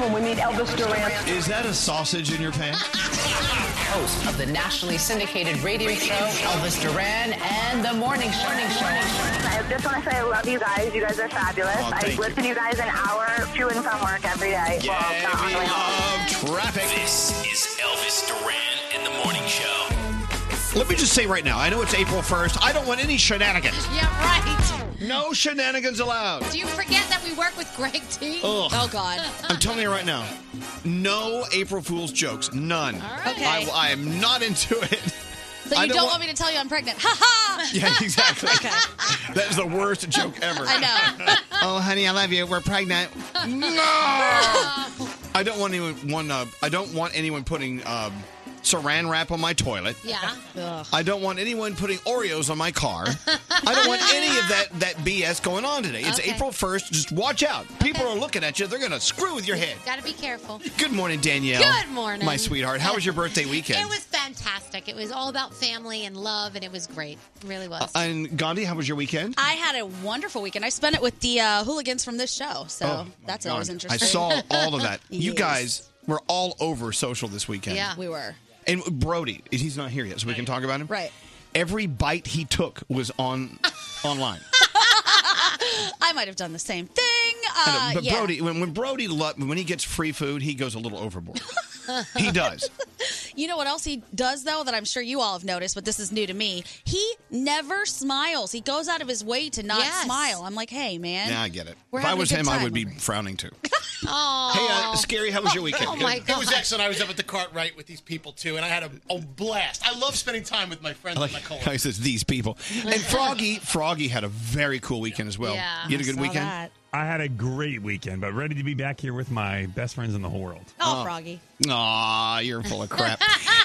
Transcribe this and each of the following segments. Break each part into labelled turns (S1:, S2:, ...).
S1: when we meet Elvis Duran.
S2: Is that a sausage in your pants?
S3: Host of the nationally syndicated radio show, Elvis Duran and The Morning Show. Morning Show.
S1: I just want to say I love you guys. You guys are fabulous.
S2: Oh,
S1: I
S2: thank
S1: listen to you guys an hour to and from work every day.
S2: Yeah,
S1: well, not on
S2: we
S1: the way home.
S2: love traffic.
S4: This is Elvis Duran and the Morning Show.
S2: Let me just say right now, I know it's April 1st. I don't want any shenanigans.
S5: Yeah, right.
S2: No shenanigans allowed.
S5: Do you forget that we work with Greg T?
S2: Ugh.
S5: Oh, God.
S2: I'm telling you right now, no April Fool's jokes. None.
S5: right. Okay.
S2: I, I am not into it.
S5: So you
S2: I
S5: don't, want... me to tell you I'm pregnant. Ha ha!
S2: Yeah, exactly. That is the worst joke ever.
S5: I know.
S2: Oh, honey, I love you. We're pregnant. no. I don't want anyone. Uh, I don't want anyone putting um, Saran wrap on my toilet.
S5: Yeah.
S2: I don't want anyone putting Oreos on my car. I don't want any of that that BS going on today. It's
S5: Okay.
S2: April first. Just watch out. People are looking at you. They're gonna screw with your head.
S5: Gotta be careful.
S2: Good morning, Danielle.
S5: Good morning.
S2: my sweetheart. How was your birthday weekend?
S5: It was fantastic. It was all about family and love, and it was great. It really was.
S2: and Gandhi, how was your weekend?
S6: I had a wonderful weekend. I spent it with the uh, hooligans from this show, so
S2: Oh, my
S6: that's always
S2: God.
S6: interesting.
S2: I saw all of that. You
S6: Yes.
S2: guys were all over social this weekend.
S5: Yeah.
S6: we were
S2: And Brody, he's not here yet, so we can talk about him.
S6: right.
S2: Every bite he took was on online.
S6: I might have done the same thing.
S2: I know,
S6: Uh,
S2: but
S6: yeah.
S2: Brody, when, when Brody lo- when he gets free food, he goes a little overboard. he does.
S6: You know what else he does though that I'm sure you all have noticed, but this is new to me. He never smiles. He goes out of his way to not
S5: Yes.
S6: smile. I'm like, hey man.
S2: Yeah, I get it.
S6: We're
S2: if I
S6: having a
S2: was
S6: good
S2: him, I
S6: time
S2: would be
S6: over here.
S2: frowning too.
S5: Oh.
S2: Hey, uh, Scary, how was your weekend?
S5: Oh, my
S7: It
S5: God.
S7: was excellent. I was up at the Cartwright with these people too, and I had a, a blast. I love spending time with my friends
S2: I like
S7: and my
S2: how he
S7: coworkers.
S2: says these people. And Froggy, Froggy had a very cool weekend as well.
S5: Yeah.
S2: you had a good
S6: Saw
S2: weekend.
S6: that.
S8: I had a great weekend, but ready to be back here with my best friends in the whole world.
S6: Oh, Froggy.
S2: Aw, you're full of crap.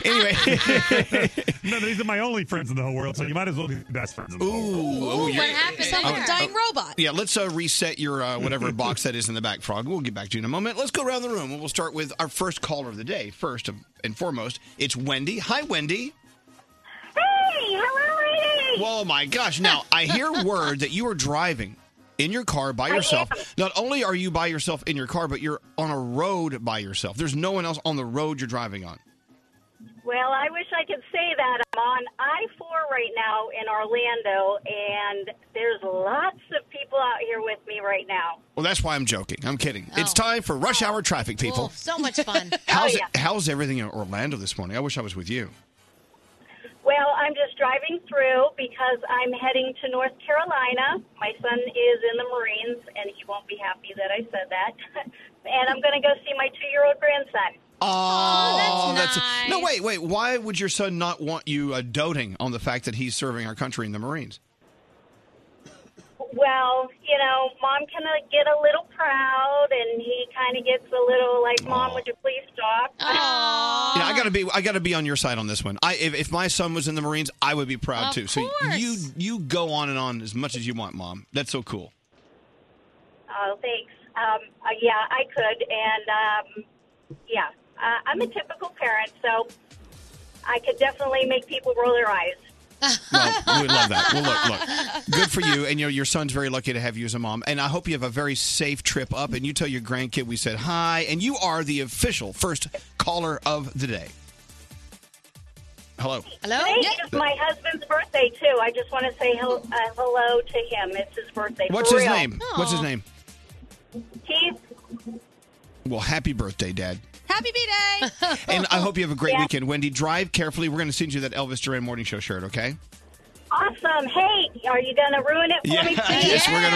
S2: anyway,
S8: No, these are my only friends in the whole world, so you might as well be best friends in the whole world.
S2: ooh,
S5: Ooh,
S2: you're- Oh.
S5: what happened
S6: Sound like a
S5: there?
S6: dying robot.
S2: Yeah, let's uh, reset your uh, whatever box that is in the back, Frog. We'll get back to you in a moment. Let's go around the room. and We'll start with our first caller of the day. First and foremost, it's Wendy. Hi, Wendy.
S1: Hey, how are you?
S2: Well, oh my gosh. Now, I hear word that you are driving in your car by yourself. Not only are you by yourself in your car, but you're on a road by yourself. There's no one else on the road you're driving on.
S1: Well, I wish I could say that. I'm on I 4 right now in Orlando, and there's lots of people out here with me right now.
S2: Well, that's why I'm joking. I'm kidding. It's
S5: Oh.
S2: time for rush hour traffic, people.
S5: Oh, so much fun.
S2: How's,
S1: Oh, yeah.
S2: how's everything in Orlando this morning? I wish I was with you.
S1: Well, I'm just driving through because I'm heading to North Carolina. My son is in the Marines, and he won't be happy that I said that. and I'm going to go see my two year old grandson.
S2: Oh,
S5: that's
S2: no.
S5: nice.
S2: Wait, wait. Why would your son not want you uh, doting on the fact that he's serving our country in the Marines?
S1: Well, you know, mom can uh, get a little proud, and he kind of gets a little like, Mom,
S2: Aw.
S1: would you please stop?
S5: Aw.
S2: Yeah, I gotta be. I gotta be on your side on this one. I if, if my son was in the Marines, I would be proud
S5: Of
S2: too. So
S5: course.
S2: you you go on and on as much as you want, Mom. That's so cool.
S1: Oh, thanks. Um, uh, yeah, I could, and um, yeah, uh, I'm a typical parent, so I could definitely make people roll their eyes.
S5: Uh-huh.
S2: Well, we love that. Well, look, look, good for you. And you know, your son's very lucky to have you as a mom. And I hope you have a very safe trip up. And you tell your grandkid we said hi. And you are the official first caller of the day. Hello.
S5: Hello?
S1: Today
S5: Yeah.
S1: is my husband's birthday too. I just want to say hel- uh, hello to him. It's his birthday.
S2: What's
S1: for
S2: his
S1: real.
S2: name? What's his
S5: Aw.
S2: name?
S1: Keith.
S2: Well, happy birthday, Dad.
S6: Happy B Day.
S2: And I hope you have a great
S1: Oh, Yeah.
S2: weekend. Wendy, drive carefully. We're going to send you that Elvis Duran Morning Show shirt, okay?
S1: Awesome. Hey, are you going to ruin it for me? please?
S2: yes, we're going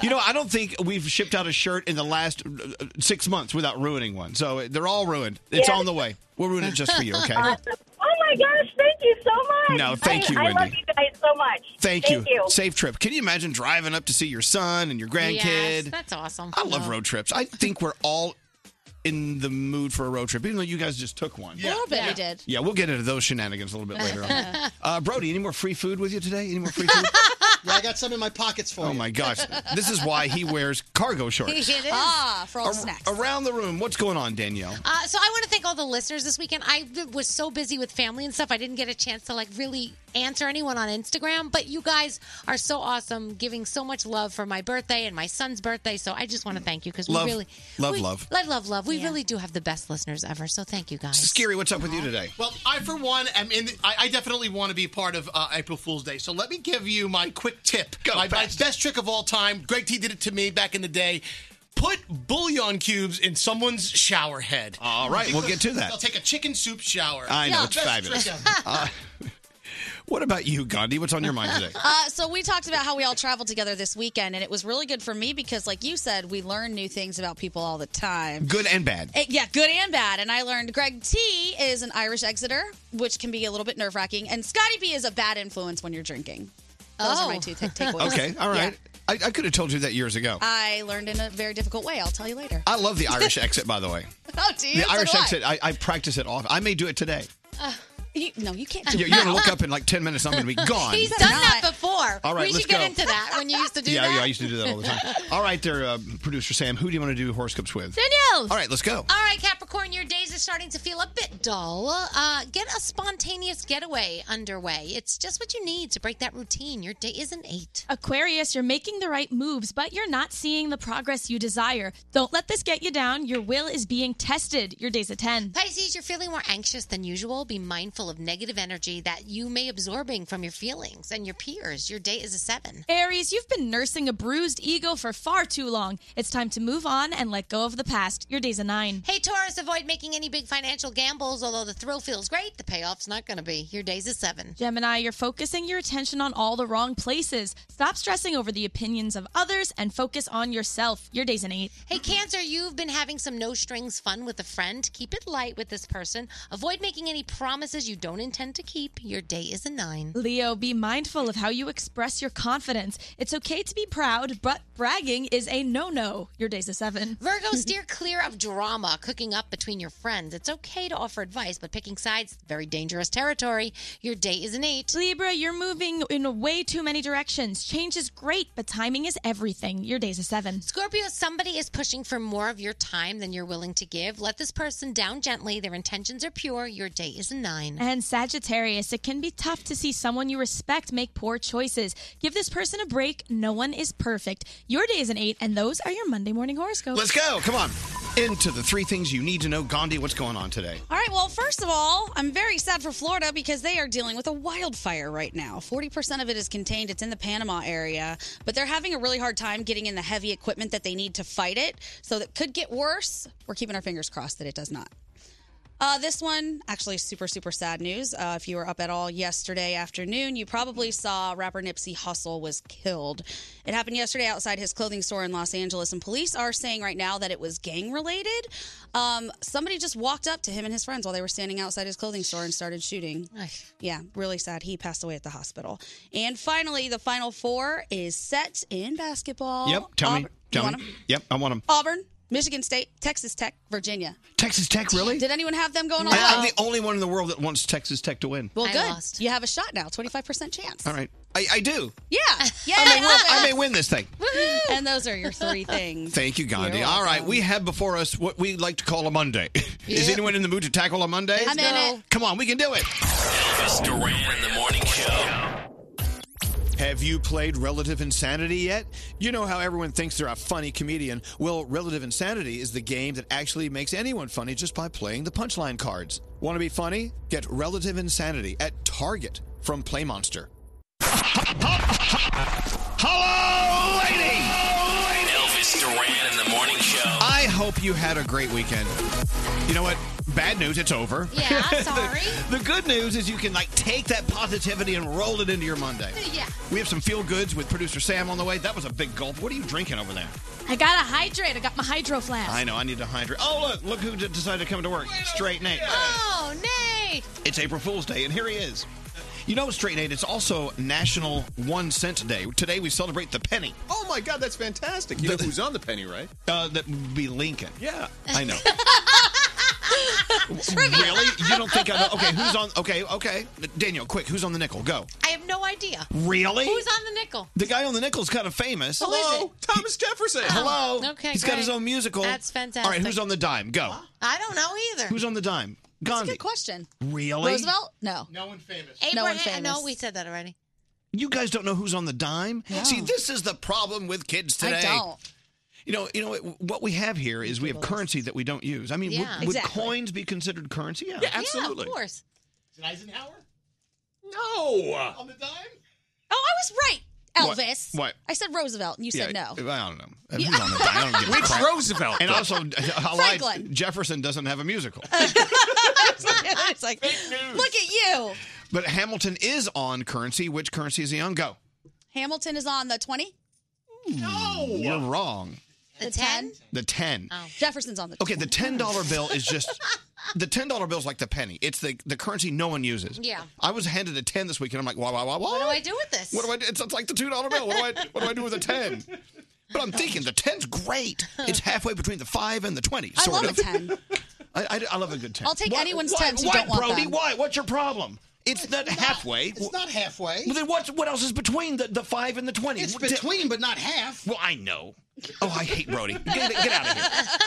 S2: to. You know, I don't think we've shipped out a shirt in the last uh, six months without ruining one. So they're all ruined. It's
S1: Yeah.
S2: on the way. We'll ruin it just for you, okay?
S1: Oh my gosh! Thank you so much.
S2: No, thank
S1: I,
S2: you,
S1: I love
S2: Wendy.
S1: you guys so much.
S2: Thank,
S1: thank you.
S2: Safe trip. Can you imagine driving up to see your son and your grandkid?
S5: Yes, that's awesome.
S2: I love road trips. I think we're all in the mood for a road trip, even though you guys just took one.
S6: a
S7: Yeah.
S6: little bit
S5: Yeah.
S6: we did.
S2: Yeah, we'll get into those shenanigans a little bit later on. Uh, Brody, any more free food with you today? Any more free food?
S9: Yeah, I got some in my pockets for you.
S2: Oh my gosh. This is why he wears cargo shorts.
S5: It is.
S6: Ah, for all
S2: Ar- Around the room, what's going on, Danielle?
S5: Uh, so I want to thank all the listeners this weekend. I w- was so busy with family and stuff, I didn't get a chance to like really answer anyone on Instagram. But you guys are so awesome, giving so much love for my birthday and my son's birthday. So I just want to thank you because we
S2: Love,
S5: really
S2: love,
S5: we-
S2: love.
S5: love, love, love. We really do have the best listeners ever. So thank you guys.
S2: Scary, what's up with you today?
S7: Well, I for one am in. I, I definitely want to be part of uh, April Fool's Day. So let me give you my quick tip. my, my best trick of all time. Greg T did it to me back in the day. Put bouillon cubes in someone's shower head.
S2: All right, we'll get to that.
S7: They'll take a chicken soup shower.
S2: I know, it's
S7: Best
S2: fabulous.
S7: trick ever.
S2: Uh, what about you, Gandhi? What's on your mind today?
S6: Uh, so we talked about how we all traveled together this weekend, and it was really good for me because, like you said, we learn new things about people all the time.
S2: Good and bad.
S6: Eh, yeah, good and bad. And I learned Greg T is an Irish Exeter, which can be a little bit nerve wracking, and Scotty B is a bad influence when you're drinking. Those are my
S5: Oh.
S6: two ta- takeaways.
S2: Okay, all right. I, I could have told you that years ago.
S6: I learned in a very difficult way. I'll tell you later.
S2: I love the Irish exit, by the way.
S6: Oh, do you?
S2: The
S6: So
S2: Irish
S6: do I. Uh,
S2: exit, I, I practice it often. I may do it today.
S6: You- no, you can't. Do
S2: You're,
S6: it
S2: you're going to
S6: now.
S2: look up in like 10 minutes, I'm going to be gone.
S5: He's done that before.
S2: All right,
S5: we
S2: let's
S5: should get
S2: go.
S5: into that when you used to do
S2: yeah,
S5: that.
S2: yeah, I used to do that all the time. All right, there, uh, producer Sam, who do you want to do horoscopes with?
S5: Danielle.
S2: All right, let's go.
S5: All right, Capricorn, your days are starting to feel a bit dull. Uh, get a spontaneous getaway underway. It's just what you need to break that routine. Your day is an eight.
S10: Aquarius, you're making the right moves, but you're not seeing the progress you desire. Don't let this get you down. Your will is being tested. Your day's a 10.
S5: Pisces, you're feeling more anxious than usual. Be mindful of negative energy that you may absorbing from your feelings and your peers. Your day is a seven.
S10: Aries, you've been nursing a bruised ego for far too long. It's time to move on and let go of the past. Your day's a 9.
S5: Hey, Taurus, avoid making any big financial gambles. Although the thrill feels great, the payoff's not going to be. Your day's a seven.
S10: Gemini, you're focusing your attention on all the wrong places. Stop stressing over the opinions of others and focus on yourself. Your day's an 8.
S5: Hey, Cancer, you've been having some no strings fun with a friend. Keep it light with this person. Avoid making any promises you don't intend to keep. Your day is a nine.
S10: Leo, be mindful of how you express your confidence. It's okay to be proud, but bragging is a no no. Your day's a seven.
S5: Virgo, steer clear of drama cooking up between your friends. It's okay to offer advice, but picking sides, very dangerous territory. Your day is an eight.
S10: Libra, you're moving in way too many directions. Change is great, but timing is everything. Your day's a seven.
S5: Scorpio, somebody is pushing for more of your time than you're willing to give. Let this person down gently. Their intentions are pure. Your day is a nine.
S10: And Sagittarius, it can be tough to see someone you respect make poor choices. Give this person a break. No one is perfect. Your day is an eight, and those are your Monday morning horoscopes.
S2: Let's go. Come on. Into the three things you need to know. Gandhi, what's going on today?
S6: All right. Well, first of all, I'm very sad for Florida because they are dealing with a wildfire right now. 40% of it is contained, it's in the Panama area, but they're having a really hard time getting in the heavy equipment that they need to fight it. So that could get worse. We're keeping our fingers crossed that it does not. Uh, this one, actually, super, super sad news. Uh, if you were up at all yesterday afternoon, you probably saw rapper Nipsey Hussle was killed. It happened yesterday outside his clothing store in Los Angeles, and police are saying right now that it was gang related. Um, somebody just walked up to him and his friends while they were standing outside his clothing store and started shooting. Yeah, really sad. He passed away at the hospital. And finally, the final four is set in basketball.
S2: Yep, tell
S6: Auburn-
S2: me. Tell
S6: Oh, uh, you
S2: me.
S6: want 'em?
S2: Yep, I want them.
S6: Auburn, Michigan State, Texas Tech, Virginia.
S2: Texas Tech, really?
S6: Did anyone have them going on?
S2: I, am the only one in the world that wants Texas Tech to win.
S6: Well,
S5: I
S6: good.
S5: lost.
S6: You have a shot now, 25% chance.
S2: All right. I, I do.
S6: Yeah. Yeah.
S2: I may, win, I may win this thing.
S6: and those are your three things.
S2: Thank you, Gandhi.
S6: You're
S2: All right,
S6: welcome.
S2: we have before us what we like to call a Monday. Is anyone in the mood to tackle a Monday?
S6: I'm in it.
S2: Come on, we can do it.
S4: Elvis Duran in the morning show.
S2: Have you played Relative Insanity yet? You know how everyone thinks they're a funny comedian. Well, Relative Insanity is the game that actually makes anyone funny just by playing the punchline cards. Want to be funny? Get Relative Insanity at Target from Playmonster. Hello, lady!
S4: Elvis Duran in the morning show.
S2: I hope you had a great weekend. You know what? Bad news, it's over.
S5: Yeah, sorry.
S2: The good news is you can like take that positivity and roll it into your Monday.
S5: Yeah.
S2: We have some feel goods with producer Sam on the way. That was a big gulp. What are you drinking over there?
S10: I gotta hydrate. I got my hydro flask.
S2: I know. I need to hydrate. Oh look! Look who d- decided to come to work. Straight Nate.
S5: Oh, Nate.
S2: It's April Fool's Day, and here he is. You know, Straight Nate. It's also National One Cent Day. Today we celebrate the penny.
S11: Oh my God, that's fantastic! You know who's on the penny, right?
S2: Uh, that would be Lincoln.
S11: Yeah.
S2: I know. really? You don't think I know? Okay, who's on? Okay, okay. Daniel, quick. Who's on the nickel? Go.
S5: I have no idea.
S2: Really?
S5: Who's on the nickel?
S2: The guy on the nickel's kind of famous.
S5: Who is
S2: Hello, Thomas Jefferson.
S5: Oh,
S2: Hello.
S5: okay,
S2: He's got his
S5: great.
S2: own musical.
S5: That's
S2: All right, who's
S5: fantastic.
S2: on the dime? Go.
S5: I don't know either.
S2: Who's on the dime?
S6: That's a
S2: Gandhi.
S6: good question.
S2: Really?
S6: Roosevelt? No.
S7: No one famous.
S5: Abraham,
S6: No
S5: no,
S6: one famous.
S5: we said that already.
S2: You guys don't know who's on the dime? See, this is the problem with kids today. You know, you know what we have here is we have currency that we don't use. I mean, would-
S5: Yeah.
S2: would,
S5: Exactly.
S2: coins be considered currency? Yeah,
S5: Yeah,
S2: absolutely.
S5: of course.
S7: Is it Eisenhower?
S2: No.
S7: On the dime?
S6: Oh, I was
S2: What?
S6: right, Elvis.
S2: What?
S6: I said Roosevelt, and you said
S2: Yeah,
S6: no.
S2: I don't know. Who's on the dime? I don't give a
S11: Which
S2: crap.
S11: Roosevelt?
S2: And also, I lied.
S6: Franklin.
S2: Jefferson doesn't have a musical.
S6: it's like, look at you.
S2: But Hamilton is on currency. Which currency is he on? Go.
S6: Hamilton is on the 20,
S2: No. You're wrong.
S6: the 10.
S2: The 10.
S6: Jefferson's on the
S2: Okay, the $10 bill is just. The ten dollar bill is like the penny. It's the, the currency no one uses.
S5: Yeah.
S2: I was handed a ten this week, and I'm like, why, why, why, why?
S5: What do I do with this?
S2: What do I do? It's, it's like the two dollar bill. What do I what do I do with a ten? But I'm thinking the ten's great. It's halfway between the five and the twenty.
S6: I
S2: Sort
S6: love
S2: of.
S6: a 10.
S2: I, I, I love a good ten.
S6: I'll take anyone's
S2: why,
S6: 10s who
S2: Why,
S6: don't want
S2: Brody?
S6: them.
S2: Why? What's your problem? It's not halfway.
S7: It's not halfway.
S2: Well, then what? What else is between the, the five and the twenty?
S7: It's
S2: What di-
S7: between, but not half.
S2: well, I know. Oh, I hate Brody. Get, get out of here.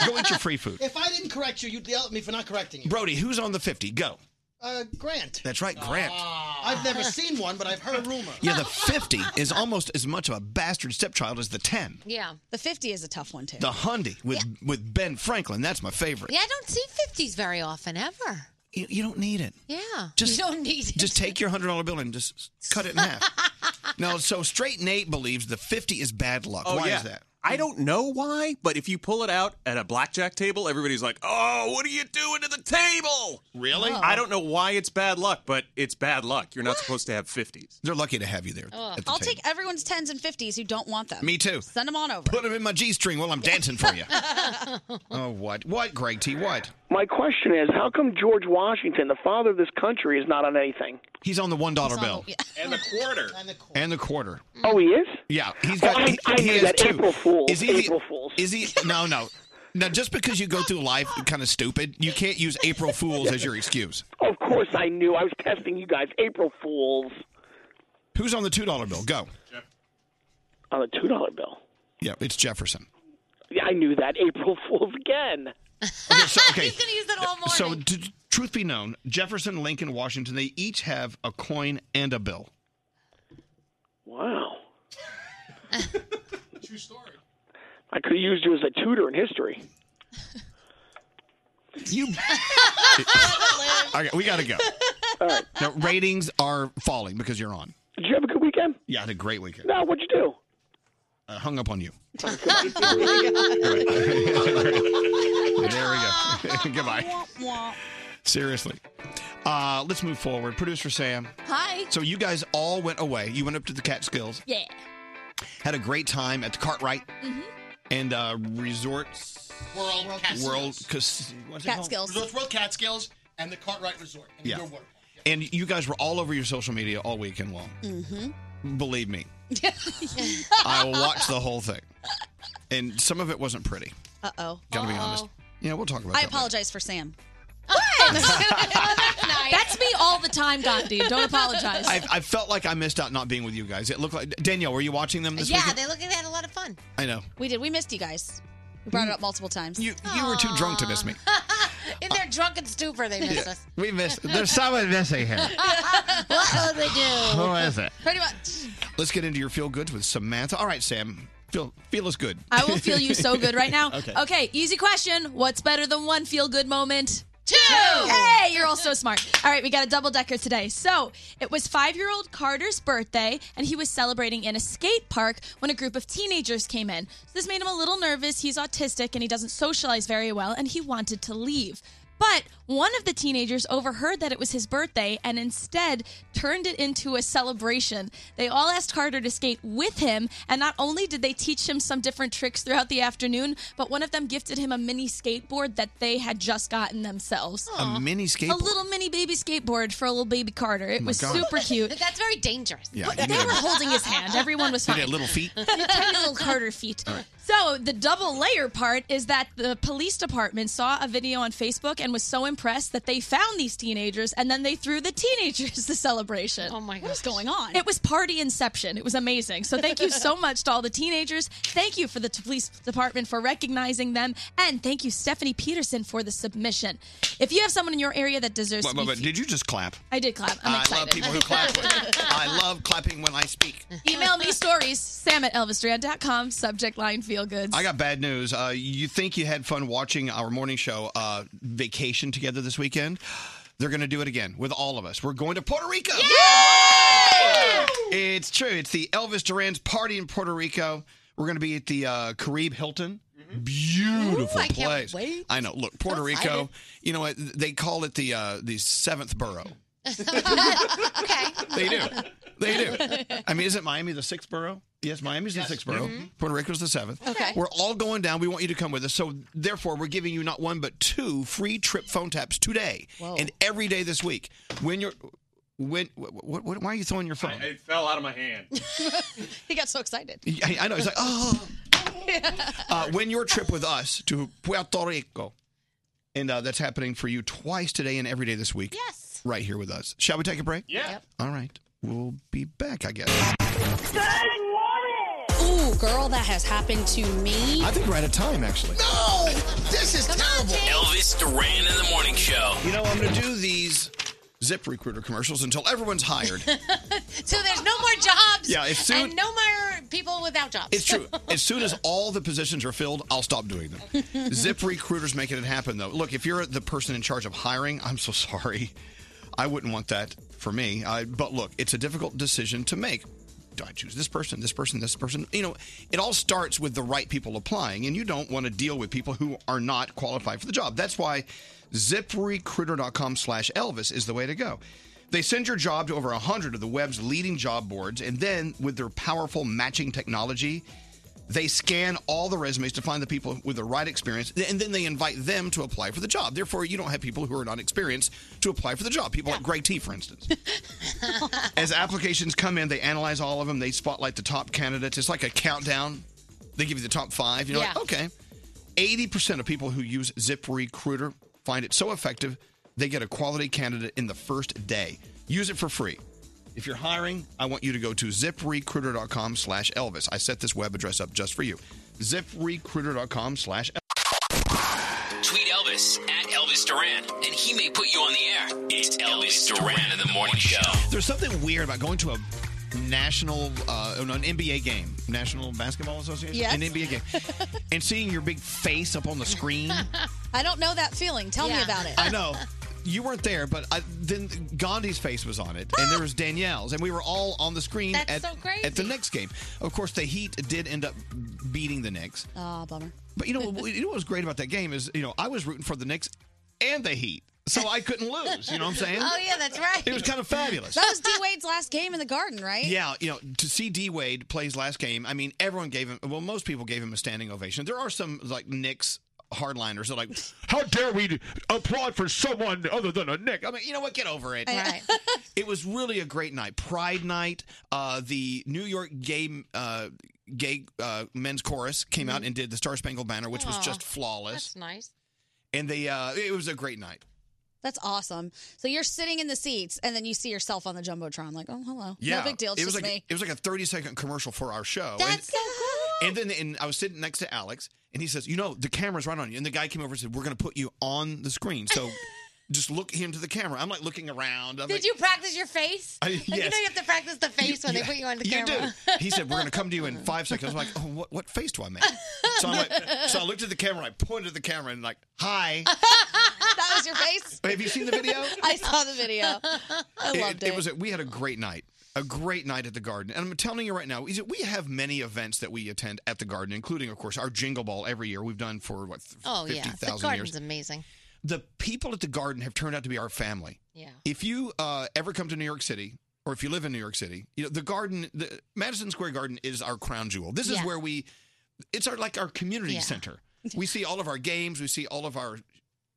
S2: Go eat your free food.
S7: If I didn't correct you, you'd yell at me for not correcting you.
S2: Brody, who's on the fifty? Go.
S7: Uh, Grant.
S2: That's right, Grant.
S12: Ah.
S7: I've never seen one, but I've heard rumor.
S2: Yeah, the fifty is almost as much of a bastard stepchild as the ten.
S5: Yeah.
S6: The 50 is a tough one, too.
S2: The Hyundai with with Ben Franklin. That's my favorite.
S5: Yeah, I don't see 50s very often, ever.
S2: You, you don't need it.
S5: Yeah.
S2: Just-
S5: you don't need it.
S2: Just take your hundred dollar bill and just cut it in half. no, so straight Nate believes the fifty is bad luck. Why is that?
S11: Oh, I don't know why, but if you pull it out at a blackjack table, everybody's like, "Oh, what are you doing to the table?" Really? I don't know why it's bad luck, but it's bad luck. You're not supposed to have 50s.
S2: They're lucky to have you there. at the
S6: I'll
S2: table.
S6: take everyone's 10s and 50s who don't want them.
S2: Me too.
S6: Send them on over.
S2: Put them in my G string while I'm dancing for you. oh, what? What, Greg T? What?
S9: My question is, how come George Washington, the father of this country, is not on anything?
S2: He's on the one dollar bill
S11: And the quarter.
S7: And the court.
S2: and the quarter.
S9: Oh, he is.
S2: Yeah, he's got.
S9: Oh, I-
S2: he,
S9: I
S2: he
S9: hear
S2: has
S9: that.
S2: two.
S9: April Fools.
S2: Is he the-
S9: April Fools.
S2: Is he? No, no. Now, just because you go through life kind of stupid, you can't use April Fools as your excuse.
S9: Of course, I knew. I was testing you guys. April Fools
S2: Who's on the two dollar bill? Go.
S9: on a two dollar bill.
S2: Yeah, it's Jefferson.
S9: Yeah, I knew that. April Fools again.
S2: Okay, so, okay.
S5: He's going to use that all morning.
S2: So, t- truth be known, Jefferson, Lincoln, Washington, they each have a coin and a bill.
S9: Wow.
S7: True story.
S9: I could have used you as a tutor in history.
S2: You. okay, we got to go. Now, ratings are falling because you're on.
S9: Did you have a good weekend?
S2: Yeah, I had a great weekend.
S9: No, what'd you do?
S2: I hung up on you. there we go. Goodbye. Seriously. Uh, let's move forward. Producer Sam.
S10: Hi.
S2: So you guys all went away. You went up to the Catskills,
S10: Yeah.
S2: had a great time at the Cartwright
S9: Mm-hmm.
S2: and uh, Resort
S7: World, Catskills.
S2: World. Cas- what's it called?
S6: Catskills.
S7: Resorts World Catskills and the Cartwright Resort. And
S2: Yeah.
S7: your work.
S2: And you guys were all over your social media all weekend long. Mm-hmm. Believe me, I watched the whole thing, and some of it wasn't pretty.
S6: Uh oh.
S2: Gotta be honest. Yeah, we'll talk about.
S6: I
S2: that later.
S6: apologize for Sam.
S10: That's me all the time, Gandhi. Don't apologize.
S2: I, I felt like I missed out not being with you guys. It looked like Danielle. Were you watching them this
S5: yeah,
S2: weekend?
S5: they look like they had a lot of fun.
S2: I know
S6: We did. We missed you guys. We brought it up multiple times.
S2: you. You were too drunk to miss me.
S5: In their drunken stupor, they miss us.
S2: We missed. There's someone missing here.
S5: What would they do?
S2: Who is it?
S6: Pretty much.
S2: Let's get into your feel goods with Samantha. All right, Sam. Feel feel us good.
S10: I will feel you so good right now.
S2: Okay.
S10: easy question. What's better than one feel good moment?
S5: Two!
S10: Hey, you're all so smart. All right, we got a double decker today. So it was five year old Carter's birthday, and he was celebrating in a skate park when a group of teenagers came in. So this made him a little nervous. He's autistic and he doesn't socialize very well, and he wanted to leave. But one of the teenagers overheard that it was his birthday and instead turned it into a celebration. They all asked Carter to skate with him, and not only did they teach him some different tricks throughout the afternoon, but one of them gifted him a mini skateboard that they had just gotten themselves.
S2: A mini skateboard. Oh
S10: A little mini baby skateboard for a little baby Carter. It was
S2: God.
S10: super cute.
S5: That's very dangerous.
S2: Yeah.
S10: But
S2: you
S10: they
S2: need a-
S10: were holding his hand. Everyone was
S2: you
S10: fine.
S2: need a little feet.
S10: The tiny little Carter feet. So the double layer part is that the police department saw a video on Facebook and and was so impressed that they found these teenagers and then they threw the teenagers the celebration. Oh my god. What's going on? It was party inception. It was amazing. So thank you so much to all the teenagers. Thank you for the t- police department for recognizing them and thank you Stephanie Peterson for the submission. If you have someone in your area that deserves
S2: But,
S10: to be
S2: but, but did you just clap?
S10: I did clap. I'm
S2: I
S10: excited.
S2: love people who clap. I love clapping when I speak.
S10: Email me stories, sam at elvisduran.com, subject line feel goods.
S2: I got bad news. Uh, you think you had fun watching our morning show uh, vacation together this weekend? They're going to do it again with all of us. We're going to Puerto Rico. It's true. It's the Elvis Duran's party in Puerto Rico. We're going to be at the uh, Carib Hilton. Beautiful
S13: Mm-hmm. Ooh, I can't
S2: place.
S13: wait.
S2: I know. Look, Puerto
S13: excited.
S2: Rico. You know what? They call it the uh, the seventh borough. They do. They do. I mean, isn't Miami the sixth borough? Yes, Miami's the sixth borough. Puerto Rico's the seventh.
S13: Okay.
S2: We're all going down. We want you to come with us. So, therefore, we're giving you not one, but two free trip phone taps today
S11: Whoa.
S2: and every day this week. When you're, when, what, what, why are you throwing your phone?
S11: It fell out of my hand.
S6: he got so excited.
S2: I, I know. It's like, oh. uh, when your trip with us to Puerto Rico. And uh, that's happening for you twice today and every day this week. Yes. Right here with us. Shall we take a break?
S11: Yeah.
S2: All right. We'll be back, I guess.
S6: Ooh, girl, that has happened to me.
S2: I think we're out of time, actually.
S6: No, this is terrible.
S4: Elvis Duran in the morning show.
S2: You know, I'm going to do these zip recruiter commercials until everyone's hired.
S5: so there's no more jobs.
S2: Yeah, it's soon-
S5: and no more people without jobs.
S2: It's true. As soon as all the positions are filled, I'll stop doing them. Zip recruiters making it happen, though. Look, if you're the person in charge of hiring, I'm so sorry. I wouldn't want that for me. I, but look, it's a difficult decision to make. Do I choose this person, this person, this person? You know, it all starts with the right people applying, and you don't want to deal with people who are not qualified for the job. That's why ziprecruiter.com slash Elvis is the way to go. They send your job to over 100 of the web's leading job boards, and then with their powerful matching technology, they scan all the resumes to find the people with the right experience, and then they invite them to apply for the job. Therefore, you don't have people who are not experienced to apply for the job. People like Greg T, for instance. As applications come in, they analyze all of them. They spotlight the top candidates. It's like a countdown. They give you the top five. You're like,
S13: Yeah.
S2: okay. 80% of people who use ZipRecruiter find it so effective, they get a quality candidate in the first day. Use it for free. If you're hiring, I want you to go to ziprecruiter.com slash Elvis. I set this web address up just for you. ziprecruiter.com slash
S4: Tweet Elvis at Elvis Duran, and he may put you on the air. It's Elvis Duran in the morning show.
S2: There's something weird about going to a national, uh, an NBA game, National Basketball Association,
S6: Yes.
S2: an NBA game, and seeing your big face up on the screen.
S6: I don't know that feeling. Tell me about it.
S2: I know. You weren't there, but I, then Gandhi's face was on it, and there was Danielle's, and we were all on the screen
S6: That's
S2: at,
S6: so crazy.
S2: at the Knicks game. Of course, the Heat did end up beating the Knicks.
S6: Oh, bummer.
S2: But you know, what- you know what was great about that game is, you know, I was rooting for the Knicks and the Heat, so I couldn't lose. You know what I'm saying?
S6: Oh, yeah, that's right.
S2: It was kind of fabulous.
S6: That was D Wade's last game in the garden, right?
S2: Yeah, you know, to see D Wade play his last game, I mean, everyone gave him. Well, most people gave him a standing ovation. There are some like Knicks hardliners that are like, "How dare we applaud for someone other than a Nick?" I mean, you know what? Get over it.
S13: Right.
S2: it was really a great night. Pride night. Uh, the New York Gay uh, Gay uh, Men's Chorus came out and did the Star Spangled Banner, which was
S6: Aw,
S2: just flawless.
S6: that's nice.
S2: And they, uh, it was a great night.
S6: That's awesome. So you're sitting in the seats, and then you see yourself on the jumbotron, like, oh, hello.
S2: Yeah,
S6: no big deal. It's
S2: it was
S6: just
S2: like
S6: me.
S2: it was like a thirty second commercial for our show. and,
S6: That's so
S2: And then and I was sitting next to Alex, and he says, "You know, the camera's right on you." And the guy came over and said, "We're going to put you on the screen, so just look into the camera." I'm like looking around. I'm
S5: Did
S2: like,
S5: you practice your face?
S2: I-
S5: like, You
S2: yes.
S5: know you have to practice the face when they put you on the
S2: "You
S5: camera.
S2: do. He said, "We're going to come to you in five seconds." I'm like, "Oh, what, what face do I make?" So I went, so I looked at the camera. I pointed at the camera and like, "Hi."
S6: that was your face.
S2: Have you seen the video?
S6: I saw the video. I
S2: it,
S6: loved it.
S2: it was a, we had a great night. A great night at the garden. And I'm telling you right now, is it- we have many events that we attend at the garden, including, of course, our jingle ball every year. We've done for what th-
S5: Oh yeah, the
S2: 50,000
S5: garden's
S2: years.
S5: amazing.
S2: The people at the garden have turned out to be our family.
S5: Yeah.
S2: If you uh, ever come to New York City, or if you live in New York City, you know the garden, the Madison Square Garden is our crown jewel. This is
S13: Yeah.
S2: where we, it's our like our community center. We see all of our games, we see all of our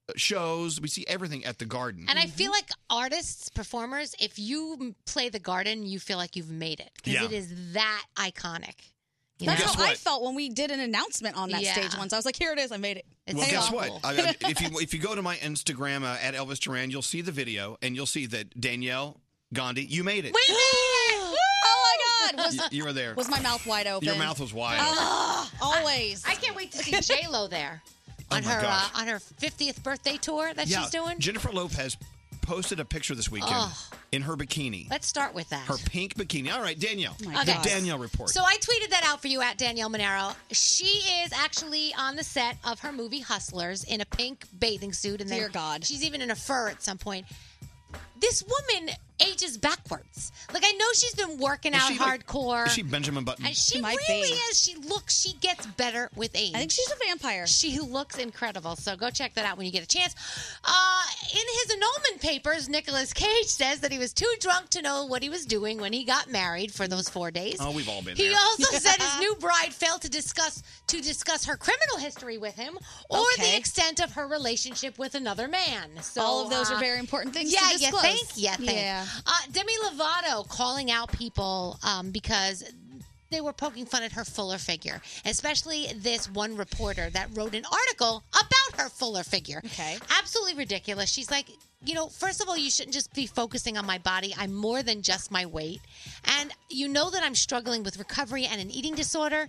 S2: uh, shows, we see everything at the garden.
S5: And I feel like artists, performers, if you m- play the garden, you feel like you've made it because
S2: Yeah.
S5: it is that iconic. You
S6: That's
S2: know? Guess
S6: how I
S2: what?
S6: felt when we did an announcement on that
S5: Yeah.
S6: stage once. I was like, here it is. I made it.
S2: well,
S6: Hey,
S2: guess
S6: y'all.
S2: what? I, I- if you if you go to my Instagram uh, at Elvis Duran, you'll see the video, and you'll see that Danielle Gandhi, you made it.
S6: oh my God.
S2: Y-
S6: Was,
S2: you were there.
S6: was my mouth wide open?
S2: Your mouth was wide.
S5: Oh,
S6: Ah, always.
S5: I can't wait to see J Lo there
S2: Oh
S5: on
S2: my
S5: her uh,
S2: gosh.
S5: on her 50th birthday tour that
S2: yeah,
S5: she's doing.
S2: Jennifer Lopez posted a picture this weekend
S5: Oh.
S2: in her bikini,
S5: Let's start with that.
S2: her pink bikini. All right, Danielle,
S5: Oh my
S2: the
S5: gosh.
S2: Danielle report.
S5: So I tweeted that out for you at Danielle Monero. She is actually on the set of her movie Hustlers in a pink bathing suit, and then
S6: Dear God.
S5: she's even in a fur at some point. This woman ages backwards. Like I know she's been working
S2: Is
S5: out
S2: she like-
S5: hardcore.
S2: Is she Benjamin Button?
S5: and she really is. She looks. She gets better with age. I think she's
S6: a vampire.
S5: She looks incredible. So go check that out when you get a chance. Uh, in his annulment papers, Nicolas Cage says that he was too drunk to know what he was doing when he got married for those four days.
S2: Oh, we've all been
S5: He
S2: there.
S5: also said his new bride failed to discuss to discuss her criminal history with him or the extent of her relationship with another man. So
S6: All of those
S5: uh,
S6: are very important things to
S5: yeah,
S6: disclose.
S5: you think? Yeah, think.
S6: Yeah.
S5: Uh, Demi Lovato calling out people um, because they were poking fun at her fuller figure, especially this one reporter that wrote an article about her fuller figure. Okay. Absolutely ridiculous. She's like, you know, first of all, you shouldn't just be focusing on my body. I'm more than just my weight. And you know that I'm struggling with recovery and an eating disorder.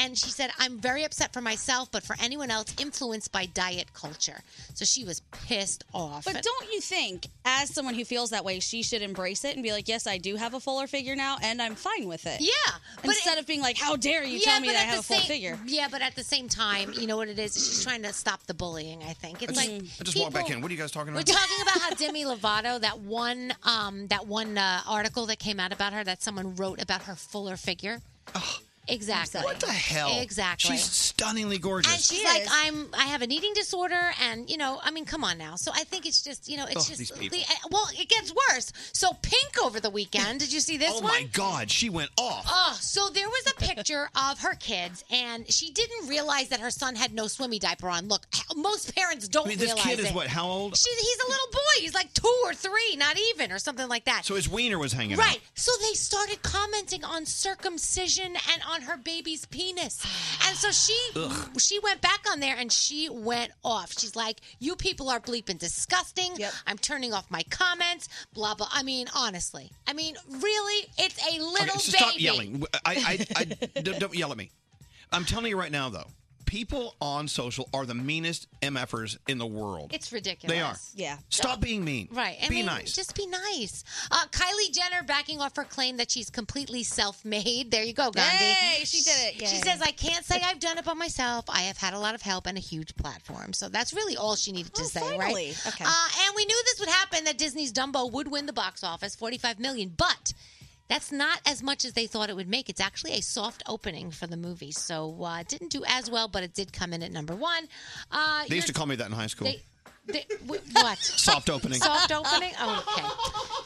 S5: And she said, I'm very upset for myself, but for anyone else influenced by diet culture. So she was pissed off.
S6: But don't you think, as someone who feels that way, she should embrace it and be like, yes, I do have a fuller figure now, and I'm fine with it?
S5: Yeah,
S6: Instead of being like, how dare you tell me
S5: but
S6: that I
S5: at
S6: have
S5: the
S6: a full
S5: same-
S6: figure?
S5: Yeah, but at the same time, you know what it is? She's trying to stop the bullying, I think.
S2: I
S5: It's
S2: just,
S5: like
S2: I just
S5: people,
S2: walked back in. What are you guys talking
S5: We're
S2: about?
S5: talking about how Demi Lovato, that one, um, that one uh, article that came out about her, that someone wrote about her fuller figure. exactly. What the
S2: Hell,
S5: Exactly.
S2: She's stunningly gorgeous.
S5: and she's like, I'm. I have an eating disorder, and you know, I mean, come on now. So I think it's just, you know, it's
S2: Ugh,
S5: just.
S2: these people.
S5: the- eh, well, it gets worse. So Pink over the weekend. Did you see this
S2: oh
S5: one?
S2: my God, she went off.
S5: Oh, so there was a picture of her kids, and she didn't realize that her son had no swimmy diaper on. Look, most parents don't
S2: I mean, this
S5: realize
S2: kid is
S5: it.
S2: what? How old?
S5: She, he's a little boy. He's like two or three, not even, or something like that.
S2: so his wiener was hanging
S5: Right.
S2: out.
S5: So they started commenting on circumcision and on her baby's penis. And so she
S2: Ugh.
S5: she went back on there and she went off. She's like, "You people are bleeping disgusting. I'm turning off my comments, blah blah." I mean, honestly. I mean, really, it's a little
S2: Okay,
S5: baby.
S2: so stop yelling. I, I, I don't, don't yell at me. I'm telling you right now, though, people on social are the meanest mfers in the world.
S5: It's ridiculous.
S2: They are.
S5: Yeah.
S2: Stop being mean.
S5: Right. I
S2: be
S5: mean,
S2: nice.
S5: Just be nice. Uh, Kylie Jenner backing off her claim that she's completely self-made. There you go, Gandhi.
S6: Yay, she did it.
S5: She
S6: Yay.
S5: says, "I can't say I've done it by myself. I have had a lot of help and a huge platform." So that's really all she needed to say,
S6: Oh, finally.
S5: right? Okay. Uh, and we knew this would happen. That Disney's Dumbo would win the box office, forty-five million, but. That's not as much as they thought it would make. It's actually a soft opening for the movie, so uh, it didn't do as well, but it did come in at number one. Uh,
S2: they used
S5: you're-
S2: to call me that in high school.
S5: they- they- w- what?
S2: Soft opening.
S5: Soft opening? Oh, okay.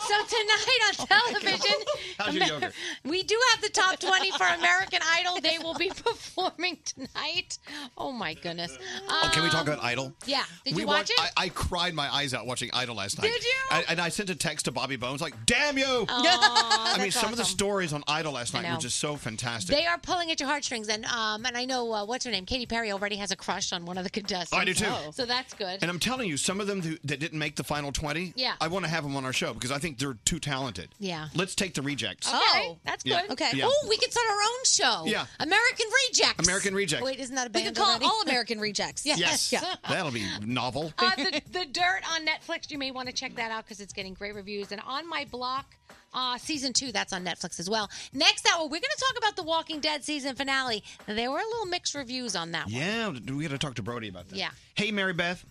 S5: So tonight on television,
S2: How's your yogurt?
S5: we do have the top 20 for American Idol. They will be performing tonight. Oh, my goodness.
S2: Oh, can we talk
S5: Um,
S2: about Idol?
S5: Yeah. Did
S2: We
S5: you watch
S2: wa-
S5: it?
S2: I, I cried my eyes out watching Idol last night.
S5: Did you?
S2: I, and I sent a text to Bobby Bones like, "Damn you!"
S5: Aw,
S2: I mean,
S5: that's
S2: some of the
S5: awesome.
S2: stories on Idol last
S5: I
S2: night were
S5: know.
S2: just so fantastic.
S5: They are pulling at your heartstrings, and um, and I know uh, what's her name, Katy Perry already has a crush on one of the contestants.
S2: I do too. Oh.
S5: So that's good.
S2: And I'm telling you, some of them th- that didn't make the final 20,
S5: Yeah.
S2: I want to have them on our show because I think they're too talented.
S5: Yeah.
S2: Let's take the rejects.
S5: Okay, that's good.
S2: Yeah. Okay. Yeah.
S5: Oh, we could start our own show.
S2: Yeah.
S5: American Rejects.
S2: American Rejects.
S5: Wait, isn't that a band?
S6: could call it
S5: already?
S6: All American Rejects.
S2: Yes. That'll be novel.
S5: uh, the, the Dirt on Netflix. You may want to check that out because it's getting great reviews. And on my block, uh, season two, that's on Netflix as well. Next hour, we're going to talk about the Walking Dead season finale. There were a little mixed reviews on that one.
S2: yeah. We got to talk to Brody about that.
S5: Yeah.
S2: Hey, Mary Beth.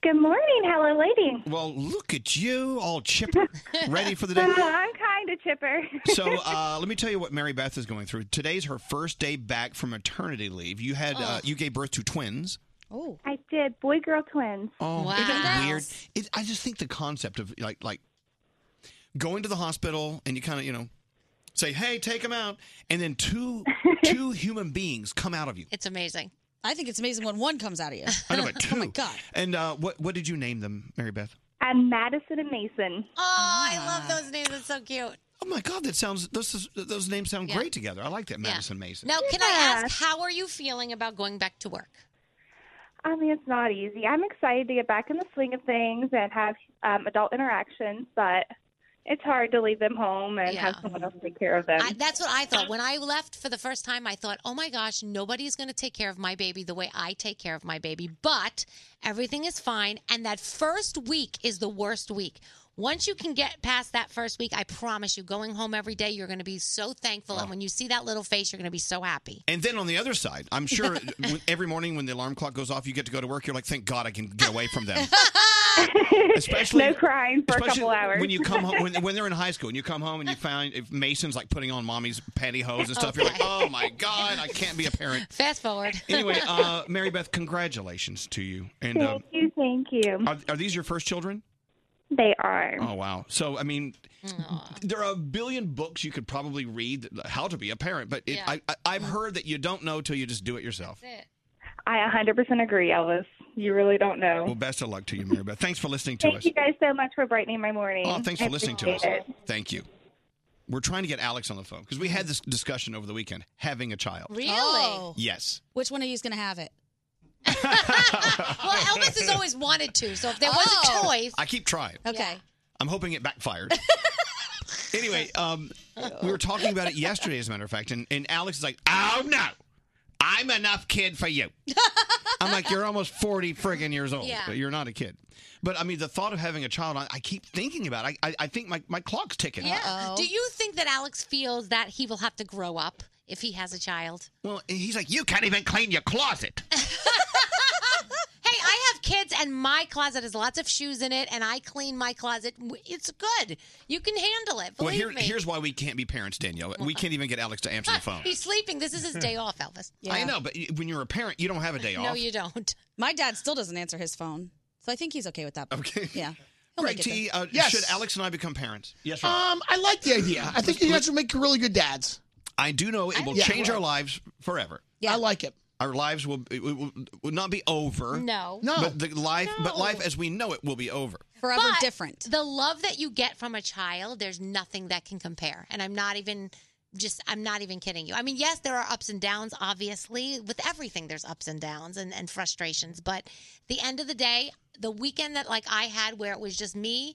S13: Good morning. Hello, lady.
S2: Well, look at you, all chipper, ready for the day.
S13: Uh, I'm kind of chipper.
S2: So uh, let me tell you what Mary Beth is going through. Today's her first day back from maternity leave. You had uh,
S13: Oh.
S2: you gave birth to twins.
S13: oh, I did boy girl twins.
S2: Oh, Isn't it weird? It, I just think the concept of like like going to the hospital and you kind of you know say, "Hey, take them out," and then two two human beings come out of you.
S5: It's amazing.
S6: I think it's amazing when one comes out of you.
S2: I know, but two.
S6: Oh my God.
S2: And uh, what what did you name them, Mary Beth?
S13: I'm Madison and Mason.
S5: Oh, I love those names. That's so cute.
S2: Oh my God, that sounds those is- those names sound great together. I like that, Madison Mason.
S5: Now, can I ask, how are you feeling about going back to work?
S13: I mean, it's not easy. I'm excited to get back in the swing of things and have um, adult interactions, but it's hard to leave them home and have someone else take care of them.
S5: I, that's what I thought. When I left for the first time, I thought, oh my gosh, nobody's going to take care of my baby the way I take care of my baby. But everything is fine. And that first week is the worst week. Once you can get past that first week, I promise you, going home every day, you're going to be so thankful. And when you see that little face, you're going to be so happy.
S2: And then on the other side, I'm sure when- every morning when the alarm clock goes off, you get to go to work. You're like, thank God I can get away from them. Especially
S13: no crying for a
S2: especially
S13: couple hours.
S2: When you come home, when, when they're in high school, and you come home and you find if Mason's like putting on mommy's pantyhose and stuff, you're like,
S5: Okay.
S2: oh my God, I can't be a parent.
S5: Fast forward.
S2: Anyway, uh, Mary Beth, congratulations to you. And uh,
S13: thank you, thank you.
S2: are, are these your first children?
S13: They are.
S2: Oh wow! So I mean, there are a billion books you could probably read that- how to be a parent, but it,
S13: Yeah.
S2: I, I, I've heard that you don't know till you just do it yourself.
S13: I 100% agree, Elvis. You really don't know.
S2: Well, best of luck to you, Mary Beth. Thanks for listening to
S13: Thank
S2: us.
S13: you guys so much for brightening my morning.
S2: Oh, thanks
S13: I
S2: for listening to us.
S13: appreciate it.
S2: Thank you. We're trying to get Alex on the phone because we had this discussion over the weekend having a child.
S6: Really?
S2: Yes.
S6: Oh. Which one of you is going to have it?
S5: well, Elvis has always wanted to. So if there was
S6: Oh.
S5: a choice.
S2: I keep trying.
S5: Okay.
S2: I'm hoping it backfired. anyway, um, we were talking about it yesterday, as a matter of fact, and, and Alex is like, oh no, I'm enough kid for you. I'm like, you're almost 40 friggin' years old.
S14: Yeah.
S2: But you're not a kid. But I mean, the thought of having a child, I, I keep thinking about it. I, I, I think my, my clock's ticking.
S5: Yeah. Do you think that Alex feels that he will have to grow up if he has a child?
S2: Well, he's like, you can't even clean your closet.
S5: Hey, I have kids, and my closet has lots of shoes in it, and I clean my closet. It's good. You can handle it.
S2: well,
S5: Believe
S2: here,
S5: me. Uh-uh.
S2: here's why we can't be parents, Danielle. We can't even get Alex to answer the phone.
S5: He's sleeping. This is his day off, Elvis.
S2: I know, but y- when you're a parent, you don't have a day off.
S5: don't.
S6: My dad still doesn't answer his phone, so I think he's okay with that.
S2: Okay.
S6: Yeah. He'll
S2: Greg
S6: make it
S2: T,
S6: there.
S2: uh, should Alex and I become parents? Yes, or no?
S15: Um, I like the idea. I think you guys would make really good dads.
S2: I do know it will
S15: Yeah.
S2: change our lives forever.
S15: I like it.
S2: Our lives will, it will, will not be over.
S5: No. No.
S2: But the life, but life as we know it will be over.
S5: Forever different. The love that you get from a child, there's nothing that can compare. And I'm not even just I'm not even kidding you. I mean, yes, there are ups and downs, obviously. With everything there's ups and downs and, and frustrations. But the end of the day, the weekend that like I had where it was just me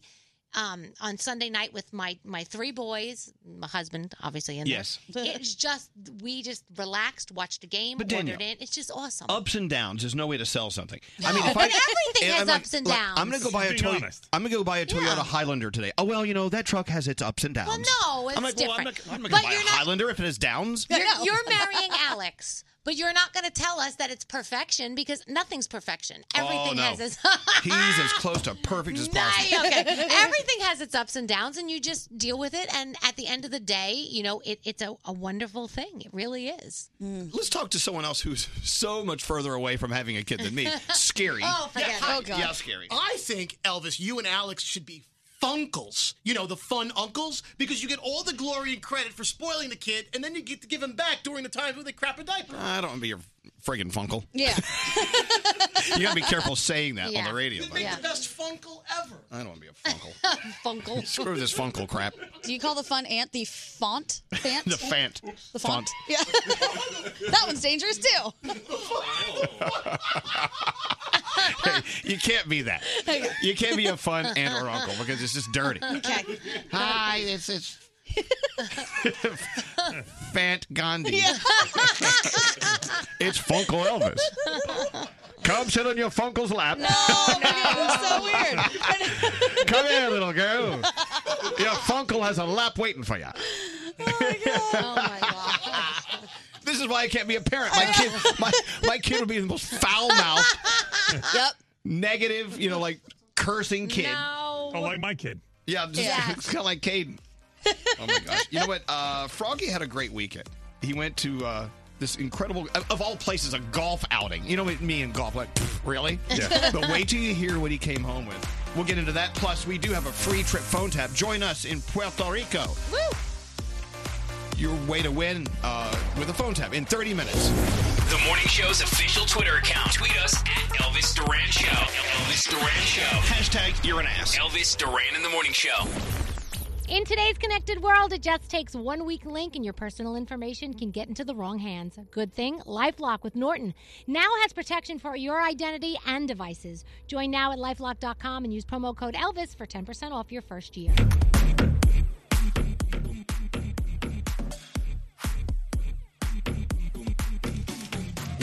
S5: um, on Sunday night with my my three boys, my husband obviously in
S2: Yes.
S5: there. It's just we just relaxed, watched a game,
S2: But
S5: ordered
S2: Danielle-
S5: in. It's just awesome.
S2: Ups and downs is no way to sell something. I mean,
S5: No,
S2: if
S5: but
S2: I,
S5: everything
S2: and
S5: has
S2: I'm like-
S5: ups and
S2: like,
S5: downs.
S2: I'm gonna go buy a
S5: Being
S2: Toyota.
S5: honest.
S2: I'm gonna go buy a Toyota Highlander today. Oh well, you know that truck has its ups and downs.
S5: Well, no, it's
S2: I'm like,
S5: different.
S2: well, I'm not, I'm not
S5: But
S2: gonna buy a
S5: you're not-
S2: Highlander if it has downs.
S5: You're, you're marrying Alex, but you're not going to tell us that it's perfection because nothing's perfection. Everything
S2: oh, no.
S5: has its
S2: He's as close to perfect as possible.
S5: okay. Everything has its ups and downs, and you just deal with it. And at the end of the day, you know, it, it's a, a wonderful thing. It really is.
S2: Let's talk to someone else who's so much further away from having a kid than me. Scary.
S5: Oh, forget it.
S7: hi-
S5: Oh, God.
S2: Yeah, scary.
S7: I think Elvis, you and Alex should be funkles. You know, the fun uncles, because you get all the glory and credit for spoiling the kid, and then you get to give him back during the times when they crap a diaper.
S2: I don't want to be your friggin' funkle.
S6: Yeah.
S2: You gotta be careful saying that on the radio.
S7: You'd
S2: but
S7: make the best funkle ever.
S2: I don't want to be a funkle.
S5: Funkle.
S2: Screw this funkle crap.
S6: Do you call the fun ant the font? Fant?
S2: The fant.
S6: The font. Yeah. that one's dangerous too.
S2: Hey, you can't be that.
S6: Okay.
S2: You can't be a fun aunt or uncle because it's just dirty.
S6: Okay.
S15: Hi, it's it's
S2: Fant Gandhi. it's Funkle Elvis. Come sit on your Funkle's lap.
S6: so weird.
S2: Come here, little girl. Your Funkle has a lap waiting for you. This is why I can't be a parent. My kid, my, my kid would be the most foul mouthed,
S6: yep,
S2: negative, you know, like cursing kid.
S5: No.
S8: Oh, like my kid.
S2: Yeah, just,
S8: Yeah.
S2: it's kind of like Caden. Oh my gosh! You know what? Uh, Froggy had a great weekend. He went to uh, this incredible, of- of all places, a golf outing. You know, me and golf, like pff, really?
S14: Yeah.
S2: but wait till you hear what he came home with. We'll get into that. Plus, we do have a free trip phone tap. Join us in Puerto Rico. Woo! Your way to win uh, with a phone tap in 30 minutes.
S4: The morning show's official Twitter account. Tweet us at Elvis Duran Show. Elvis Duran Show.
S2: Hashtag you're an ass.
S4: Elvis Duran in the morning show.
S14: In today's connected world, it just takes one weak link and your personal information can get into the wrong hands. Good thing Lifelock with Norton now has protection for your identity and devices. Join now at lifelock.com and use promo code Elvis for 10% off your first year.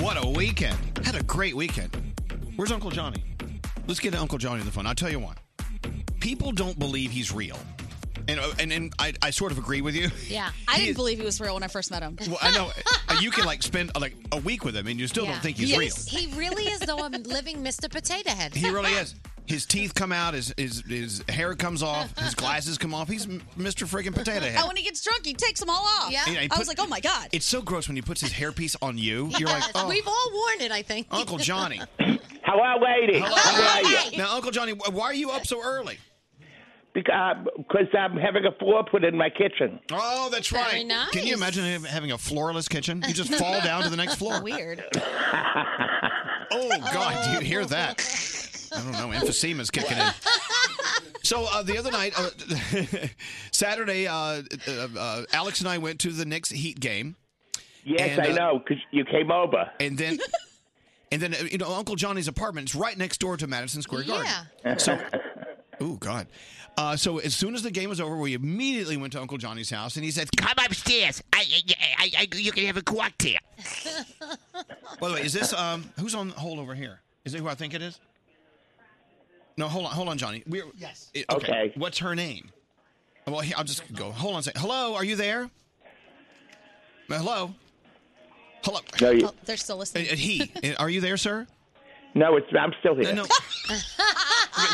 S2: What a weekend. Had a great weekend. Where's Uncle Johnny? Let's get Uncle Johnny on the phone. I'll tell you what. People don't believe he's real. And, uh, and, and I, I sort of agree with you.
S6: Yeah. I
S2: He
S6: didn't
S2: is-
S6: believe he was real when I first met him.
S2: Well, I know uh, you can like spend uh, like a week with him and you still don't think he's real.
S5: He really is though a living Mr. Potato Head.
S2: He really is. His teeth come out, his, his his hair comes off, his glasses come off. He's M- Mr. Friggin' Potato Head.
S6: And Oh, when he gets drunk, he takes them all off.
S2: Yeah, he
S6: I
S2: put-
S6: was like, oh my God.
S2: It's so gross when he puts his hairpiece on you. You're like,
S5: Yes.
S2: oh,
S5: We've all worn it, I think.
S2: Uncle Johnny.
S16: How are ladies?
S2: Hello.
S16: How are you?
S2: Now, Uncle Johnny, wh- why are you up so early?
S16: Because uh, I'm having a floor put in my kitchen.
S2: Oh, that's
S16: Very
S2: right.
S16: nice.
S2: Can you imagine him having a floorless kitchen? You just fall down to the next floor.
S6: Weird.
S2: Oh God, do you hear that? I don't know. Emphysema's kicking in. So uh, the other night, uh, Saturday, uh, uh, uh, Alex and I went to the Knicks Heat game. uh,
S16: Yes, I know, because you came over.
S2: And then, and then uh, you know, Uncle Johnny's apartment is right next door to Madison Square Garden. So Oh God! Uh, so as soon as the game was over, we immediately went to Uncle Johnny's house, and he said, "Come upstairs. I, I, I, I you can have a cocktail." By the way, is this um who's on hold over here? Is it who I think it is? No, hold on, hold on, Johnny. We're yes.
S16: Okay.
S2: What's her name? Well, here, I'll just go. Hold on a second. Hello, are you there? Uh, Hello. Hello.
S16: No, you-
S6: They're still
S2: Uh,
S6: listening.
S2: uh, he, Uh, are you there, sir?
S16: no, it's I'm still here.
S2: No. We-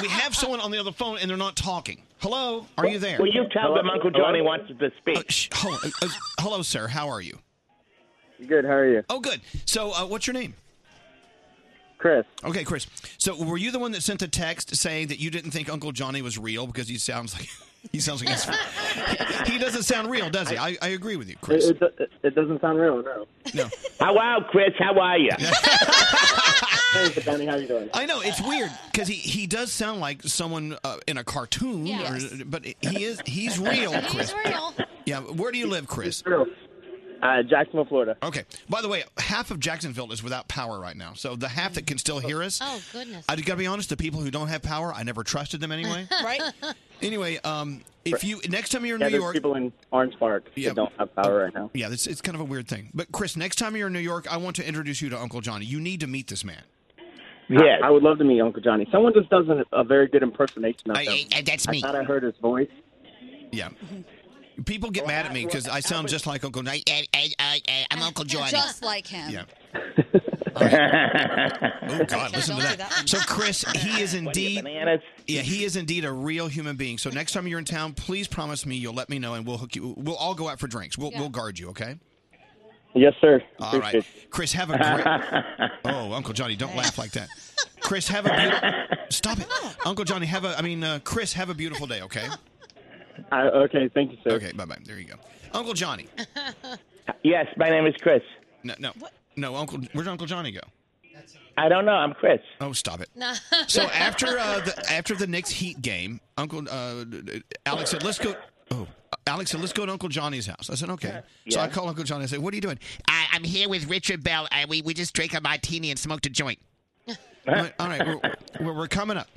S2: we have someone on the other phone, and they're not talking. Hello, are you there?
S16: Will you tell them Uncle Johnny wants to speak?
S2: sh- hello, uh, uh, hello, sir. How are you?
S17: Good. How are you?
S2: Oh, good. So, uh, what's your name?
S17: Chris.
S2: Okay, Chris. So, were you the one that sent the text saying that you didn't think Uncle Johnny was real because he sounds like he sounds like he's, he, he doesn't sound real, does he? I, I agree with you, Chris.
S17: It, it, it doesn't sound real, no.
S2: No.
S16: How are Chris? How are you?
S17: Hey, Johnny, how you doing?
S2: I know it's weird because he, he does sound like someone uh, in a cartoon, or, but he is he's real, Chris.
S5: real.
S2: Yeah. Where do you live, Chris?
S17: Uh, Jacksonville, Florida.
S2: Okay. By the way, half of Jacksonville is without power right now. So the half that can still hear us.
S5: Oh goodness.
S2: I gotta be honest. The people who don't have power, I never trusted them anyway.
S5: right?
S2: anyway, um, if you next time you're in
S17: yeah,
S2: New
S17: there's
S2: York,
S17: people in Orange Park
S2: Yeah.
S17: that don't have power right now.
S2: yeah, it's, it's kind of a weird thing. But Chris, next time you're in New York, I want to introduce you to Uncle Johnny. You need to meet this man.
S17: Yeah, I, I would love to meet Uncle Johnny. Someone just does an, a very good impersonation of
S2: I-
S17: him.
S2: I- uh, that's me.
S17: I thought I heard his voice.
S2: Yeah. People get mad at me because I sound just like Uncle. I, I, I, I, I'm Uncle Johnny.
S6: Just like him.
S2: Yeah. oh God! Listen to
S6: Don't do
S2: that.
S6: that one.
S2: So Chris, he is
S6: What are you,
S2: indeed,
S6: bananas?
S2: yeah, he is indeed a real human being. So next time you're in town, please promise me you'll let me know, and we'll hook you. We'll all go out for drinks. We'll we'll guard you, okay?
S17: Yes, sir.
S2: All right, Chris, have a great. oh, Uncle Johnny, don't laugh like that. Chris, have a beautiful. Stop it, Uncle Johnny. Have a. I mean, uh, Chris, have a beautiful day, okay?
S17: I, okay, thank you, sir.
S2: Okay, bye bye. There you go. Uncle Johnny.
S16: Yes, my name is Chris.
S2: No, no, no, Uncle. Where'd Uncle Johnny go?
S16: I don't know. I'm Chris.
S2: Oh, stop it. So after uh, the after the Knicks Heat game, Uncle uh, Alex said, "Let's go." Oh, Alex said, "Let's go to Uncle Johnny's house." I said, "Okay." So I call Uncle Johnny. I said, "What are you doing?" I, I'm here with Richard Bell. I, we we just drank a martini and smoked a joint. I'm like, All right, we're, we're, we're coming up.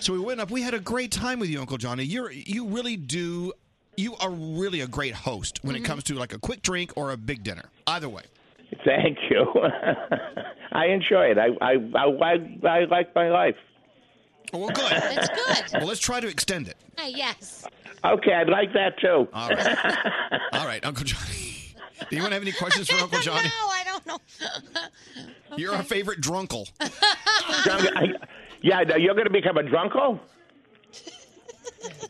S2: So we went up. We had a great time with you, Uncle Johnny. You're you really do. You are really a great host when
S16: Mm-hmm.
S2: it comes to like a quick drink or a big dinner. Either way.
S16: Thank you. I enjoy it. I I, I I I like my life.
S2: Well, good. That's good. Well, let's try to extend it.
S5: Hey, yes.
S16: Okay, I'd like that too.
S2: All right. All right, Uncle Johnny. Do you want to have any questions for Uncle Johnny?
S5: No, I don't know.
S2: You're our favorite drunkle.
S16: Drunk, I, yeah, no, you're going to become a drunko?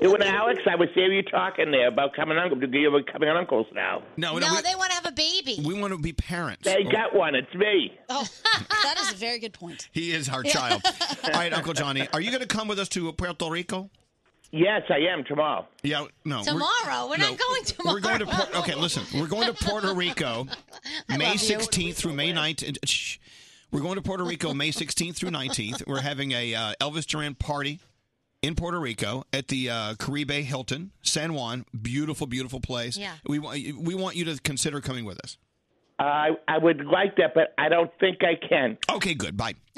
S16: you and Alex, I was hearing you talking there about coming uncle. You're becoming uncles now.
S2: No,
S5: No, they want to have a baby.
S2: we want to be parents.
S16: They got one. It's me.
S6: Oh, that is a very good point.
S2: He is our child. All right, Uncle Johnny, are you going to come with us to Puerto Rico?
S16: Yes, I am tomorrow.
S2: Yeah, no.
S5: Tomorrow? We're not going
S2: We're going to
S5: tomorrow.
S2: Puerto, okay. Listen, we're going to Puerto Rico,
S5: I
S2: May
S5: love you.
S2: 16th through May 19th. Shh. We're going to Puerto Rico May 16th through 19th. We're having a uh, Elvis Duran party in Puerto Rico at the uh, Caribe Hilton, San Juan. Beautiful, beautiful place.
S5: Yeah.
S2: We want we want you to consider coming with us.
S16: I I would like that, but I don't think I can.
S2: Okay, good. Bye.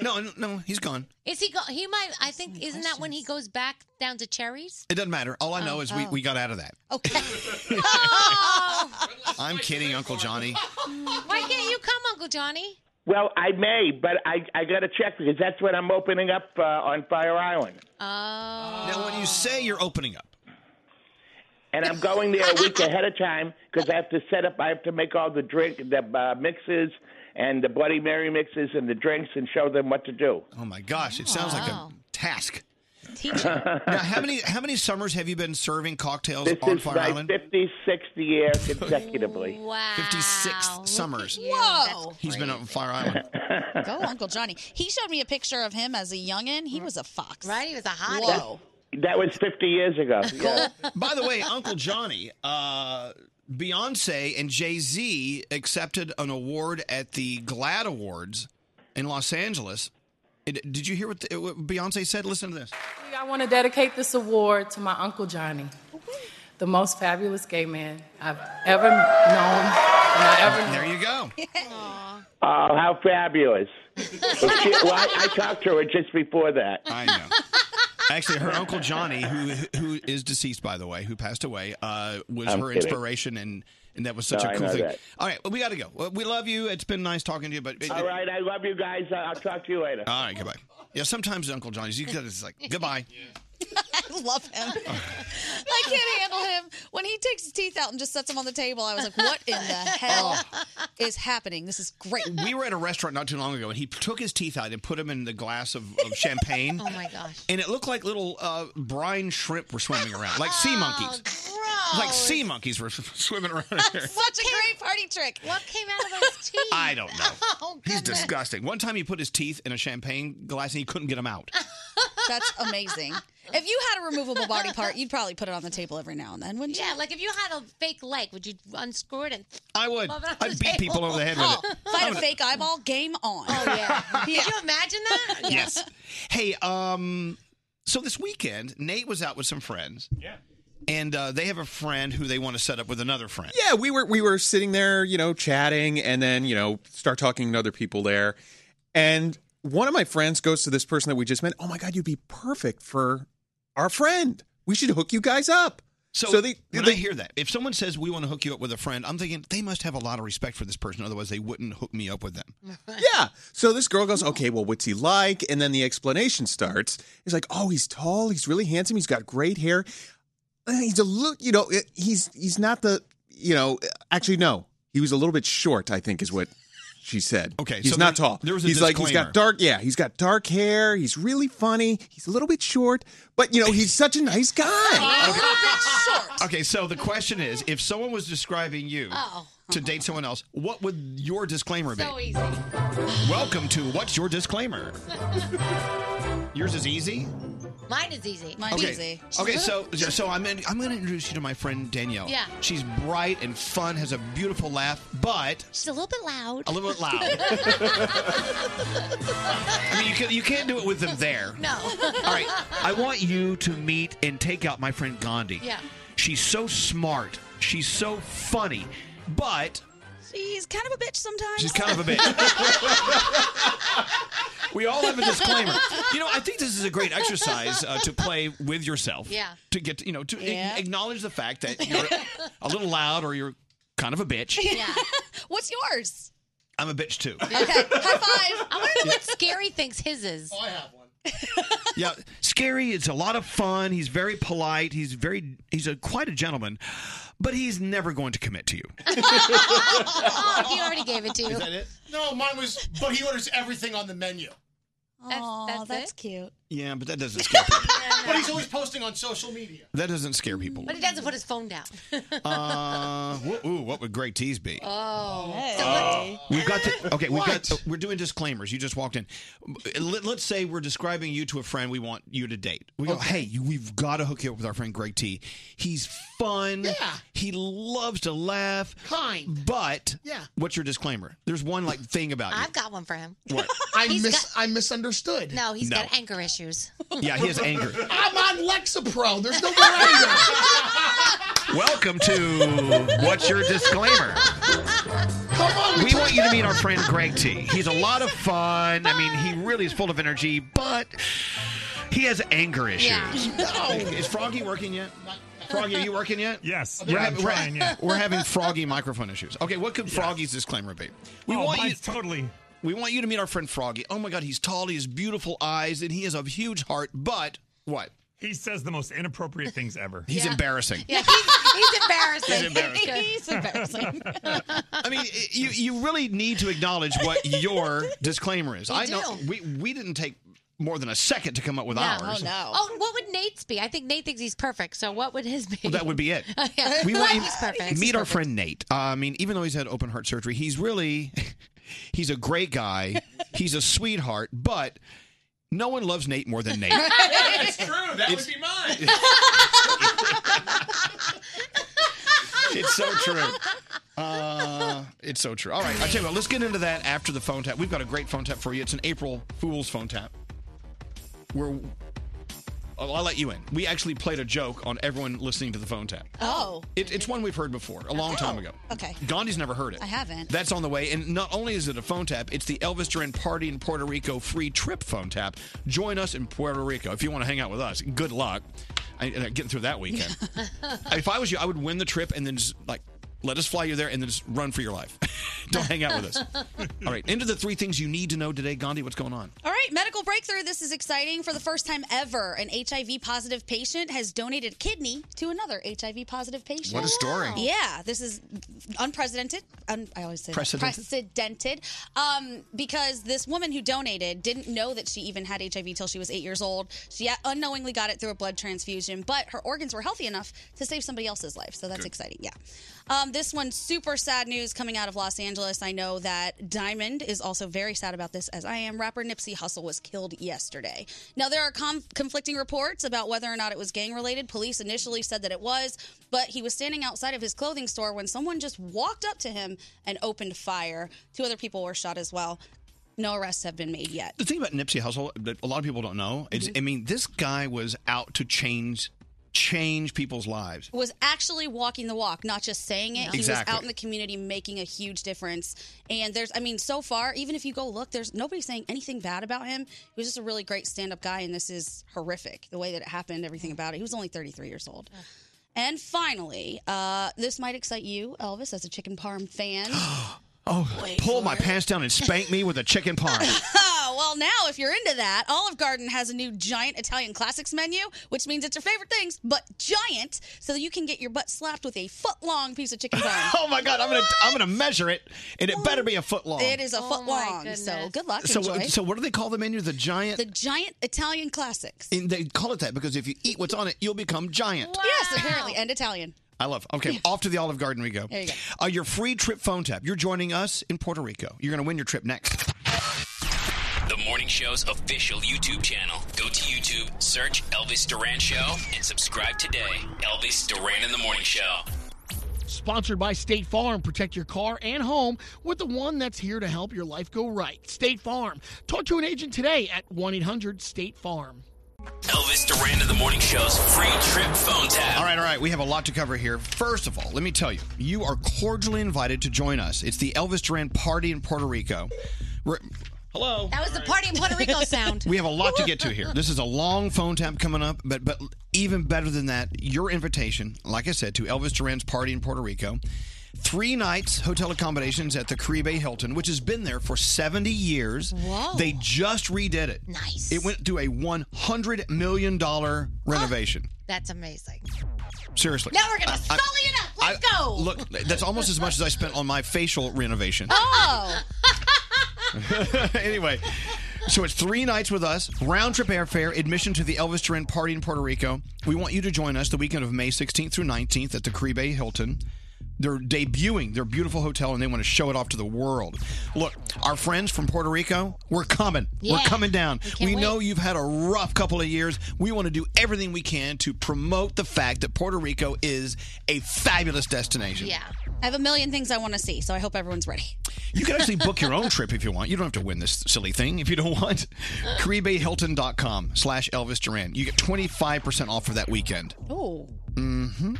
S2: No, no, no, he's gone.
S5: Is he? Go- he might. I think. Isn't that when he goes back down to cherries?
S2: It doesn't matter. All I know
S5: Oh,
S2: is we,
S5: oh.
S2: we got out of that.
S5: Okay. Oh!
S2: I'm kidding, Uncle Johnny.
S5: Why can't you come, Uncle Johnny?
S16: Well, I may, but I I got to check because that's what I'm opening up uh, on Fire Island,
S5: Oh,
S2: Now, when you say you're opening up,
S16: and I'm going there a week ahead of time because I have to set up. I have to make all the drink, the uh, mixes, and the Bloody Mary mixes, and the drinks, and show them what to do.
S2: oh my gosh, it sounds like a task.
S16: Teacher.
S2: now, how many how many summers have you been serving cocktails
S16: This
S2: on
S16: is
S2: Fire
S16: my
S2: Island?
S16: 56th year consecutively.
S5: Wow.
S2: 56 summers.
S6: Whoa.
S2: He's been on Fire Island.
S6: Go, Uncle Johnny. He showed me a picture of him as a youngin. He was a fox. Right?
S5: He was a hottie.
S6: Whoa.
S16: That was 50 years ago. Yeah.
S2: By the way, Uncle Johnny, uh, Beyonce and Jay Z accepted an award at the GLAD Awards in Los Angeles. And Did you hear what, the, what Beyonce said? Listen to this.
S18: I want to dedicate this award to my Uncle Johnny, the most fabulous gay man I've ever known. And I ever
S2: there you go.
S16: Oh, how fabulous. Well, she- well, I, I talked to her just before that.
S2: I know. Actually, her uncle Johnny, who who is deceased by the way, who passed away, uh, was
S16: I'm
S2: her
S16: kidding.
S2: inspiration, and and that was such
S16: No,
S2: a
S16: I
S2: cool
S16: know
S2: thing.
S16: that.
S2: All right, well, we got to go. Well, we love you. It's been nice talking to you, but
S16: All right, I love you guys. I- I'll talk to you later.
S2: All right, goodbye. Yeah, sometimes Uncle Johnny's you got it's like goodbye.
S6: I love him. I can't handle him. When he takes his teeth out and just sets them on the table, I was like, what in the hell
S2: Oh.
S6: is happening? This is great.
S2: We were at a restaurant not too long ago, and he took his teeth out and put them in the glass of, of champagne.
S5: Oh my gosh.
S2: And it looked like little uh, brine shrimp were swimming around, like
S5: Oh,
S2: sea monkeys. Like sea monkeys were swimming around. Here.
S6: Such a great party trick.
S5: What came out of those teeth?
S2: I don't know.
S5: Oh,
S2: He's
S5: goodness.
S2: disgusting. One time he put his teeth in a champagne glass and he couldn't get them out.
S6: That's amazing. If you had a removable body part, you'd probably put it on the table every now and then, wouldn't you?
S5: Yeah, like if you had a fake leg, would you unscrew it and?
S2: I would.
S5: Love it on the
S2: I'd beat
S5: table. Oh.
S2: people over the head with it.
S6: If I had a fake eyeball, game on. Oh, yeah.
S5: Could you imagine that?
S2: Yes. Hey, um, so this weekend Nate was out with some friends. Yeah. And uh, they have a friend who they want to set up with another friend.
S11: Yeah, we were we were sitting there, you know, chatting, and then you know start talking to other people there, and one of my friends goes to this person that we just met. Oh my god, you'd be perfect for our friend. We should hook you guys up.
S2: So,
S11: they
S2: when
S11: they
S2: I hear that, if someone says we want to hook you up with a friend, I'm thinking they must have a lot of respect for this person, otherwise they wouldn't hook me up with them.
S11: Yeah. So this girl goes, okay, well, what's he like? And then the explanation starts. He's like, oh, he's tall. He's really handsome. He's got great hair. Uh, He's a little, you know, it- he's he's not the, you know, actually no, he was a little bit short. I think is what she said. Okay, he's
S2: so
S11: not
S2: there-
S11: tall.
S2: there was a
S11: he's like he's
S2: disclaimer.
S11: got dark. Yeah, he's got dark hair. He's really funny. He's a little bit short, but you know, he's such a nice guy.
S2: Okay, so the question is if someone was describing you
S5: Oh.
S2: to date someone else, what would your disclaimer be?
S5: So easy.
S2: Welcome to What's Your Disclaimer? Yours is easy?
S5: Mine is easy.
S2: okay. Okay, so so I'm in, I'm going to introduce you to my friend Danielle.
S5: Yeah.
S2: She's bright and fun, has a beautiful laugh, but
S5: she's a little bit loud.
S2: A little bit loud. I mean, you can you can't do it with them there.
S5: No.
S2: All right, I want you to meet and take out my friend Gandhi.
S6: Yeah.
S2: She's so smart. She's so funny, but
S6: She's kind of a bitch sometimes.
S2: she's kind of a bitch. We all have a disclaimer. You know, I think this is a great exercise uh, to play with yourself.
S5: Yeah.
S2: To get, you know, to ac-
S6: Yeah.
S2: acknowledge the fact that you're a little loud or you're kind of a bitch.
S6: Yeah. What's yours?
S2: I'm a bitch too.
S5: I want to know what Scary thinks his is. Oh,
S7: I have one.
S2: Yeah. Scary. It's a lot of fun. He's very polite. He's very. He's a quite a gentleman, but he's never going to commit to you.
S5: Oh, he already gave it to you.
S7: Is that it? No, mine was. But he orders everything on the menu.
S6: That's, Uh, that's, cute.
S2: Yeah, but that doesn't scare. People.
S7: But he's always posting on social media.
S2: That doesn't scare people.
S5: But he doesn't put his phone down.
S2: Uh, wh- ooh, what would great tease be?
S5: Oh.
S2: We've got to, okay. We've got. uh, we're doing disclaimers. You just walked in. Let, let's say we're describing you to a friend we want you to date. We go, hey, you, we've got to hook you up with our friend Greg T. He's fun. Yeah. He loves to laugh.
S5: Kind.
S2: But
S5: Yeah.
S2: What's your disclaimer? There's one like thing about you.
S5: I've got one for him.
S2: What?
S15: I mis- I misunderstood.
S5: No, he's
S2: No.
S5: got anger issues.
S2: Yeah, he is angry.
S15: I'm on Lexapro. There's no more anger.
S2: Welcome to What's Your Disclaimer? we want you to meet our friend Greg T. He's a lot of fun. I mean, he really is full of energy, but he has anger issues. Oh, Is Froggy working yet? Froggy, are you working yet?
S8: Yes.
S2: We're,
S8: Yeah,
S2: having,
S8: I'm
S2: we're-
S8: trying, yeah.
S2: we're having froggy microphone issues. Okay, what could Froggy's disclaimer be? We
S8: Oh,
S2: want you
S8: mine's totally.
S2: We want you to meet our friend Froggy. Oh my God, he's tall, he has beautiful eyes, and he has a huge heart. But what?
S8: He says the most inappropriate things ever.
S2: He's embarrassing.
S5: Yeah, he's, he's embarrassing.
S2: He's embarrassing.
S5: he's embarrassing.
S2: I mean, i- you you really need to acknowledge what your disclaimer is.
S5: We
S2: I know
S5: do.
S2: we we didn't take more than a second to come up with ours.
S5: Oh, what would Nate's be? I think Nate thinks he's perfect. So what would his be?
S2: Well, that would be it.
S5: yeah.
S2: We want you
S5: He's perfect.
S2: meet our friend Nate. Uh, I mean, even though he's had open heart surgery, he's really he's a great guy. He's a sweetheart, but no one loves Nate more than Nate.
S7: That's true. That
S2: It's-
S7: would be mine.
S2: It's so true. Uh, it's so true. All right, I tell you what. Let's get into that after the phone tap. We've got a great phone tap for you. It's an April Fool's phone tap. Where I'll, I'll let you in. We actually played a joke on everyone listening to the phone tap.
S6: Oh.
S2: It, it's one we've heard before a long time ago.
S5: Oh.
S6: Okay.
S2: Gandhi's never heard it.
S6: Oh. I haven't.
S2: That's on the way. And not only is it a phone tap, it's the Elvis Duran Party in Puerto Rico free trip phone tap. Join us in Puerto Rico. If you want to hang out with us, good luck I, and, uh, getting through that weekend. if I was you, I would win the trip and then just like let us fly you there and then just run for your life. Don't hang out with us. All right. Into the three things you need to know today. Gandhi, what's going on?
S6: All right, medical breakthrough. This is exciting. For the first time ever, an HIV positive patient has donated a kidney to another HIV positive patient.
S2: What a story. Wow.
S6: Yeah, this is unprecedented. Un- I always say that.
S2: Precedented.
S6: precedented. Um, because this woman who donated didn't know that she even had HIV till she was eight years old. She unknowingly got it through a blood transfusion, but her organs were healthy enough to save somebody else's life. So that's
S19: Good.
S6: exciting. Yeah. Um, this one, super sad news coming out of Los Angeles. I know that Diamond is also very sad about this, as I am. Rapper Nipsey Hussle was killed yesterday. Now, there are conf- conflicting reports about whether or not it was gang related. Police initially said that it was, but he was standing outside of his clothing store when someone just walked up to him and opened fire. Two other people were shot as well. No arrests have been made yet.
S2: The thing about Nipsey Hussle that a lot of people don't know is,
S6: Mm-hmm.
S2: I mean, this guy was out to change change people's lives.
S6: was actually walking the walk, not just saying it. He
S2: Exactly.
S6: was out in the community making a huge difference. And there's, I mean, so far, even if you go look, there's nobody saying anything bad about him. He was just a really great stand up guy, and this is horrific the way that it happened, everything about it. He was only 33 years old. And finally, uh, this might excite you, Elvis, as a chicken parm fan.
S2: Oh, pull my pants down and spank me with a chicken pie.
S6: Oh, well, now if you're into that, Olive Garden has a new giant Italian classics menu, which means it's your favorite things, but giant, so that you can get your butt slapped with a foot long piece of chicken parm.
S2: Oh my God! I'm gonna I'm gonna measure it, and it better be a foot long.
S6: It is a foot
S5: Oh my
S6: long. So good luck.
S2: So, uh,
S6: enjoy.
S2: so what do they call the menu? The giant.
S6: the giant Italian classics.
S2: and they call it that because if you eat what's on it, you'll become giant.
S6: Yes, apparently, and Italian.
S2: I love. Okay, off to the Olive Garden we go.
S6: There you go.
S2: Uh, your free trip phone tap. You're joining us in Puerto Rico. You're gonna win your trip next.
S4: The morning show's official YouTube channel. Go to YouTube, search Elvis Duran Show, and subscribe today. Elvis Duran in the Morning Show.
S15: Sponsored by State Farm. Protect your car and home with the one that's here to help your life go right. State Farm. Talk to an agent today at 1 800 State Farm.
S4: Elvis Duran in the Morning Show's free trip phone tap.
S2: All right, all right. We have a lot to cover here. First of all, let me tell you, you are cordially invited to join us. It's the Elvis Duran party in Puerto Rico. We're- Hello.
S5: That was the party in Puerto Rico sound.
S2: We have a lot to get to here. This is a long phone tap coming up, but but even better than that, your invitation, like I said, to Elvis Duran's party in Puerto Rico. Three nights hotel accommodations at the Caribe Hilton, which has been there for 70 years.
S5: Whoa.
S2: They just redid it.
S5: Nice.
S2: It went through a $100 million renovation.
S5: That's amazing.
S2: Seriously.
S5: Now we're gonna
S2: I- I-
S5: sully it up. Let's
S2: I-
S5: go.
S2: Look, that's almost as much as I spent on my facial renovation.
S6: Oh.
S2: anyway, so it's three nights with us, round trip airfare, admission to the Elvis Duran party in Puerto Rico. We want you to join us the weekend of May 16th through 19th at the Caribe Hilton. They're debuting their beautiful hotel and they want to show it off to the world. Look, our friends from Puerto Rico, we're coming. We're
S20: Yeah.
S2: coming down.
S20: We can't
S2: We,
S20: wait.
S2: know you've had a rough couple of years. We want to do everything we can to promote the fact that Puerto Rico is a fabulous destination.
S6: Yeah. I have a million things I want to see, so I hope everyone's ready.
S2: You can actually book your own trip if you want. You don't have to win this silly thing if you don't want. CaribeHilton.com slash Elvis Duran. You get 25% off for that weekend.
S6: Oh.
S2: hmm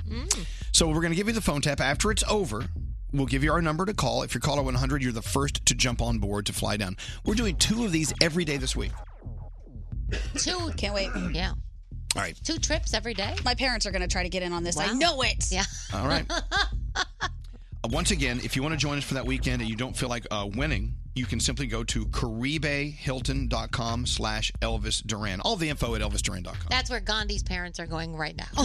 S2: So we're going to give you the phone tap after it's over. We'll give you our number to call. If you're caller 100, you're the first to jump on board to fly down. We're doing two of these every day this week.
S6: Two. Can't wait.
S5: Yeah.
S2: All right.
S5: Two trips every day?
S6: My parents are going to try to get in on this. I know it.
S5: Yeah.
S2: All right. Uh, Once again, if you want to join us for that weekend and you don't feel like uh, winning, you can simply go to CaribeHilton.com slash Elvis Duran. All the info at ElvisDuran.com.
S5: That's where Gandhi's parents are going right now.
S2: All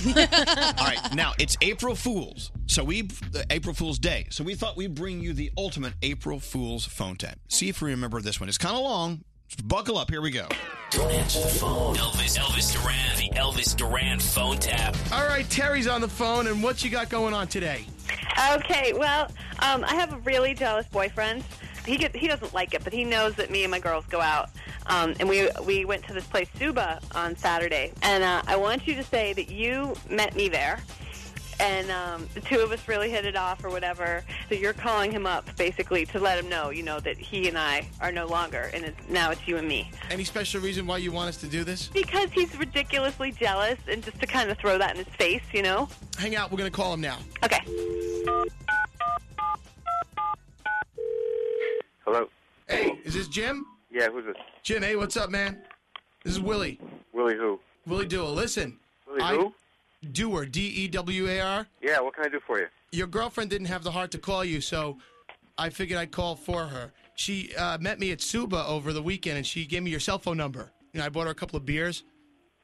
S2: right, now it's April Fools. So we uh, April Fools Day. So we thought we'd bring you the ultimate April Fools phone tap. See if we remember this one. It's kind of long. Buckle up. Here we go.
S4: Don't answer the phone. Elvis, Elvis Duran, the Elvis Duran phone tap.
S7: All right, Terry's on the phone, and what you got going on today?
S21: Okay, well, um, I have a really jealous boyfriend. He get, he doesn't like it, but he knows that me and my girls go out, um, and we we went to this place Suba on Saturday. And uh, I want you to say that you met me there, and um, the two of us really hit it off or whatever. So you're calling him up basically to let him know, you know, that he and I are no longer, and it's, now it's you and me.
S7: Any special reason why you want us to do this?
S21: Because he's ridiculously jealous, and just to kind of throw that in his face, you know.
S7: Hang out. We're going to call him now.
S21: Okay.
S19: Hello.
S7: Hey, is this Jim?
S19: Yeah, who's this?
S7: Jim, hey, what's up, man? This is Willie.
S19: Willie who?
S7: Willie Dewar. Listen.
S19: Willie
S7: I-
S19: who?
S7: Dewar, D E W A R.
S19: Yeah, what can I do for you?
S7: Your girlfriend didn't have the heart to call you, so I figured I'd call for her. She uh, met me at Suba over the weekend, and she gave me your cell phone number. You know, I bought her a couple of beers,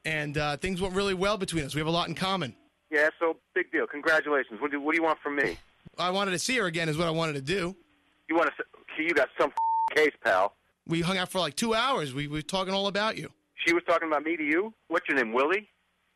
S7: and uh, things went really well between us. We have a lot in common.
S19: Yeah, so big deal. Congratulations. What do what do you want from me?
S7: I wanted to see her again, is what I wanted to do.
S19: You want to? See, you got some f***ing case, pal.
S7: We hung out for like two hours. We, we were talking all about you.
S19: She was talking about me to you. What's your name, Willie?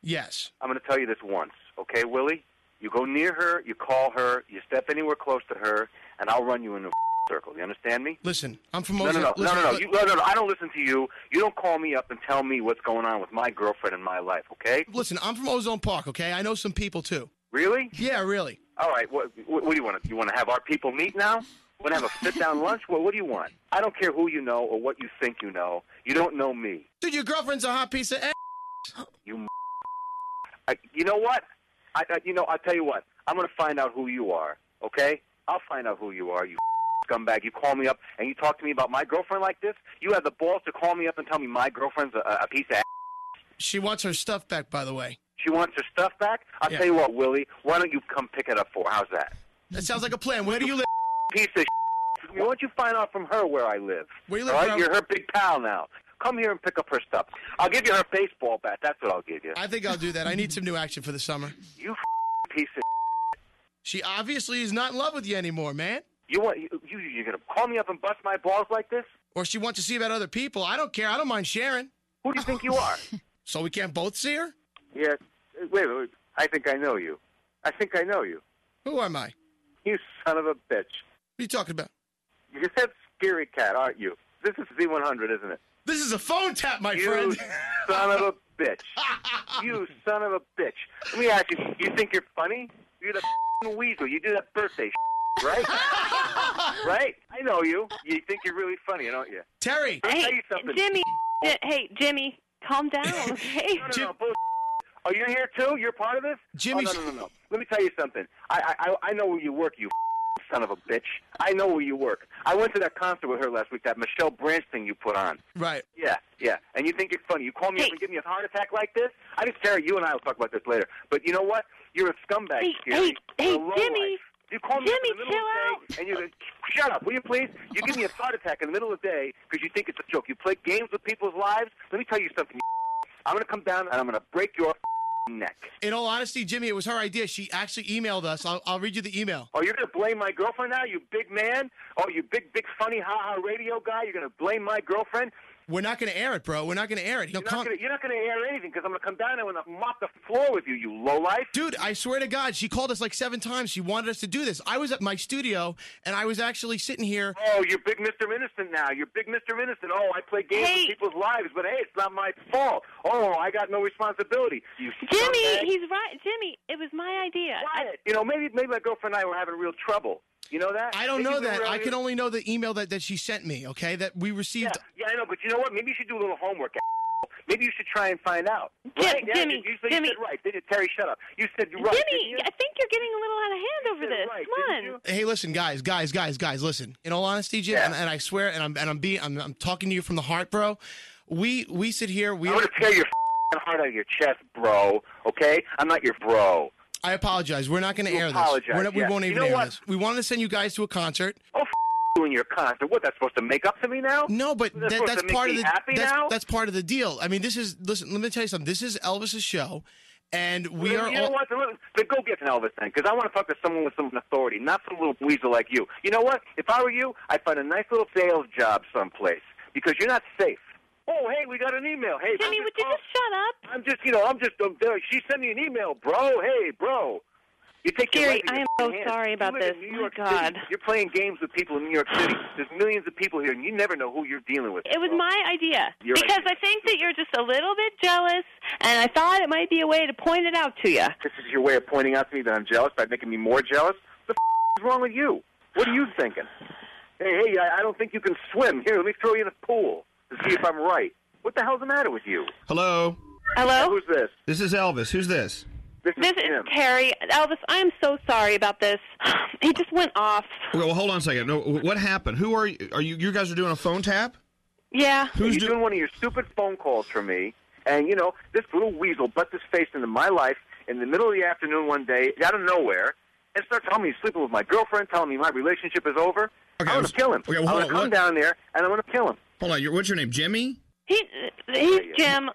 S7: Yes.
S19: I'm going to tell you this once, okay, Willie? You go near her, you call her, you step anywhere close to her, and I'll run you in a f***ing circle. You understand me?
S7: Listen, I'm from
S19: No, no,
S7: Ozark-
S19: no, no,
S7: listen,
S19: no, no.
S7: but-
S19: You, no, no, no. I don't listen to you. You don't call me up and tell me what's going on with my girlfriend and my life, okay?
S7: Listen, I'm from Ozone Park, okay? I know some people too.
S19: Really?
S7: Yeah, really.
S19: All right. What, what, what do you want? to You want to have our people meet now? Want to have a sit down lunch? What, what do you want? I don't care who you know or what you think you know. You don't know me.
S7: Dude, your girlfriend's a hot piece of ass.
S19: You. I, you know what? I, I you know I'll tell you what. I'm gonna find out who you are. Okay? I'll find out who you are. You scumbag. You call me up and you talk to me about my girlfriend like this. You have the balls to call me up and tell me my girlfriend's a, a piece of. ass.
S7: She wants her stuff back, by the way.
S19: She wants her stuff back. I'll
S7: Yeah.
S19: tell you what, Willie. Why don't you come pick it up for? her? How's that?
S7: That sounds like a plan. Where do you live?
S19: Piece of. Why don't you find out from her where I live?
S7: Where you live,
S19: All
S7: bro?
S19: right, you're her big pal now. Come here and pick up her stuff. I'll give you her baseball bat. That's what I'll give you.
S7: I think I'll do that. I need some new action for the summer.
S19: You piece of.
S7: She obviously is not in love with you anymore, man.
S19: You want you, you you're gonna call me up and bust my balls like this?
S7: Or she wants to see about other people. I don't care. I don't mind sharing.
S19: Who do you think you are?
S7: so we can't both see her?
S19: Yes. Wait, wait, wait. I think I know you. I think I know you.
S7: Who am I? What
S19: You son of a bitch.
S7: are you talking about?
S19: You're that scary cat, aren't you? This is Z100, isn't it?
S7: This is a phone tap, my
S19: you
S7: friend.
S19: son of a bitch. You son of a bitch. Let me ask you. You think you're funny? You're the f***ing weasel. You do that birthday, shit, right? right? I know you. You think you're really funny, don't you?
S7: Terry.
S19: I'll tell
S21: Hey,
S19: you something.
S21: Jimmy. J- hey, Jimmy, calm down, okay?
S19: No, no, no, bull- Oh, you're here too? You're part of this?
S7: Jimmy-
S19: Oh, no, no, no, no. Let me tell you something. I, I, I- I know where you work, you son of a bitch. I know where you work. I went to that concert with her last week, that Michelle Branch thing you put on.
S7: Right.
S19: Yeah, yeah. And you think you're funny. You call me up and give me a heart attack like this? I just Terry, you and I will talk about this later. But you know what? You're a scumbag,
S21: Hey,
S19: Gary.
S21: hey,
S19: You're a
S21: hey,
S19: lowlife.
S21: Jimmy.
S19: You call me up in
S21: Jimmy,
S19: the middle of the day, and you shut up, will you please? You give me a heart attack in the middle of the day because you think it's a joke. You play games with people's lives. Let me tell you something. you I'm gonna come down and I'm gonna break your neck.
S7: In all honesty, Jimmy, it was her idea. She actually emailed us. I'll, I'll read you the email.
S19: Oh, you're gonna blame my girlfriend now, you big man? Oh, you big, big funny, ha ha radio guy? You're gonna blame my girlfriend?
S7: We're not going to air it, bro. We're not going to air it. No,
S19: You're not gonna- you're not going to air anything because I'm going to come down there and mop the floor with you, you low life.
S7: Dude, I swear to God, she called us like seven times. She wanted us to do this. I was at my studio and I was actually sitting here.
S19: Oh, you're big Mr. Innocent now. You're big Mr. Innocent. Oh, I play games with people's lives, but hey, it's not my fault. Oh, I got no responsibility. You
S9: Jimmy,
S19: scumbag.
S9: he's right. Jimmy, it was my idea.
S19: Quiet. You know, maybe maybe my girlfriend and I were having real trouble. You know that?
S7: I don't
S19: Maybe
S7: know
S19: we
S7: that.
S19: were
S7: I
S19: having-
S7: can only know the email that, that she sent me, okay? That we received.
S19: Yeah, I know, but you know what? Maybe you should do a little homework. a**hole. Maybe you should try and find out.
S9: Jim-
S19: right? Yeah,
S9: Jimmy,
S19: you, you, said-
S9: Jimmy.
S19: You said right. Did you, Terry, shut up. You said you're right.
S9: Jimmy, I think you're getting a little out of hand over this. Come on.
S7: Hey, listen, guys, guys, guys, guys. Listen, in all honesty, Jim, and, and I swear, and I'm and I'm being, I'm, I'm talking to you from the heart, bro. We we sit here. We
S19: I'm going to tear your f***ing heart out of your chest, bro. Okay? I'm not your bro.
S7: I apologize. We're not going to
S19: You
S7: air
S19: apologize,
S7: this. We're not,
S19: yeah.
S7: We won't
S19: You
S7: even
S19: know
S7: air
S19: what?
S7: this. We wanted to send you guys to a concert.
S19: Oh, f- you and your concert. What, that's supposed to make up to me now?
S7: No, but
S19: that's,
S7: that-
S19: supposed
S7: that's
S19: to make
S7: part
S19: me
S7: of the
S19: happy
S7: that's,
S19: now?
S7: that's part of the deal. I mean, this is listen. Let me tell you something. This is Elvis's show, and we
S19: you
S7: are
S19: know
S7: all,
S19: what? Then- Then go get an Elvis then, because I want to talk to someone with some authority, not some little weasel like you. You know what? If I were you, I'd find a nice little sales job someplace, because you're not safe. Oh, hey, we got an email. Hey, Jimmy, would you just
S9: shut up?
S19: I'm just, you know, I'm just. Um, uh, she sent me an email, bro. Hey, bro. You take
S9: Gary,
S19: your life in
S9: I
S19: your
S9: am
S19: f***ing
S9: so
S19: hands.
S9: sorry
S19: You
S9: about
S19: live
S9: this.
S19: In New
S9: My
S19: York
S9: God.
S19: City. You're playing games with people in New York City. There's millions of people here, and you never know who you're dealing with.
S9: It was
S19: bro.
S9: my idea.
S19: Your
S9: because
S19: idea.
S9: I think that you're just a little bit jealous, and I thought it might be a way to point it out to you.
S19: This is your way of pointing out to me that I'm jealous by making me more jealous? The f- is wrong with you? What are you thinking? Hey, hey, I, I don't think you can swim. Here, let me throw you in the pool to see if I'm right. What the hell's the matter with you?
S2: Hello.
S9: Hello?
S19: Who's this?
S2: This is Elvis. Who's this?
S19: This
S9: is, Terry. Elvis, I am so sorry about this. He just went off.
S2: Okay, well, hold on a second. No, what happened? Who are you? Are you? You guys are doing a phone tap?
S9: Yeah.
S19: Who's You're doing one of your stupid phone calls for me, and, you know, this little weasel butt this face into my life in the middle of the afternoon one day, out of nowhere, and start telling me he's sleeping with my girlfriend, telling me my relationship is over. I'm going to kill him.
S2: okay, well,
S19: I'm going
S2: hold on,
S19: to come
S2: what-
S19: down there, and I'm going to kill him.
S2: Hold on. Your, what's your name? Jimmy.
S9: He, he's Jim.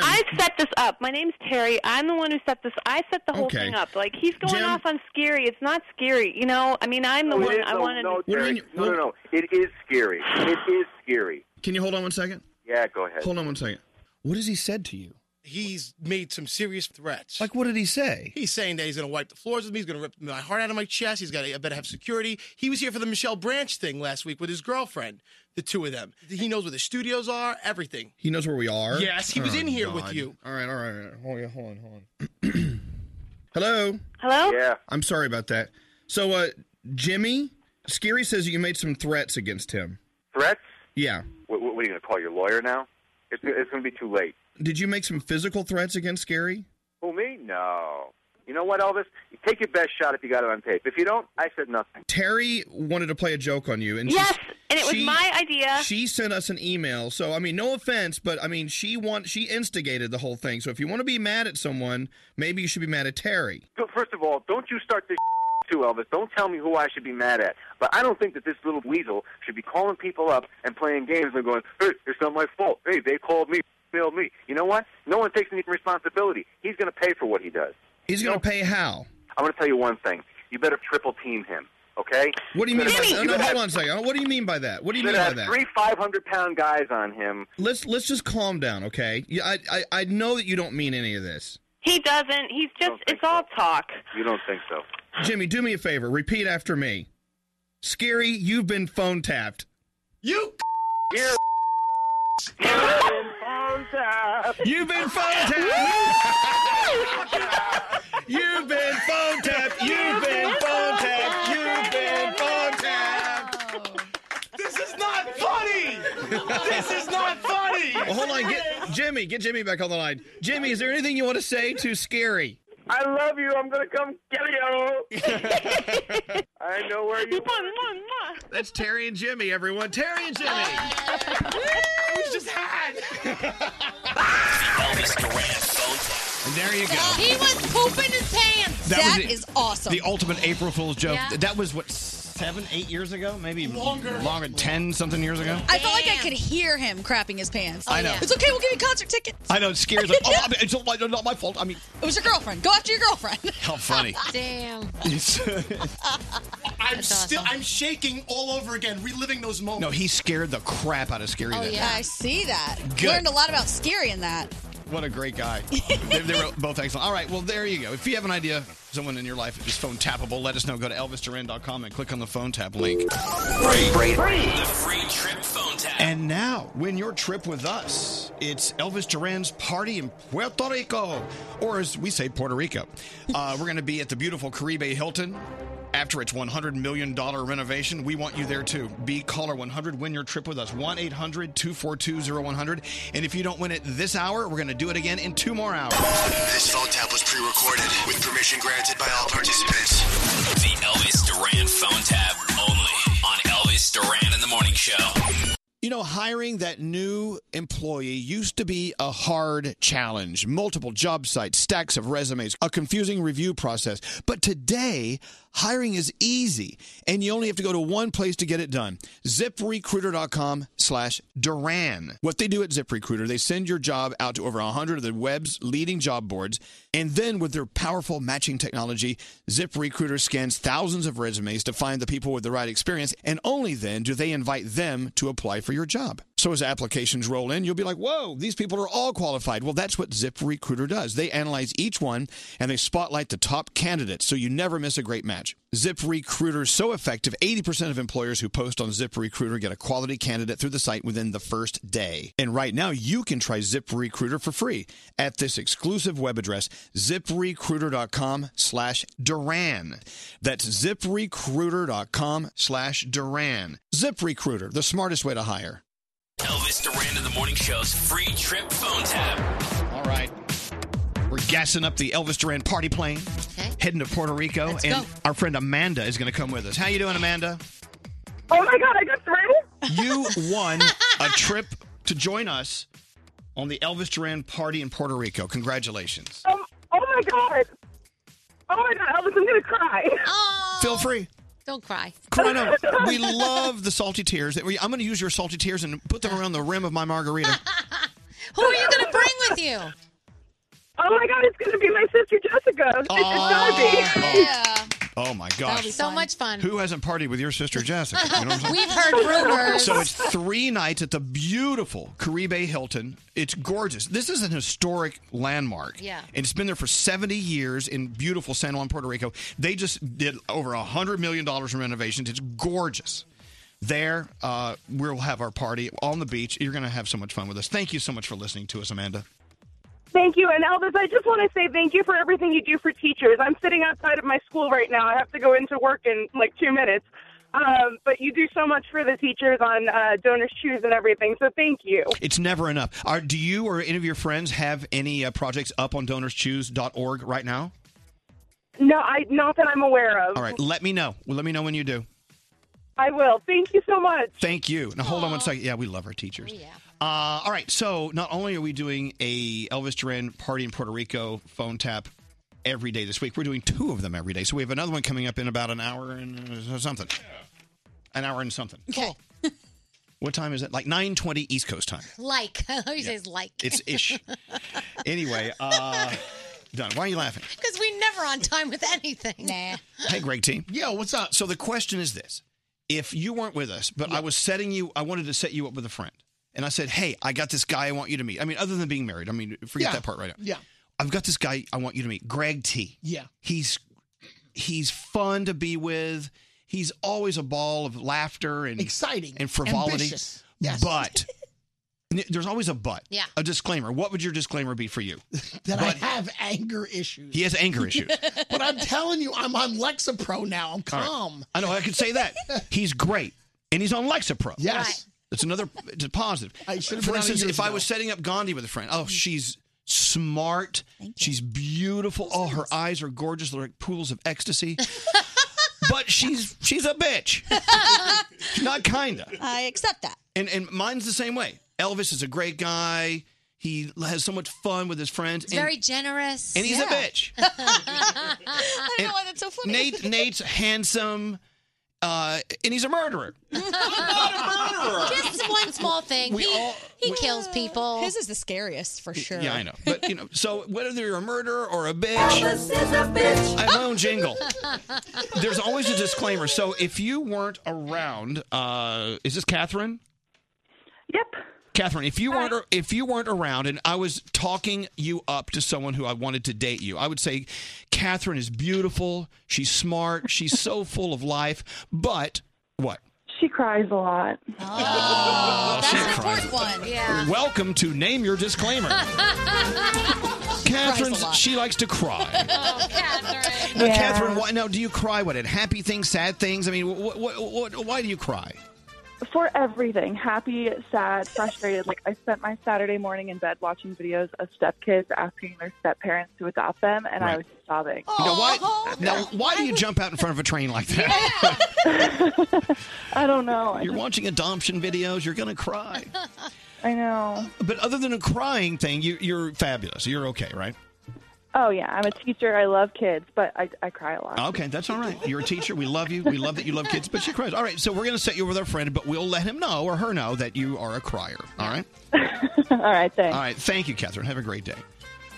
S9: I set this up. My name's Terry. I'm the one who set this. I set the whole
S2: Okay.
S9: thing up. Like he's going
S19: Jim-
S9: off on scary. It's not scary, you know. I mean, I'm the
S19: No, it
S9: one.
S19: is-
S9: I
S19: no,
S9: wanted.
S19: No, Terry. no, no, no. It is scary. It is scary.
S2: Can you hold on one second?
S19: Yeah, go ahead.
S2: Hold on one second. What has he said to you?
S7: he's made some serious threats.
S2: Like, what did he say?
S7: He's saying that he's going to wipe the floors with me. He's going to rip my heart out of my chest. He's got. to I better have security. He was here for the Michelle Branch thing last week with his girlfriend. The two of them. He knows where the studios are. Everything.
S2: He knows where we are.
S7: Yes, he was
S2: Oh,
S7: in here with
S2: God.
S7: you.
S2: All right, all right, all right. Hold on, hold on, hold on. Hello.
S9: Hello.
S19: Yeah.
S2: I'm sorry about that. So, uh, Jimmy, Scary says that you made some threats against him.
S19: Threats?
S2: Yeah.
S19: What, what are you going to call your lawyer now? It's, it's going to be too late.
S2: Did you make some physical threats against Scary?
S19: Who, me? No. You know what, Elvis? You take your best shot if you got it on tape. If you don't, I said nothing.
S2: Terry wanted to play a joke on you, and
S9: Yes,
S2: she,
S9: and it was
S2: she-
S9: my idea.
S2: She sent us an email, so I mean, no offense, but I mean, she want she instigated the whole thing. So if you want to be mad at someone, maybe you should be mad at Terry.
S19: So First of all, don't you start this too, Elvis. Don't tell me who I should be mad at. But I don't think that this little weasel should be calling people up and playing games and going, hey, it's not my fault. Hey, they called me, failed me. You know what? No one takes any responsibility. He's going to pay for what he does.
S2: He's going to pay how?
S19: I'm going to tell you one thing. You better triple team him, okay?
S2: What do you mean? By,
S19: better-
S2: no,
S19: you
S2: no,
S19: better
S2: hold
S19: have-
S2: on a second. What do you mean by that? What do you mean
S19: better
S2: by
S19: have
S2: that?
S19: Three 500 pound guys on him.
S2: Let's let's just calm down, okay? Yeah, I, I I know that you don't mean any of this.
S9: He doesn't. He's just. It's all talk.
S19: You don't think so?
S2: Jimmy, do me a favor. Repeat after me. Scary, you've been phone tapped.
S7: You.
S19: You're
S2: You've been phone You've been phone tapped. You've been phone tapped. You've been phone tapped.
S7: This is not funny.
S22: Oh,
S7: this is not funny.
S2: Well, hold on, get Jimmy, get Jimmy back on the line. Jimmy, is there anything you want to say to Scary?
S19: I love you. I'm going to come get you. I know where you
S9: are.
S2: That's Terry and Jimmy, everyone. Terry and Jimmy.
S22: Oh.
S7: just had.
S2: And there you go.
S22: He was pooping his pants.
S2: That was it.
S22: awesome.
S2: The ultimate April Fool's joke.
S22: Yeah.
S2: That was what seven, eight years ago, maybe
S6: Longer.
S2: longer, ten something years ago.
S6: I felt like I could hear him crapping his pants.
S2: I know.
S6: Oh, It's okay. We'll give you concert tickets.
S2: I know it scares. Like, oh, I mean, it's not- not my fault. I mean,
S6: It was your girlfriend. Go after your girlfriend.
S2: how funny.
S22: Damn.
S2: It's-
S7: I I'm still I'm shaking all over again, reliving those moments.
S2: No, he scared the crap out of
S5: Oh,
S2: Scary.
S6: Oh,
S2: that night.
S6: I see that.
S2: Good.
S6: Learned a lot about Scary in that.
S2: What a great guy. they, they were both excellent. All right, well, there you go. If you have an idea, someone in your life is phone tappable, let us know. Go to elvisduran.com and click on the phone tap link.
S4: Free, The free trip phone tap.
S2: And now, win your trip with us. It's Elvis Duran's party in Puerto Rico, or as we say, Puerto Rico. Uh, we're going to be at the beautiful Caribe Hilton. After its $100 million renovation, we want you there too. Be caller 100, win your trip with us. 1 800 242 0100. And if you don't win it this hour, we're going to do it again in two more hours.
S19: This phone tap was pre-recorded with permission granted by all participants.
S4: The Elvis Duran phone tap only on Elvis Duran in the Morning Show.
S2: You know, hiring that new employee used to be a hard challenge. Multiple job sites, stacks of resumes, a confusing review process. But today, hiring is easy, and you only have to go to one place to get it done. ZipRecruiter.com slash Duran. What they do at ZipRecruiter, they send your job out to over 100 of the web's leading job boards, and then with their powerful matching technology, ZipRecruiter scans thousands of resumes to find the people with the right experience, and only then do they invite them to apply for your job. So as applications roll in, you'll be like, whoa, these people are all qualified. Well, that's what ZipRecruiter does. They analyze each one and they spotlight the top candidates so you never miss a great match. ZipRecruiter is so effective, 80% of employers who post on ZipRecruiter get a quality candidate through the site within the first day. And right now, you can try ZipRecruiter for free at this exclusive web address, ziprecruiter.com slash Duran. That's ziprecruiter.com slash Duran. ZipRecruiter, the smartest way to hire.
S4: Elvis Duran in the Morning Show's free trip phone tap.
S2: All right. We're gassing up the Elvis Duran party plane, heading to Puerto Rico, and our friend Amanda is going to come with us. How you doing, Amanda?
S23: Oh my God, I got through.
S2: You won a trip to join us on the Elvis Duran party in Puerto Rico. Congratulations.
S23: Um, oh my God. Oh my God, Elvis, I'm going to cry.
S2: Feel free.
S5: Oh. Don't cry.
S2: Come on over. We love the salty tears. I'm going to use your salty tears and put them around the rim of my margarita.
S5: Who are you going to bring with you?
S23: Oh my God, it's going to be my sister Jessica. It's, it's gotta be.
S2: Oh my
S5: That'll be
S2: gosh.
S5: so much fun.
S2: Who hasn't partied with your sister Jessica? You know what I'm saying?
S5: We've heard rumors.
S2: So it's three nights at the beautiful Caribe Hilton. It's gorgeous. This is an historic landmark.
S12: Yeah.
S2: And it's been there for 70 years in beautiful San Juan, Puerto Rico. They just did over $100 million in renovations. It's gorgeous. There, uh, we'll have our party on the beach. You're going to have so much fun with us. Thank you so much for listening to us, Amanda.
S23: Thank you. And Elvis, I just want to say thank you for everything you do for teachers. I'm sitting outside of my school right now. I have to go into work in like two minutes. Um, but you do so much for the teachers on uh, donors' shoes and everything. So thank you.
S2: It's never enough. Are, do you or any of your friends have any uh, projects up on donorschoose.org right now?
S23: No, I not that I'm aware of.
S2: All right, let me know. Well, let me know when you do.
S23: I will. Thank you so much.
S2: Thank you. Now hold on one second. Yeah, we love our teachers. yeah. Uh, all right. So not only are we doing a Elvis Duran party in Puerto Rico phone tap every day this week, we're doing two of them every day. So we have another one coming up in about an hour and uh, something. An hour and something.
S5: Okay.
S2: What time is it? Like nine twenty East Coast time.
S5: Like. I always says like.
S2: It's ish. Anyway, uh, done. Why are you laughing?
S5: Because we never on time with anything. Nah.
S2: Hey, Greg Team. Yo, what's up? So the question is this: If you weren't with us, but I was setting you, I wanted to set you up with a friend, and I said, "Hey, I got this guy I want you to meet." I mean, other than being married, I mean, forget
S15: Yeah.
S2: that part right now.
S15: Yeah.
S2: I've got this guy I want you to meet, Greg T.
S15: Yeah.
S2: He's he's fun to be with. He's always a ball of laughter and
S15: Exciting.
S2: and frivolity.
S15: Ambitious.
S2: But there's always a but.
S15: Yeah.
S2: A disclaimer. What would your disclaimer be for you?
S15: That I have anger issues.
S2: He has anger issues.
S15: but I'm telling you, I'm on Lexapro now. I'm
S2: All right.
S15: calm.
S2: I know I could say that. He's great, and he's on Lexapro.
S15: Yes. Right.
S2: that's another it's a positive.
S15: I should have
S2: For
S15: been on it
S2: instance,
S15: years
S2: if I
S15: ago.
S2: was setting up Gandhi with a friend, oh, she's smart, she's beautiful. Oh, her eyes are gorgeous, they're like pools of ecstasy. but she's she's a bitch. She's Not kinda.
S6: I accept that.
S2: And and mine's the same way. Elvis is a great guy. He has so much fun with his friends.
S5: It's
S2: and-
S5: very generous.
S2: and he's a bitch.
S5: I don't know why that's so
S2: Nate Nate's handsome uh, and he's a murderer.
S5: Just one small thing.
S2: We
S5: he
S2: all-
S5: he kills people.
S6: Uh, His is the scariest for sure.
S2: Yeah, I know. But you know, so whether you're a murderer or a bitch, I have my own jingle. There's always a disclaimer. So if you weren't around, uh, is this Catherine?
S23: Yep.
S2: Catherine, if you weren't if you weren't around and I was talking you up to someone who I wanted to date you, I would say Catherine is beautiful. She's smart. She's so full of life. But what?
S23: She cries a lot.
S2: Oh, she cries.
S6: one.
S5: Yeah.
S2: Welcome to name your disclaimer. Catherine,
S5: lot.
S2: she likes to cry.
S5: Oh, Catherine.
S2: Now, Catherine, why now? Do you cry? What at happy things, sad things? I mean, what, what, what, why do you cry?
S23: For everything happy, sad, frustrated. like, I spent my Saturday morning in bed watching videos of stepkids asking their step parents to adopt them, and I
S2: Right.
S23: was sobbing.
S2: You know what? Now, why do you jump out in front of a train like that?
S23: I don't know. I
S2: You're watching adoption videos. You're gonna cry.
S23: I know.
S2: But other than a crying thing, you, you're fabulous. You're okay, right?
S23: Oh, yeah. I'm a teacher. I love kids, but I, I cry a lot.
S2: Okay, that's all right. You're a teacher. We love you. We love that you love kids, but she cries. All right, so we're gonna set you up with our friend, but we'll let him know or her know that you are a crier. All right.
S23: all right. Thanks.
S2: All right. Thank you, Catherine. Have a great day.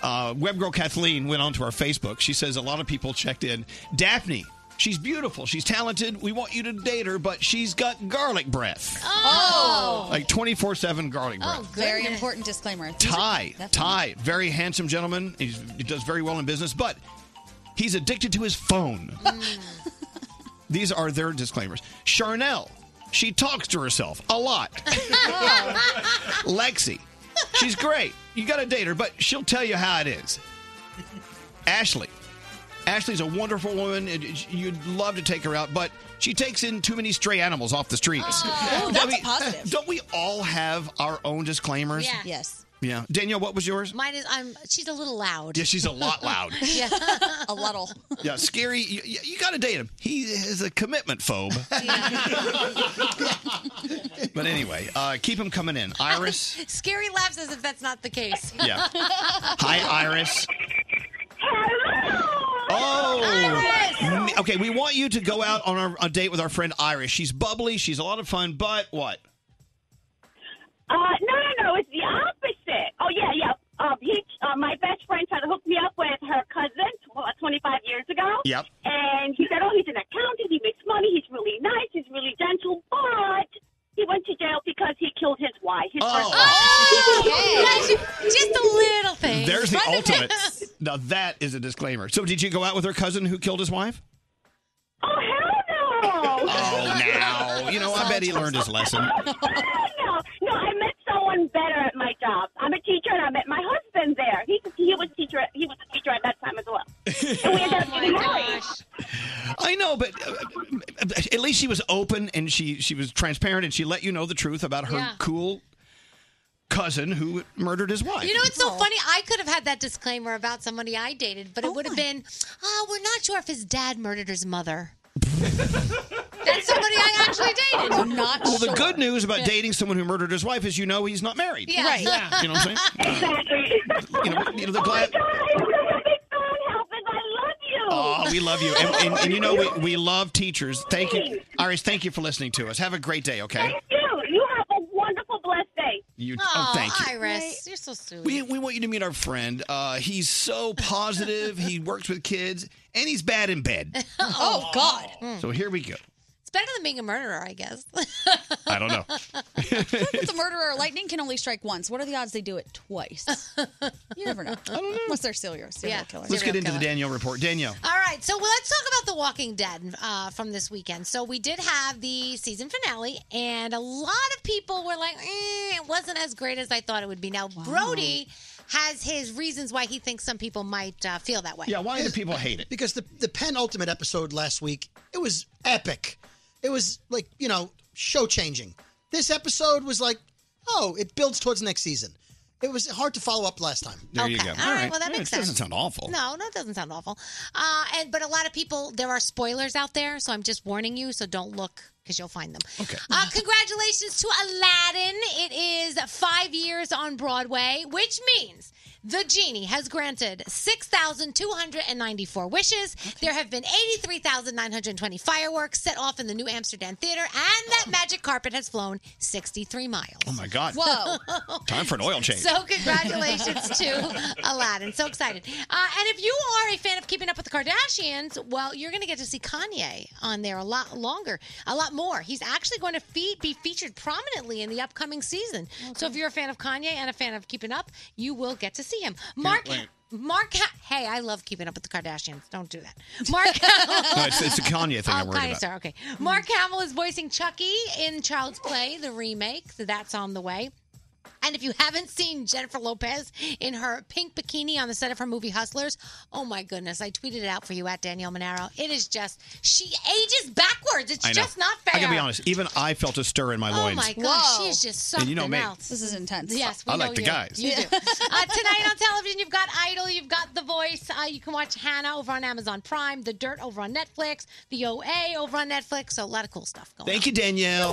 S2: Uh, Web girl Kathleen went onto our Facebook. She says a lot of people checked in. Daphne, she's beautiful. She's talented. We want you to date her, but she's got garlic breath.
S6: Oh.
S2: Like 24 7 garlic
S5: Oh,
S2: breath.
S6: Very important disclaimer. These are-
S2: Ty,
S6: Definitely.
S2: Ty, very handsome gentleman. He's, he does very well in business, but he's addicted to his phone. These are their disclaimers. Charnel, she talks to herself a lot. Lexi. She's great. You got to date her, but she'll tell you how it is. Ashley. Ashley's a wonderful woman. and You'd love to take her out, but she takes in too many stray animals off the streets.
S6: Oh,
S2: I
S6: that's a
S2: mean,
S6: positive.
S2: Don't we all have our own disclaimers?
S5: Yeah.
S6: Yes.
S2: Yeah. Danielle, what was yours?
S5: Mine is I'm she's a little loud.
S2: Yeah, she's a lot loud.
S5: yeah. a little.
S2: Yeah, scary. You, you- you got to date him. He is a commitment phobe. but anyway, uh, keep him coming in. Iris.
S5: Scary laughs as if that's not the case.
S2: Yeah. Hi, Iris. Oh, N- okay. We want you to go out on our, a date with our friend Iris. She's bubbly. She's a lot of fun. But what?
S1: Uh, no, no, no. It's the opposite. Oh, yeah, yeah. Um, he, uh, my best friend tried to hook me up with her cousin uh, 25 years ago.
S2: Yep.
S1: And he said, oh, he's an accountant. He makes money. He's really nice. He's really gentle. But he went to jail because he killed his wife. His first wife.
S5: Oh, Just a little thing.
S2: There's the
S5: Run
S2: ultimate. Now that is a disclaimer. So, did you go out with her cousin who killed his wife?
S1: Oh,
S2: Oh, now you know. I bet he learned his lesson.
S1: no, no, I met someone better at my job. I'm a teacher, and I met my husband there. He he was teacher. He was a teacher at that time as well. And we ended up
S5: Oh
S1: getting married.
S2: I know, but uh, at least she was open and she she was transparent and she let you know the truth about her
S5: Yeah.
S2: cool cousin who murdered his wife.
S5: You know, it's so funny. I could have had that disclaimer about somebody I dated, but it would have been, oh, we're not sure if his dad murdered his mother. That's somebody I actually dated. I'm not
S2: well, the
S5: sure.
S2: good news about
S5: Yeah.
S2: dating someone who murdered his wife is you know he's not married.
S5: Yeah. Right.
S2: You know what I'm saying? You know, you know, the
S1: Oh my
S2: glad-
S1: God, I'm such a big fan, Halvin. I love you.
S2: Oh, we love you. And, and, and you know, we, we love teachers. Thank you. Iris, thank you for listening to us. Have a great day, okay?
S1: Thank you. You have a wonderful, blessed day.
S2: You, oh, thank you.
S5: Iris, you're so sweet.
S2: We, we want you to meet our friend. Uh, he's so positive. he works with kids, and he's bad in bed.
S5: oh, God.
S2: So here we go.
S5: It's better than being a murderer, I guess.
S2: I don't know.
S6: If it's a murderer, lightning can only strike once. What are the odds they do it twice? you never know. Unless they're serial, serial
S5: Yeah.
S6: killer.
S2: Let's get into the Danielle report. Danielle.
S5: All right, so well, let's talk about The Walking Dead uh, from this weekend. So we did have the season finale, and a lot of people were like, eh, "It wasn't as great as I thought it would be." Now Brody has his reasons why he thinks some people might uh, feel that way.
S12: Yeah,
S2: why do people hate it?
S12: Because the the penultimate episode last week, it was epic. It was like you know show changing. This episode was like, oh, it builds towards next season. It was hard to follow up last time.
S2: There you go.
S5: All right, well that
S2: Yeah,
S5: makes
S2: It
S5: sense.
S2: doesn't sound awful.
S5: No, no, it doesn't sound awful. Uh, and but a lot of people, there are spoilers out there, so I'm just warning you. So don't look because you'll find them. Okay. Uh, congratulations to Aladdin. It is five years on Broadway, which means the genie has granted 6,294 wishes. There have been 83,920 fireworks set off in the New Amsterdam Theater, and that magic carpet has flown 63 miles.
S2: Oh my God!
S5: Whoa.
S2: Time for an oil change.
S5: So congratulations to Aladdin. So excited. Uh, and if you are a fan of Keeping Up with the Kardashians, well, you're going to get to see Kanye on there a lot longer, a lot more. He's actually going to fe- be featured prominently in the upcoming season. So if you're a fan of Kanye and a fan of Keeping Up, you will get to see him. Mark.
S2: wait.
S5: Mark, hey, I love keeping up with the Kardashians. Don't do that. Mark,
S2: No, it's- it's the Kanye thing
S5: Oh,
S2: I'm worried
S5: Kanye,
S2: about.
S5: sorry, okay. Mark Hamill is voicing Chucky in Child's Play, the remake. So that's on the way. And if you haven't seen Jennifer Lopez in her pink bikini on the set of her movie Hustlers, oh my goodness, I tweeted it out for you at Danielle Monaro. It is just, she ages backwards. It's
S2: I know.
S5: just not fair.
S2: I gotta be honest. Even I felt a stir in my
S5: Oh
S2: loins.
S5: my gosh, she's just something
S2: And you know me.
S5: else. This
S6: is intense.
S5: Yes, we
S2: I like
S5: know
S2: the
S5: you.
S2: guys.
S5: You do. Uh, tonight on television, you've got Idol, you've got The Voice. Uh, you can watch Hannah over on Amazon Prime, The Dirt over on Netflix, The OA over on Netflix. So a lot of cool stuff going.
S2: Thank you, Danielle.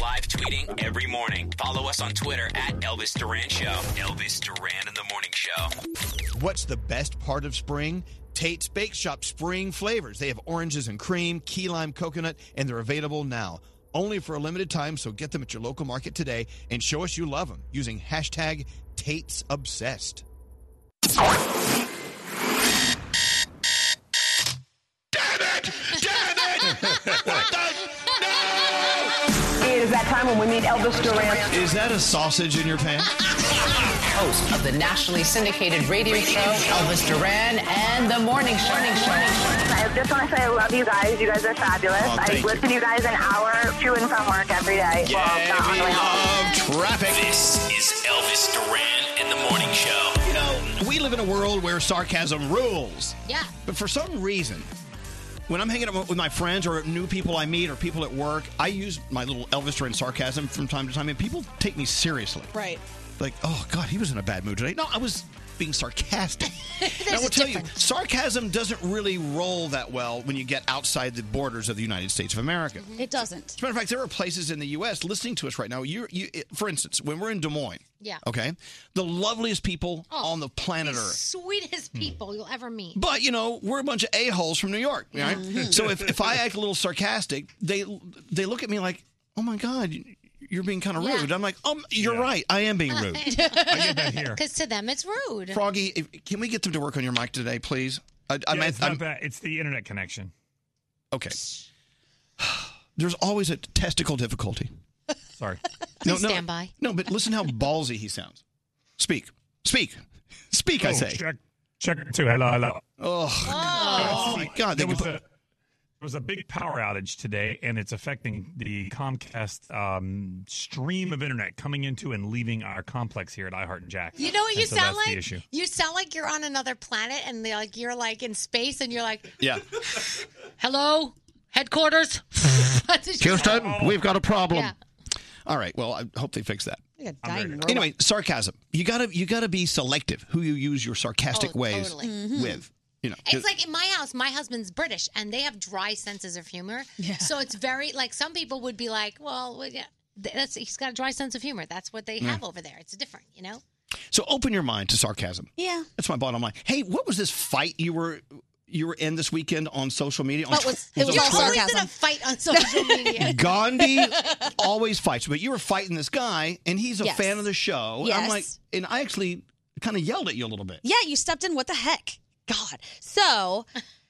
S4: Live tweeting every morning. Follow us on Twitter at Elvis Duran Show. Elvis Duran in the Morning Show.
S2: What's the best part of spring? Tate's Bake Shop spring flavors. They have oranges and cream, key lime coconut, and they're available now. Only for a limited time, so get them at your local market today and show us you love them using hashtag Tate's Obsessed.
S21: It is that time when we meet Elvis Duran.
S2: Is that a sausage in your pants?
S21: Host of the nationally syndicated radio show, Elvis Duran and The Morning Show.
S9: I just want to say I love you guys. You guys are fabulous.
S21: Oh,
S9: I
S21: thank
S9: listen to you guys an hour to and from work every day. well,
S2: Oh,
S9: not on the way home.
S2: Traffic.
S4: This is Elvis Duran in the Morning Show.
S2: You know, we live in a world where sarcasm rules.
S5: Yeah.
S2: But for some reason, when I'm hanging out with my friends or new people I meet or people at work, I use my little Elvis Duran sarcasm from time to time, and people take me seriously.
S6: Right.
S2: Like, oh God, he was in a bad mood today. No, I was being sarcastic. And I will tell you, sarcasm doesn't really roll that well when you get outside the borders of the United States of America.
S5: Mm-hmm.
S6: It doesn't.
S2: As a matter of fact, there are places in the U.S. listening to us right now. You, you, for instance, when we're in Des Moines,
S5: Yeah.
S2: okay, the loveliest people
S5: Oh,
S2: on the planet
S5: the
S2: Earth.
S5: sweetest people you'll ever meet.
S2: But you know, we're a bunch of a holes from New York, right?
S5: Mhm.
S2: So if, if I act a little sarcastic, they they look at me like, "Oh my God, you're being kind of
S5: Yeah.
S2: rude." I'm like, "Um, you're right. I am being rude."
S5: Because to them, it's rude.
S2: Froggy, if, can we get them to work on your mic today, please? I, I
S8: Yeah,
S2: meant-
S8: it's, not
S2: I'm-
S8: bad. it's the internet connection.
S2: okay. There's always a testicle difficulty.
S8: Sorry.
S5: Please stand by.
S2: No, but listen how ballsy he sounds. Speak, speak, speak. I
S8: Oh,
S2: say.
S8: Check, check two. Hello, hello.
S2: Oh, God. my God! They
S8: There was,
S2: could
S8: a, there was a big power outage today, and it's affecting the Comcast um, stream of internet coming into and leaving our complex here at iHeart and Jack.
S5: You know what you
S8: And so
S5: sound
S8: that's
S5: like?
S8: The issue.
S5: You sound like you're on another planet and they're like you're like in space and you're like,
S2: Yeah.
S5: "Hello, headquarters."
S2: Houston, we've got a problem.
S5: Yeah.
S2: All right. Well, I hope they fix that.
S5: dying
S2: Anyway, sarcasm. You gotta you gotta be selective who you use your sarcastic
S5: Oh,
S2: ways
S5: totally. Mhm.
S2: with. You know,
S5: It's like in my house, my husband's British and they have dry senses of humor. So it's very like some people would be like, "Well, well, yeah, th- that's he's got a dry sense of humor. That's what they
S2: Yeah.
S5: have over there. It's different, you know."
S2: so open your mind to sarcasm.
S5: Yeah.
S2: That's my bottom line. Hey, what was this fight you were you were in this weekend on social media? On
S5: But
S2: Twi-
S5: was- it was
S2: on
S5: all
S2: Twitter?
S5: sarcasm. Always in a fight on social media.
S2: Gandhi always fights, but you were fighting this guy, and he's a
S6: Yes.
S2: fan of the show. And I'm
S6: Yes.
S2: like, and I actually kind of yelled at you a little bit.
S6: Yeah, you stepped in. What the heck? God. So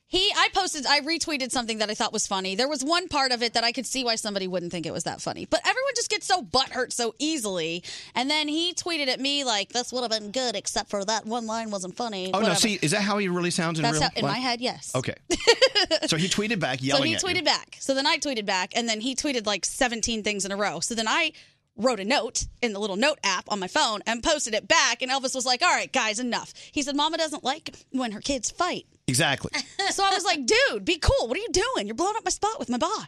S6: he, I posted, I retweeted something that I thought was funny. There was one part of it that I could see why somebody wouldn't think it was that funny. But everyone just gets so butthurt so easily. And then he tweeted at me like, "This would have been good, except for that one line wasn't funny."
S2: Oh no!
S6: whatever.
S2: See, is that how he really sounds in
S6: That's
S2: real
S6: how- in
S2: life?
S6: my head, yes.
S2: Okay. so he tweeted back, yelling
S6: so he
S2: at
S6: tweeted
S2: you.
S6: back. So then I tweeted back, and then he tweeted like 17 things in a row. So then I wrote a note in the little note app on my phone and posted it back. And Elvis was like, "All right, guys, enough." He said, "Mama doesn't like when her kids fight."
S2: Exactly.
S6: So I was like, dude, be cool. What are you doing? You're blowing up my spot with my boss.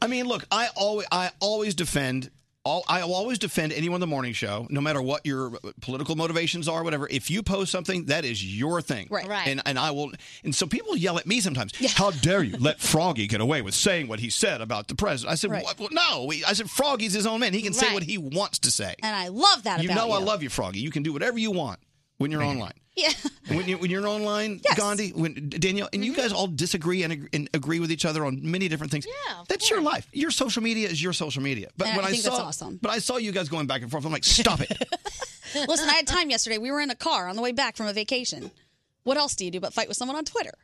S2: I mean, look, I always I always defend all, I will always defend anyone on the morning show, no matter what your political motivations are, whatever. If you post something, that is your thing,
S10: Right. Right.
S2: And and I will. And so people yell at me sometimes. How dare you let Froggy get away with saying what he said about the president? I said,
S6: Right.
S2: what? Well, no. We- I said, Froggy's his own man. He can say
S6: Right.
S2: what he wants to say.
S6: And I love that
S2: you
S6: about
S2: know,
S6: you.
S2: I love you, Froggy. You can do whatever you want when you're online.
S6: Yeah.
S2: When, you, when you're online, Gandhi, when Danielle, and you
S6: Mm-hmm.
S2: guys all disagree and agree, and agree with each other on many different things. Yeah, that's your life. Your social media is your social media. But
S6: And
S2: when
S6: I
S2: I,
S6: think
S2: saw,
S6: that's awesome.
S2: but I saw you guys going back and forth. I'm like, stop it.
S6: Listen, I had time yesterday. We were in a car on the way back from a vacation. What else do you do but fight with someone on Twitter?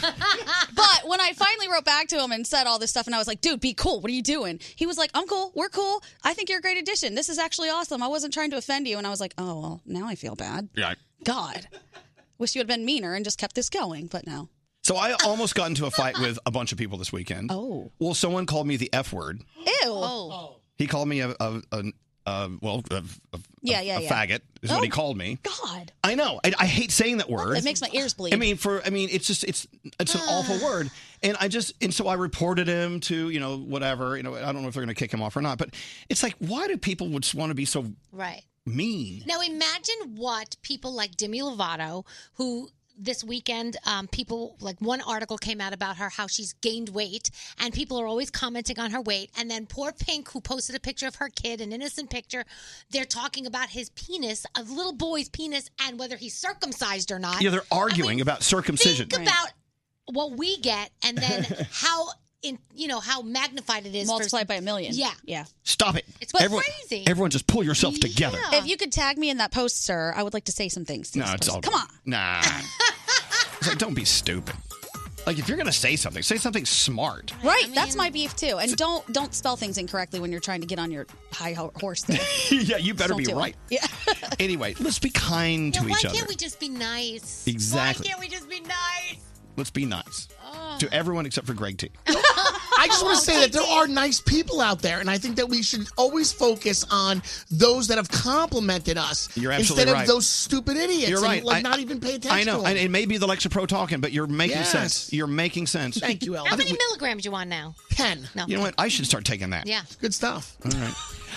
S6: but when I finally wrote back to him and said all this stuff, and I was like, dude, be cool. What are you doing? He was like, I'm cool. We're cool. I think you're a great addition. This is actually awesome. I wasn't trying to offend you. And I was like, oh, well, now I feel bad.
S2: yeah.
S6: God. Wish you had been meaner and just kept this going, but no.
S2: So I almost got into a fight with a bunch of people this weekend.
S6: Oh.
S2: Well, someone called me the F word.
S6: Ew. Oh.
S2: He called me a, a, a, a well, a, a,
S6: Yeah, yeah,
S2: a
S6: yeah.
S2: faggot is what he
S6: Oh.
S2: called me.
S6: God.
S2: I know. I, I hate saying that word.
S6: It makes my ears bleed.
S2: I mean, for I mean, it's just it's it's an awful word, and I just and so I reported him to you know whatever you know I don't know if they're going to kick him off or not, but it's like why do people would just want to be so
S5: Right.
S2: mean?
S5: Now imagine what people like Demi Lovato, who this weekend um, people like one article came out about her how she's gained weight and people are always commenting on her weight and then poor pink who posted a picture of her kid an innocent picture they're talking about his penis a little boy's penis and whether he's circumcised or not
S2: yeah, they're arguing about circumcision.
S5: think about what we get and then how in you know how magnified it is multiplied
S6: by a million
S5: yeah
S6: yeah
S2: Stop it!
S5: It's what's
S2: everyone,
S5: crazy.
S2: Everyone, just pull yourself together.
S6: If you could tag me in that post, sir, I would like to say some things. to
S2: No,
S6: this
S2: it's
S6: person.
S2: all.
S6: Come on.
S2: Nah. It's like, don't be stupid. Like if you're going to say something, say something smart.
S6: Right, that's my beef too. And don't don't spell things incorrectly when you're trying to get on your high ho- horse. There.
S2: yeah, you better
S6: Don't
S2: be
S6: do it.
S2: right. Yeah. anyway, let's be kind to
S5: why
S2: each other.
S5: can't we just be nice
S2: Exactly.
S5: why can't we just be nice
S2: Let's be nice
S5: Oh.
S2: to everyone except for Greg T.
S15: I just want to say that there are nice people out there, and I think that we should always focus on those that have complimented us
S2: You're absolutely
S15: instead
S2: right.
S15: of those stupid idiots.
S2: You're
S15: and,
S2: right.
S15: like
S2: I-
S15: not even pay attention.
S2: I know,
S15: to
S2: and
S15: them.
S2: it may be the Lexapro talking, but you're making
S15: Yes.
S2: sense. You're making sense.
S15: Thank you, Ellie.
S5: How many milligrams you on now?
S15: Ten.
S5: No.
S2: You know what? I should start taking that.
S5: Yeah.
S15: Good stuff.
S2: All right.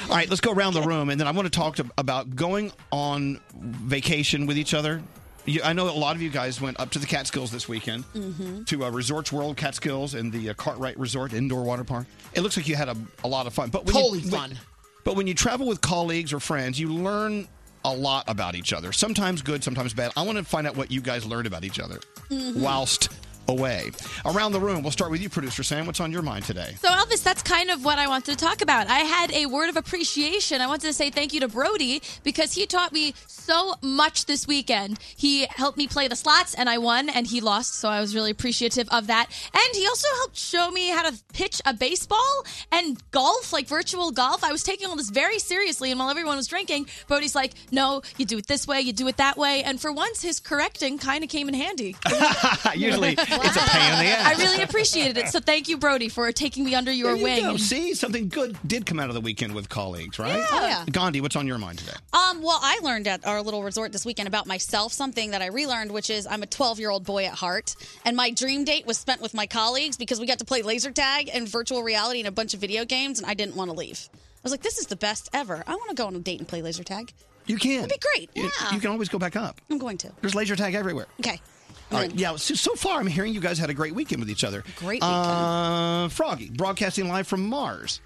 S2: All right, let's go around the room, and then I want to talk to, about going on vacation with each other. You, I know a lot of you guys went up to the Catskills this weekend
S13: Mm-hmm.
S2: to uh, Resorts World Catskills and the uh, Cartwright Resort Indoor Water Park. It looks like you had a, a lot of fun. But when
S15: Totally
S2: you,
S15: fun.
S2: When, but when you travel with colleagues or friends, you learn a lot about each other. Sometimes good, sometimes bad. I want to find out what you guys learned about each other
S24: Mhm.
S2: whilst away. Around the room, we'll start with you, producer Sam. What's on your mind today?
S24: So, Elvis, that's kind of what I wanted to talk about. I had a word of appreciation. I wanted to say thank you to Brody because he taught me so much this weekend. He helped me play the slots, and I won, and he lost, so I was really appreciative of that. And he also helped show me how to pitch a baseball and golf, like virtual golf. I was taking all this very seriously, and while everyone was drinking, Brody's like, no, you do it this way, you do it that way. And for once, his correcting kind of came in handy.
S2: Usually it's a pain in the ass.
S24: I really appreciated it. So thank you, Brody, for taking me under your
S2: There you
S24: wing.
S2: go. See, something good did come out of the weekend with colleagues, right?
S6: Yeah. Oh, yeah.
S2: Gandhi, what's on your mind today?
S6: Um, well, I learned at our little resort this weekend about myself something that I relearned, which is I'm a 12 year old boy at heart. And my dream date was spent with my colleagues because we got to play laser tag and virtual reality and a bunch of video games, and I didn't want to leave. I was like, this is the best ever. I want to go on a date and play laser tag.
S2: You can.
S6: That'd be great.
S2: You, you can always go back up.
S6: I'm going to.
S2: There's laser tag everywhere.
S6: Okay.
S2: All right. Yeah. So, so far, I'm hearing you guys had a great weekend with each other.
S6: Great
S2: Uh, Froggy, broadcasting live from Mars.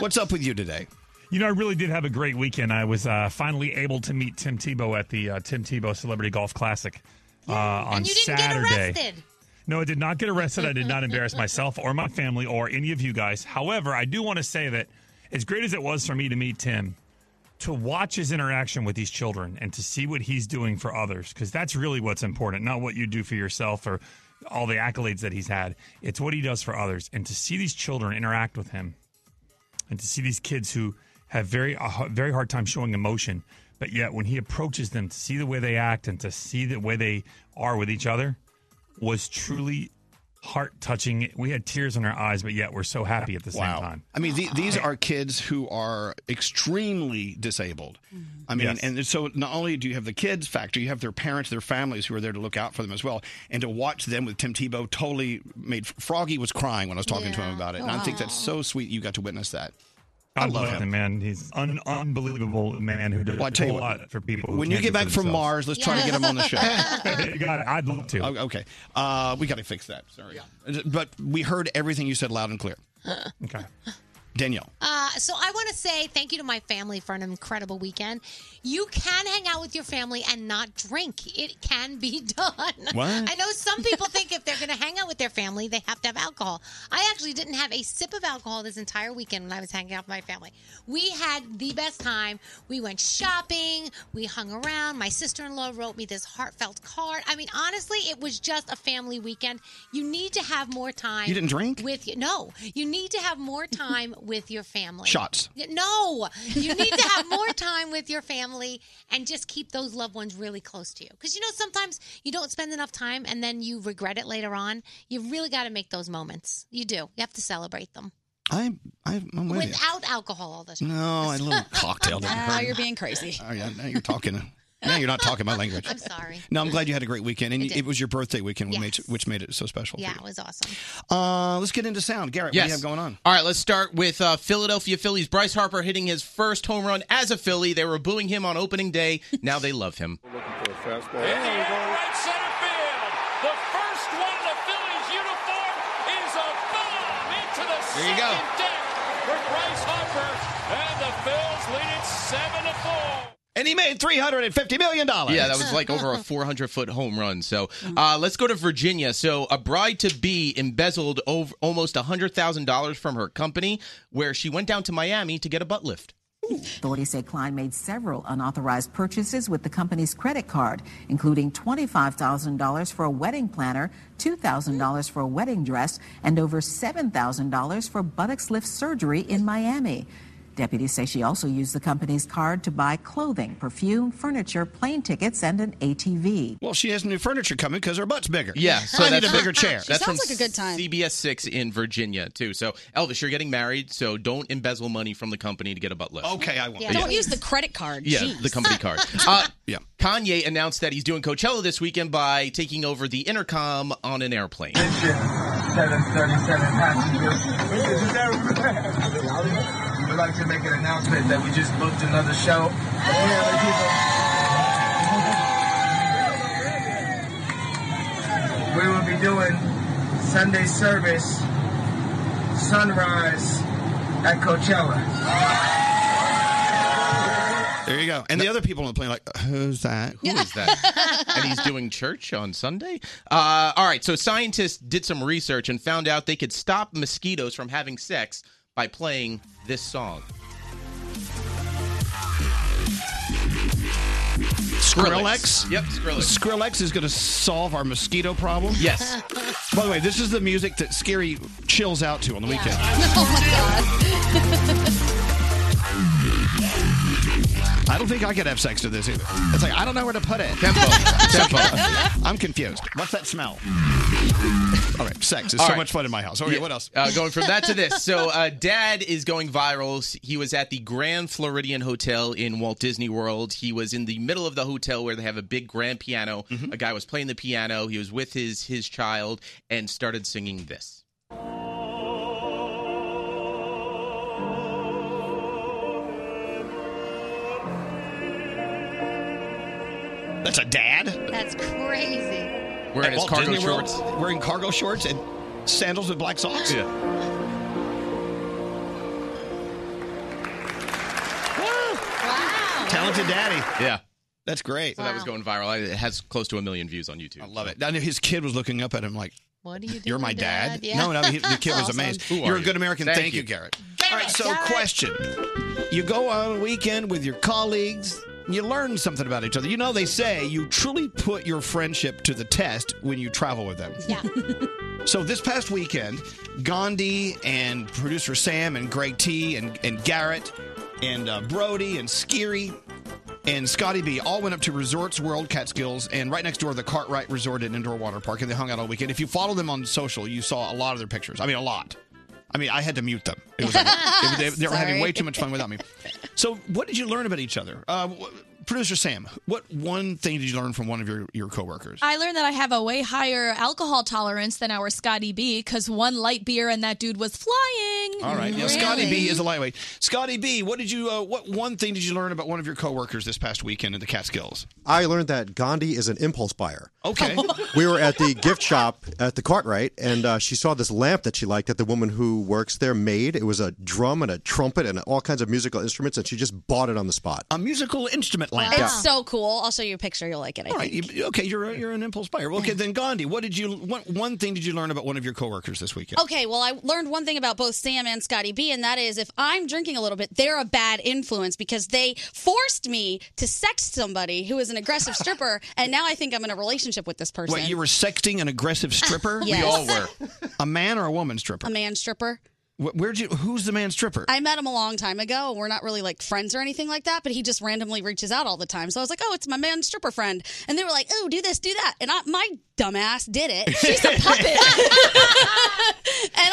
S2: What's up with you today?
S8: You know, I really did have a great weekend. I was uh, finally able to meet Tim Tebow at the uh, Tim Tebow Celebrity Golf Classic uh, on
S5: and you didn't
S8: Saturday.
S5: get arrested.
S8: No, I did not get arrested. I did not embarrass myself or my family or any of you guys. However, I do want to say that as great as it was for me to meet Tim, to watch his interaction with these children and to see what he's doing for others, because that's really what's important, not what you do for yourself or all the accolades that he's had. It's what he does for others. And to see these children interact with him and to see these kids who have very a h- very hard time showing emotion, but yet when he approaches them to see the way they act and to see the way they are with each other was truly heart touching. We had tears in our eyes, but yet we're so happy at the
S2: wow.
S8: same time.
S2: I mean, the, these are kids who are extremely disabled. I mean,
S8: Yes.
S2: and so not only do you have the kids factor, you have their parents, their families who are there to look out for them as well. And to watch them with Tim Tebow totally made Froggy was crying when I was talking to him about it. And I think that's so sweet you got to witness that.
S8: God
S2: I love
S8: bless
S2: him.
S8: man. He's an unbelievable man who does
S2: Well, I tell
S8: a
S2: you
S8: whole
S2: what.
S8: lot for people. who
S2: When you
S8: can't
S2: get
S8: do for
S2: back from
S8: themselves.
S2: Mars, let's try to get him on the show.
S8: you got it. I'd love to.
S2: Okay. Oh, Uh, we got to fix that. Sorry. But we heard everything you said loud and clear.
S5: Uh-uh.
S8: Okay.
S2: Danielle.
S5: Uh, so I want to say thank you to my family for an incredible weekend. You can hang out with your family and not drink. It can be done.
S10: What?
S5: I know some people think if they're going to hang out with their family, they have to have alcohol. I actually didn't have a sip of alcohol this entire weekend when I was hanging out with my family. We had the best time. We went shopping. We hung around. My sister-in-law wrote me this heartfelt card. I mean, honestly, it was just a family weekend. You need to have more time.
S2: You didn't drink?
S5: with you. No, you need to have more time with your family.
S2: Shots.
S5: Y- No, you need to have more time with your family and just keep those loved ones really close to you. Because you know sometimes you don't spend enough time and then you regret it later on. You really got to make those moments. You do. You have to celebrate them
S2: I, I, I'm with
S5: without alcohol all the
S2: you.
S5: time.
S2: No, a little cocktail doesn't hurt.
S5: being crazy.
S2: Oh, yeah, now you're talking. now you're not talking my language.
S5: I'm sorry.
S2: No, I'm glad you had a great weekend, and
S5: I
S2: it,
S5: did.
S2: was your birthday weekend, which, made, which made it so special.
S5: Yeah, it was awesome.
S2: Uh, let's get into sound. Garrett, what do
S13: Yes.
S2: you have going on?
S13: All right, let's start with uh, Philadelphia Phillies. Bryce Harper hitting his first home run as a Philly. They were booing him on opening day. Now they love him.
S10: right center field. The first one in the Phillies uniform is a bomb into the
S13: There you go.
S10: second deck for Bryce Harper, and the Phils lead it seven to four.
S2: And he made three hundred and fifty million dollars.
S13: Yeah, that was like over a 400 foot home run. So
S6: Mm.
S13: uh, let's go to Virginia. So a bride to be embezzled over almost $100,000 from her company, where she went down to Miami to get a butt lift.
S14: Authorities say Klein made several unauthorized purchases with the company's credit card, including $25,000 for a wedding planner, $2,000 for a wedding dress, and over $7,000 for buttocks lift surgery in Miami. Deputies say she also used the company's card to buy clothing, perfume, furniture, plane tickets, and an ATV.
S2: Well, she has new furniture coming because her butt's bigger.
S13: Yeah, so
S2: I need
S13: that's
S2: a
S13: from-
S2: bigger chair.
S13: That's from
S6: good time.
S13: CBS Six in Virginia too. So Elvis, you're getting married, so don't embezzle money from the company to get a butt lift.
S2: Okay, I
S6: Yeah, Don't use the credit card.
S13: Yeah,
S6: Jeez.
S13: the company card. Uh,
S2: yeah.
S13: Kanye announced that he's doing Coachella this weekend by taking over the intercom on an airplane.
S25: 737 passengers. We'd like to make an announcement that we just booked another show. We will be doing Sunday service, sunrise at Coachella.
S2: There you go. And the other people on the plane are like, who's that?
S13: Who is that? and he's doing church on Sunday. Uh, all right, so scientists did some research and found out they could stop mosquitoes from having sex by playing this song.
S2: Skrillex.
S13: Yep, Skrillex.
S2: Skrillex is going to solve our mosquito problem.
S13: Yes.
S2: By the way, this is the music that Scary chills out to on the weekend.
S5: Oh
S2: I don't think I could have sex to this either. It's like I don't know where to put it. Tempo, tempo. I'm confused. What's that smell? All right, sex is
S13: All
S2: so
S13: right.
S2: much fun in my house. Okay,
S13: Yeah.
S2: what else?
S13: Uh, going from that to this. So, uh, dad is going viral. He was at the Grand Floridian Hotel in Walt Disney World. He was in the middle of the hotel where they have a big grand piano.
S2: Mm-hmm.
S13: A guy was playing the piano. He was with his his child and started singing this.
S2: That's a dad.
S5: That's crazy.
S2: At Walt Disney World, Wearing cargo shorts and sandals with black socks. Yeah. Talented daddy.
S13: Yeah.
S2: That's great.
S13: So that was going viral. I- It has close to a million views on YouTube. I
S2: love it. I know his kid was looking up at him like,
S5: What do you
S2: You're my dad.
S13: Dad? Yeah.
S2: No, no, he, the kid was
S13: Awesome.
S2: amazed.
S13: Who
S2: You're
S13: are
S2: a good
S13: you?
S2: American. Thank,
S13: Thank
S2: you,
S13: you.
S2: Garrett. All right, so question. You go on a weekend with your colleagues, you learn something about each other. You know, they say you truly put your friendship to the test when you travel with them.
S5: Yeah.
S2: So this past weekend, Gandhi and producer Sam and Greg T and, and Garrett and uh, Brody and Skiri and Scotty B all went up to Resorts World Catskills and right next door the Cartwright Resort and Indoor Water Park and they hung out all weekend. If you follow them on social, you saw a lot of their pictures. I mean, a lot. I mean, I had to mute them. It was like, it- they, they were having
S13: Sorry.
S2: way too much fun without me. So, what did you learn about each other? Uh, wh- Producer Sam, what one thing did you learn from one of your, your coworkers?
S24: I learned that I have a way higher alcohol tolerance than our Scotty B because one light beer and that dude was flying. kidding.
S2: All right. Now, Scotty B is a lightweight. Scotty B, what did you? Uh, what one thing did you learn about one of your coworkers this past weekend in the Catskills?
S11: I learned that Gandhi is an impulse buyer.
S2: Okay.
S11: We were at the gift shop at the Cartwright, and uh, she saw this lamp that she liked that the woman who works there made. It was a drum and a trumpet and all kinds of musical instruments, and she just bought it on the spot.
S2: A musical instrument
S5: Oh.
S6: It's so cool. I'll show you a picture. You'll like it. I
S2: All right.
S6: think.
S2: You, okay. You're a, you're an impulse buyer. Okay. Then Gandhi, what did you? What one thing did you learn about one of your coworkers this weekend?
S6: Okay, well, I learned one thing about both Sam and Scotty B, and that is if I'm drinking a little bit, they're a bad influence because they forced me to sex somebody who is an aggressive stripper, and now I think I'm in a relationship with this person.
S2: Wait, you were sexting an aggressive stripper?
S6: Yes. We all were.
S2: A man or a woman stripper?
S6: a man stripper.
S2: Wh- Where'd you? Who's the man stripper?
S6: I met him a long time ago. and We're not really like friends or anything like that, but he just randomly reaches out all the time. So I was like, oh, it's my man stripper friend. And they were like, oh, do this, do that. And I, my dumbass did it. She's a puppet. and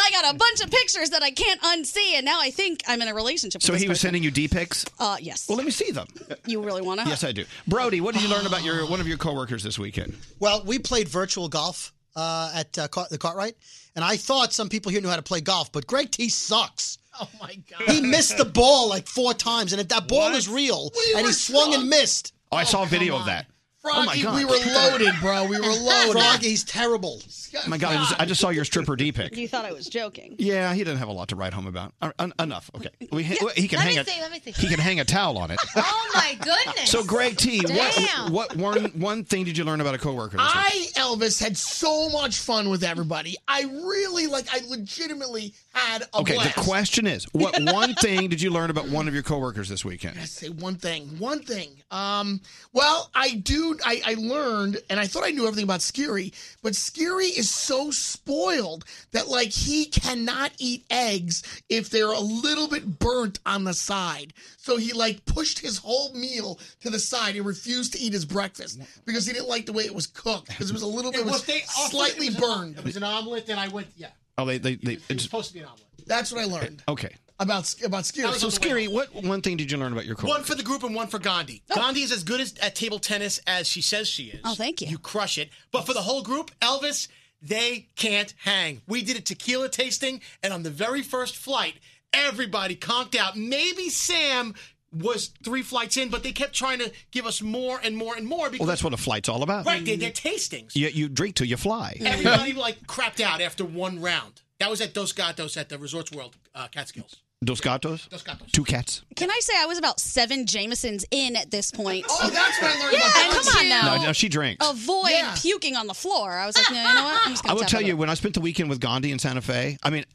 S6: I got a bunch of pictures that I can't unsee. And now I think I'm in a relationship
S2: so
S6: with
S2: he
S6: this
S2: was
S6: person.
S2: sending you D pics.
S6: Uh, yes.
S2: Well, let me see them.
S6: You really want to?
S2: Yes, I do. Brody, what did you learn about your one of your coworkers this weekend?
S12: Well, we played virtual golf uh, at uh, Cart- the Cartwright, and I thought some people here knew how to play golf, but Greg T sucks. Oh my god! He missed the ball like four times, and if that ball is real, and he swung and missed.
S2: Oh, I saw a video of that. oh my
S12: Froggy,
S2: god,
S12: we were loaded, bro. We were loaded. Froggy, he's terrible.
S2: Oh my god, I just, I just saw your stripper D pic.
S6: You thought I was joking.
S2: Yeah, he doesn't have a lot to write home about. Uh, en- enough. Okay, we, ha- he can
S5: Let
S2: hang
S5: me
S2: a
S5: see, let me see.
S2: he can hang a towel on it.
S5: Oh my goodness.
S2: So, Greg T,
S15: Damn.
S2: what what one one thing did you learn about a coworker? This week?
S15: I, Elvis, had so much fun with everybody. I really, like, I legitimately had a
S2: Okay,
S15: blast.
S2: the question is, what one thing did you learn about one of your coworkers this weekend?
S15: I say one thing. One thing. Um, well, I do. I, I learned, and I thought I knew everything about Skiri, but Skiri is so spoiled that like he cannot eat eggs if they're a little bit burnt on the side. So he like pushed his whole meal to the side. He refused to eat his breakfast because he didn't like the way it was cooked because it was a little bit
S7: It
S15: it was
S7: was- they offered-
S15: slightly
S7: it was an-
S15: burned.
S7: it was an omelet, and I went, yeah.
S2: Oh, they they, they
S7: It's supposed to be an omelet.
S15: That's what I learned
S2: okay.
S15: about about Skiri.
S2: So, Scary, what one thing did you learn about your coworker?
S7: One for the group and one for Gandhi. Gandhi is as good as, at table tennis as she says she is. Oh, thank you. You crush it. But for the whole group, Elvis, they can't hang. We did a tequila tasting, and on the very first flight, everybody conked out. Maybe Sam was three flights in, but they kept trying to give us more and more and more. Because,
S2: Well, that's what a flight's all about.
S7: Right, they, they're tasting.
S2: You, you drink till you fly.
S7: Everybody like crapped out after one round. That was at Dos Gatos at the Resorts World uh, Catskills.
S2: Dos gatos?
S7: Dos gatos.
S2: Two cats?
S6: Can I say I was about seven Jamesons in at this point?
S15: oh, that's what I learned
S6: yeah,
S15: about
S6: and
S15: Gandhi.
S6: come on now.
S2: No, no, she drinks.
S6: Avoid puking on the floor. I was like, no, you know what? I'm just
S2: I
S6: gonna
S2: will
S6: tap
S2: tell
S6: it
S2: you,
S6: up.
S2: when I spent the weekend with Gandhi in Santa Fe, I mean,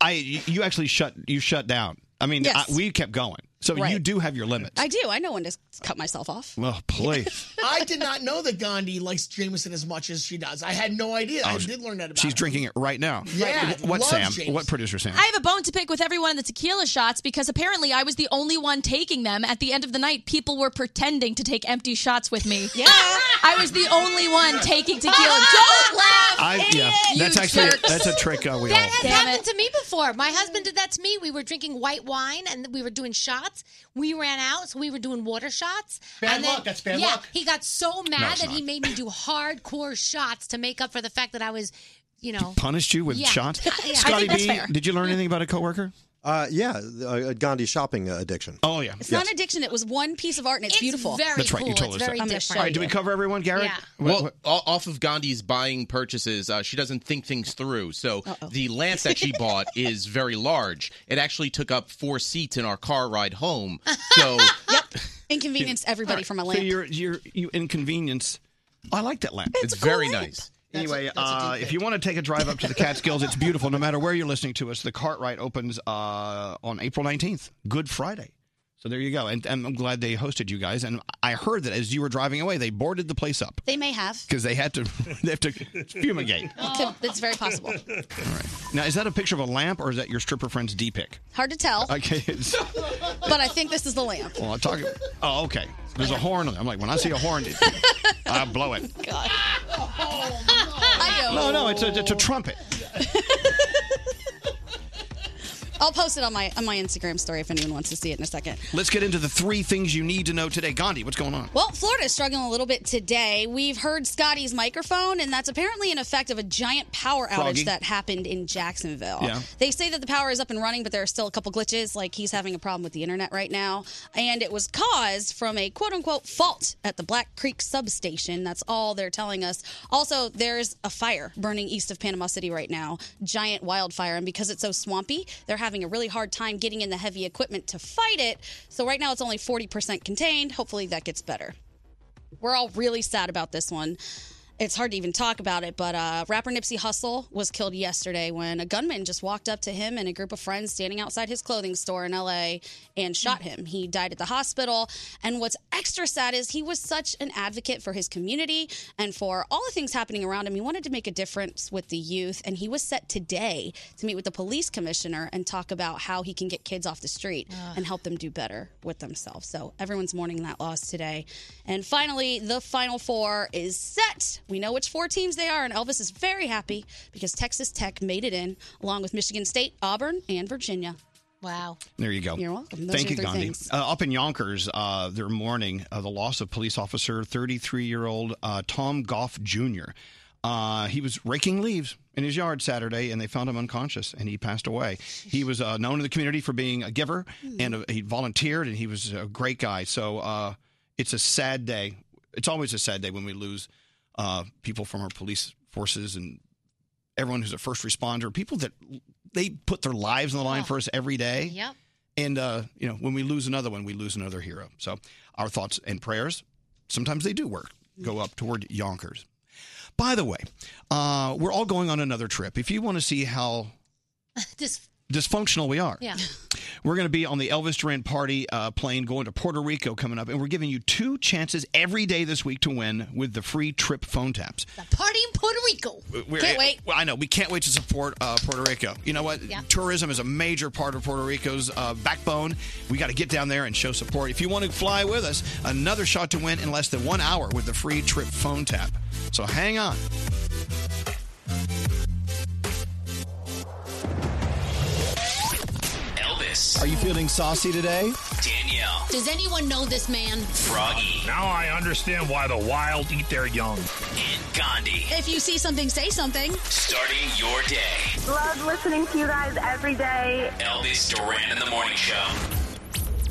S2: I you actually shut you shut down. I mean,
S6: Yes.
S2: I, we kept going. So you
S6: Right.
S2: do have your limits.
S6: I do. I know when to s- cut myself off.
S2: Well, Oh, please.
S15: I did not know that Gandhi likes Jameson as much as she does. I had no idea. I
S2: Oh,
S15: did learn that about
S2: She's drinking it right now.
S15: Yeah,
S2: Wh- What
S15: loves
S2: Sam?
S15: Jameson.
S2: What producer Sam?
S24: I have a bone to pick with everyone in the tequila shots because apparently I was the only one taking them. At the end of the night, people were pretending to take empty shots with me. Yeah. I was the only one taking tequila. Don't laugh.
S2: I- yeah,
S24: idiot.
S2: that's
S24: You
S2: actually
S24: jerks.
S2: that's a trick uh, we all.
S24: That
S5: That
S24: Damn
S5: happened to me before. My husband did that to me. We were drinking white wine and we were doing shots. We ran out, so we were doing water shots.
S7: Bad
S5: and then-
S7: luck. That's bad
S5: yeah,
S7: luck.
S5: He got so mad
S2: it's
S5: that he
S2: not.
S5: made me do hardcore shots to make up for the fact that I was, you know.
S2: Punished you with
S5: Yeah.
S2: shots.
S5: Yeah, I think
S2: Scotty
S5: that's
S2: B,
S5: fair.
S2: did you learn anything about a coworker?
S11: Uh, yeah, uh, Gandhi's shopping uh, addiction.
S2: Oh yeah,
S6: It's not addiction. It was one piece of art, and it's, beautiful.
S11: That's right, you told us that.
S6: I'm gonna
S11: different.
S6: show
S2: All right, do we
S6: you.
S2: cover everyone, Garrett?
S6: Yeah.
S2: What-
S13: Well, o- off of Gandhi's buying purchases, uh, she doesn't think things through. So the lamp that she bought is very large. It actually took up four seats in our car ride home. So
S6: Inconvenienced everybody from a
S2: So
S6: lamp.
S2: you're you're you inconvenience. I like that lamp.
S6: It's
S13: It's very nice.
S2: Anyway, uh, if you want to take a drive up to the Catskills, it's beautiful. No matter where you're listening to us, the Cartwright opens uh, on April 19th, Good Friday. So there you go. And, and I'm glad they hosted you guys. And I heard that as you were driving away, they boarded the place up
S6: They may have.
S2: because they had to they have to fumigate.
S6: It could- It's very possible.
S2: Now, is that a picture of a lamp or is that your stripper friend's D pic?
S6: Hard to tell,
S2: Okay. It's,
S6: but I think this is the lamp.
S2: well, I'm talking. Oh, okay. There's a horn on it. I'm like, when I see a horn, it- I blow it.
S6: God.
S2: No, no, it's a, it's a trumpet.
S6: I'll post it on my on my Instagram story if anyone wants to see it in a second.
S2: Let's get into the three things you need to know today. Gandhi, what's going on?
S6: Well, Florida is struggling a little bit today. We've heard Scotty's microphone, and that's apparently an effect of a giant power outage
S2: Froggy.
S6: that happened in Jacksonville.
S2: Yeah.
S6: They say that the power is up and running, but there are still a couple glitches. Like he's having a problem with the internet right now, and it was caused from a quote unquote fault at the Black Creek substation. That's all they're telling us. Also, there's a fire burning east of Panama City right now, giant wildfire, and because it's so swampy, they're having a really hard time getting in the heavy equipment to fight it. So right now, it's only forty percent contained. Hopefully, that gets better we're all really sad about this one. It's hard to even talk about it, but uh, rapper Nipsey Hussle was killed yesterday when a gunman just walked up to him and a group of friends standing outside his clothing store in LA and shot him. He died at the hospital. And what's extra sad is he was such an advocate for his community and for all the things happening around him. He wanted to make a difference with the youth, and he was set today to meet with the police commissioner and talk about how he can get kids off the street
S24: Ugh.
S6: and help them do better with themselves. So everyone's mourning that loss today. And finally, the final four is set. We know which four teams they are, and Elvis is very happy because Texas Tech made it in, along with Michigan State, Auburn, and Virginia.
S5: Wow.
S2: There you go.
S6: You're welcome. Those
S2: Thank
S6: are
S2: you,
S6: three
S2: Gandhi.
S6: things.
S2: Uh, up in Yonkers, uh, they're mourning uh, the loss of police officer, 33 year old uh, Tom Goff Jr. Uh, he was raking leaves in his yard Saturday, and they found him unconscious, and he passed away. He was uh, known in the community for being a giver,
S6: Hmm.
S2: and uh, he volunteered, and he was a great guy. So uh, it's a sad day. It's always a sad day when we lose uh, people from our police forces and everyone who's a first responder, people that they put their lives on the line for us every day.
S5: Oh. Yep.
S2: And uh, you know, when we lose another one, we lose another hero. So our thoughts and prayers, sometimes they do work, go up toward Yonkers. By the way, uh, we're all going on another trip. If you want to see how
S5: This.
S2: dysfunctional we are,
S5: Yeah.
S2: we're going to be on the Elvis Duran party uh, plane going to Puerto Rico coming up, and we're giving you two chances every day this week to win with the free trip phone taps.
S5: Party in Puerto Rico.
S2: We're-
S5: Can't wait.
S2: Well, I know we can't wait to support uh, Puerto Rico. You know what?
S5: Yeah.
S2: Tourism is a major part of Puerto Rico's uh, backbone. We got to get down there and show support. If you want to fly with us, another shot to win in less than one hour with the free trip phone tap. So hang on.
S4: Elvis,
S16: Are you feeling saucy today?
S4: Danielle,
S5: Does anyone know this man?
S4: Froggy,
S16: Now I understand why the wild eat their young.
S4: and Gandhi.
S6: If you see something, say something.
S4: Starting your day.
S23: Love listening to you guys every day.
S4: Elvis Duran in the Morning Show.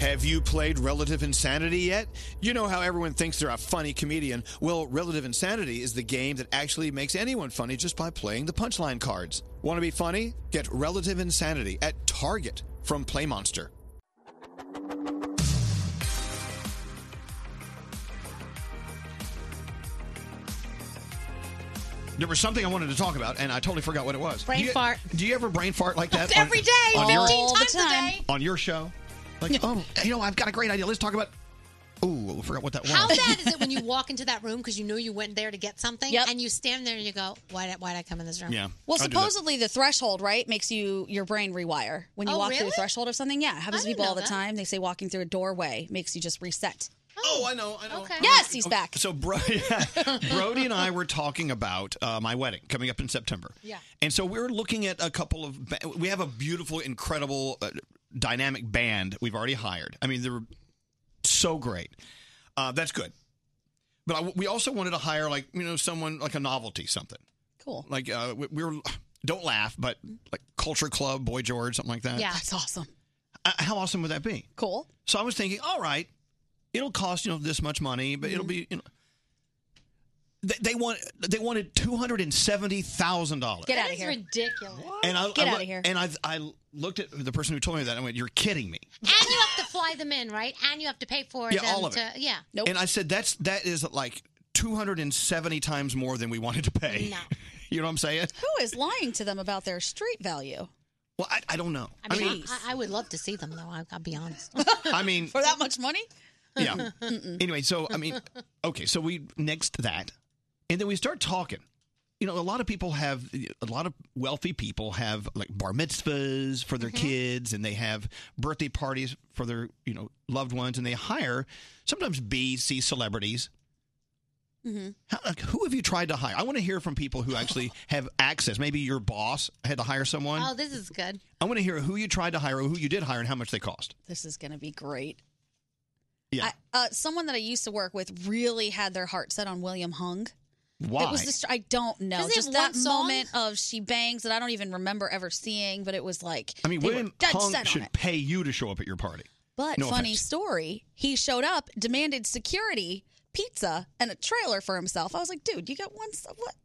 S2: Have you played Relative Insanity yet? You know how everyone thinks they're a funny comedian. Well, Relative Insanity is the game that actually makes anyone funny just by playing the punchline cards. Want to be funny? Get Relative Insanity at Target from Playmonster. There was something I wanted to talk about, and I totally forgot what it was.
S5: Brain
S2: do you,
S5: fart.
S2: Do you ever brain fart like that? on-
S5: Every day,
S2: on
S5: 15
S2: your-
S5: times a day.
S2: on your show? Like, oh, you know, I've got a great idea. Let's talk about. Ooh, I forgot what that was.
S5: How bad is it when you walk into that room because you know you went there to get something
S6: Yep.
S5: and you stand there and you go, why did, why did I come in this room?
S2: Yeah.
S6: Well,
S2: I do that.
S6: supposedly the threshold, right, makes you your brain rewire when you
S5: Oh,
S6: walk through
S5: really?
S6: the threshold of something. Yeah, it happens to
S5: didn't
S6: people all the
S5: know that.
S6: time. They say walking through a doorway makes you just reset.
S2: Oh, I know, I know.
S6: Yes, he's back.
S2: So Bro- Brody and I were talking about uh, my wedding coming up in September.
S6: Yeah.
S2: And so we were looking at a couple of. Ba- we have a beautiful, incredible, uh, dynamic band we've already hired. I mean, they're so great. Uh, that's good. But I, we also wanted to hire, like, you know, someone like a novelty, something.
S6: Cool.
S2: Like, uh, we, we were, don't laugh, but like Culture Club, Boy George, something like that.
S6: That's awesome.
S2: Uh, how awesome would that be?
S6: Cool.
S2: So I was thinking, all right, it'll cost you know this much money, but it'll be you know. They, they want they wanted two hundred and seventy thousand dollars.
S5: That is ridiculous.
S2: And I,
S5: Get
S2: I,
S5: out
S2: loo-
S5: of here.
S2: And I I looked at the person who told me that. and I went, "You're kidding me."
S5: And you have to fly them in, right? And you have to pay for
S2: Yeah,
S5: them
S2: all of
S5: to.
S2: it.
S5: Yeah.
S2: And I said, "That's that is like two hundred and seventy times more than we wanted to pay."
S6: No.
S2: you know what I'm saying?
S6: Who is lying to them about their street value?
S2: Well, I, I don't know.
S5: I mean, I, I, I would love to see them, though. I, I'll be honest.
S2: I mean,
S6: For that much money?
S2: Yeah. anyway, so I mean, okay, so we next that, and then we start talking. You know, a lot of people have a lot of wealthy people have like bar mitzvahs for their
S6: Mm-hmm.
S2: kids, and they have birthday parties for their you know loved ones, and they hire sometimes B, C celebrities
S6: Mm-hmm.
S2: How, like, who have you tried to hire? I want to hear from people who actually have access. Maybe your boss had to hire someone.
S5: Oh, this is good.
S2: I want to hear who you tried to hire, who you did hire, and how much they cost.
S6: This is going to be great.
S2: Yeah.
S6: I, uh, someone that I used to work with really had their heart set on William Hung.
S2: Why?
S6: It was this. I don't know.
S5: Doesn't he
S6: just
S5: have
S6: that
S5: one song?
S6: moment of she bangs that I don't even remember ever seeing, but it was like
S2: I mean,
S6: they were
S2: William
S6: dead
S2: Hung
S6: set on
S2: should
S6: it.
S2: pay you to show up at your party.
S6: But
S2: No
S6: funny
S2: offense.
S6: story, he showed up, demanded security, pizza, and a trailer for himself. I was like, dude, you got one. s- What?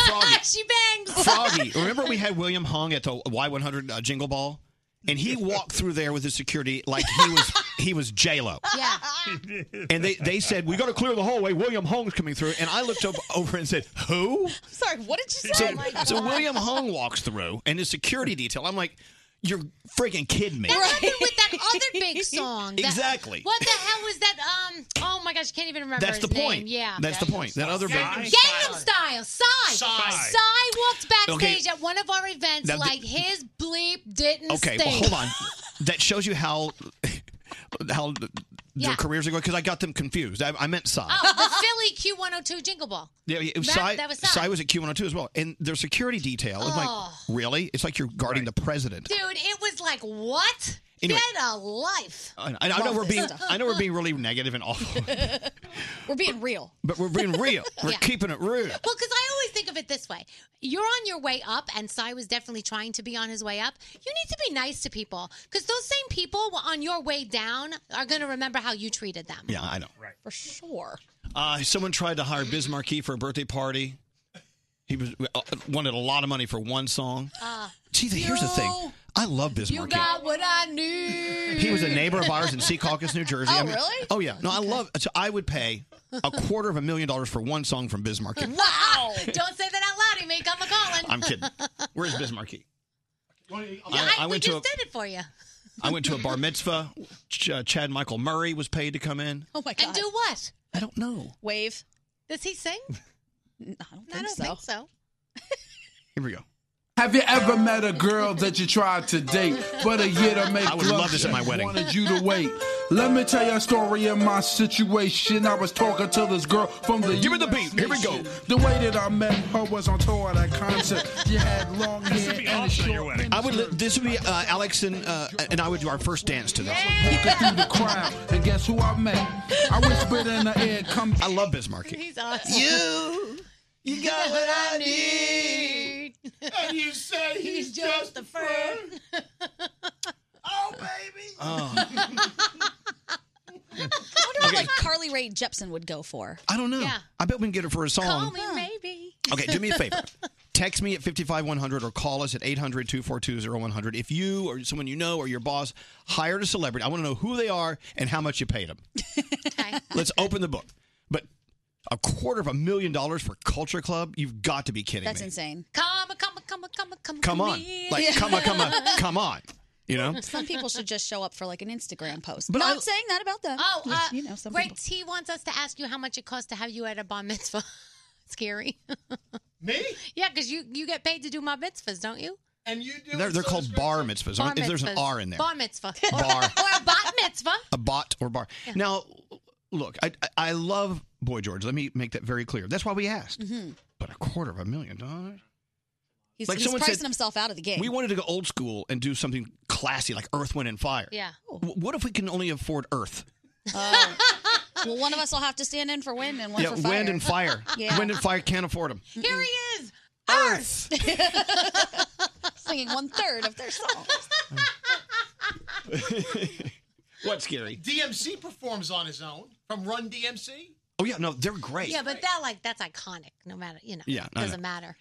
S5: Ah, she bangs.
S2: Froggy, remember we had William Hung at the Y100 uh, Jingle Ball, and he walked through there with his security like he was he was J Lo.
S5: Yeah.
S2: And they, they said, We got to clear the hallway. William Hung's coming through. And I looked up, over and said, Who?
S6: Sorry, what did you
S2: So,
S5: Oh
S6: say?
S2: so William Hung walks through and his security detail. I'm like, You're freaking kidding me.
S5: That happened with that other big song. that-
S2: Exactly.
S5: What the hell was that? Um. Oh my gosh, I can't even remember.
S2: That's the
S5: his name.
S2: point.
S5: Yeah.
S2: That's the point. That other
S5: Gangnam
S2: band.
S5: Style. Psy.
S2: Psy.
S5: Psy walked
S2: Okay.
S5: backstage at one of our events
S2: Now,
S5: like
S2: the-
S5: his bleep didn't
S2: Okay,
S5: stink.
S2: well, hold on. That shows you how how their
S5: Yeah.
S2: careers are going because I got them confused. I, I meant Psy.
S5: Oh, the Philly Q102 Jingle Ball.
S2: Yeah, yeah,
S5: That-
S2: Psy,
S5: that was Psy.
S2: Psy. was at Q102 as well. And their security detail is
S5: Oh.
S2: like, really? It's like you're guarding the president.
S5: Dude, it was like, what?
S2: Anyway.
S5: Get a life.
S2: I, I know
S6: Love
S2: we're
S6: this
S2: being,
S6: stuff.
S2: I know we're being really negative and awful,
S6: We're being real.
S2: but we're being real. We're
S5: Yeah.
S2: keeping it real.
S5: Well, because I always think of it this way: you're on your way up, and Cy was definitely trying to be on his way up. You need to be nice to people because those same people on your way down are going to remember how you treated them.
S2: Yeah, I know.
S5: Right,
S6: for sure.
S2: Uh, someone tried to hire Biz Markie for a birthday party. He was uh, wanted a lot of money for one song.
S5: Uh,
S2: Gee, here's the
S5: you-
S2: thing. I love Biz
S5: You
S2: Markie.
S5: got what I knew.
S2: He was a neighbor of ours in Secaucus, New Jersey.
S5: Oh,
S2: I mean-
S5: really?
S2: Oh, yeah. No, I love. So I would pay a quarter of a million dollars for one song from Biz Markie.
S5: Wow! Don't say that out loud. He may come a calling.
S2: I'm kidding. Where's Biz Markie?
S5: Yeah, I,
S2: I
S5: we
S2: went to
S5: just
S2: a-
S5: did it for you.
S2: I went to a bar mitzvah. Ch- uh, Chad Michael Murray was paid to come in.
S6: Oh my god.
S5: And do what?
S2: I don't know.
S6: Wave.
S5: Does he sing?
S6: I don't
S5: think so.
S2: Here we go.
S25: Have you ever met a girl that you tried to date, but a year to make
S2: I would
S25: love
S2: love this at
S25: she
S2: my wedding.
S25: wanted you to wait? Let me tell you a story of my situation. I was talking to this girl from the Give me the beat. Here we go. The way that I met her was on tour at a concert. She had long hair and a short
S2: I would. Li- this would be uh, Alex and uh, and I would do our first dance to this.
S25: Looking through the crowd, and guess who I met? I whispered in the air, "Come."
S2: I love Biz Markie.
S5: He's awesome.
S25: You,
S5: you
S25: got what I
S5: need.
S25: And you say
S5: he's just a friend.
S2: Oh.
S6: I wonder what
S2: Okay.
S6: like Carly Rae Jepsen would go for.
S2: I don't know. I bet we can get her for a song.
S5: maybe.
S2: Okay, do me a favor. Text me at 55100 or call us at 800 242 0100. If you or someone you know or your boss hired a celebrity, I want to know who they are and how much you paid them. Let's open the book. But a quarter of a million dollars for Culture Club? You've got to be kidding
S6: That's
S2: me.
S6: insane.
S5: Come, on, come, on, come, on, come, on, come,
S2: Come
S5: to
S2: on.
S5: me.
S2: Like, come on, come on, come on. You know?
S6: Some people should just show up for like an Instagram post.
S5: But
S6: Not
S5: I-
S6: saying that about them.
S5: Oh, uh,
S6: you know, some
S5: Greg
S6: people.
S5: T wants us to ask you how much it costs to have you at a bar mitzvah. Scary.
S7: Me?
S5: Yeah, because you you get paid to do my mitzvahs, don't you?
S7: And you
S2: They're, they're called bar mitzvahs.
S5: Bar
S2: If There's an
S5: mitzvahs.
S2: R in there.
S5: Bar mitzvah.
S2: Bar.
S5: or a bat mitzvah.
S2: a bot or bar. Now, look, I, I- I love Boy George. Let me make that very clear. That's why we asked. But a quarter of a million dollars?
S6: mm-hmm. He's,
S2: Like
S6: he's
S2: someone said-
S6: pricing himself out of the game.
S2: We wanted to go old school and do something classy like Earth, Wind, and Fire.
S6: Yeah.
S2: W- What if we can only afford Earth?
S6: Oh. well, one of us will have to stand in for wind and one
S2: yeah,
S6: for fire.
S2: Wind and Fire.
S6: yeah.
S2: Wind and Fire can't afford them.
S5: Here he is.
S2: Earth.
S6: Singing one third of their song.
S2: What's scary?
S7: DMC performs on his own from Run DMC.
S2: Oh, yeah, no, they're great.
S5: Yeah, but that like that's iconic. No matter you know.
S2: Yeah, I know.
S5: doesn't matter.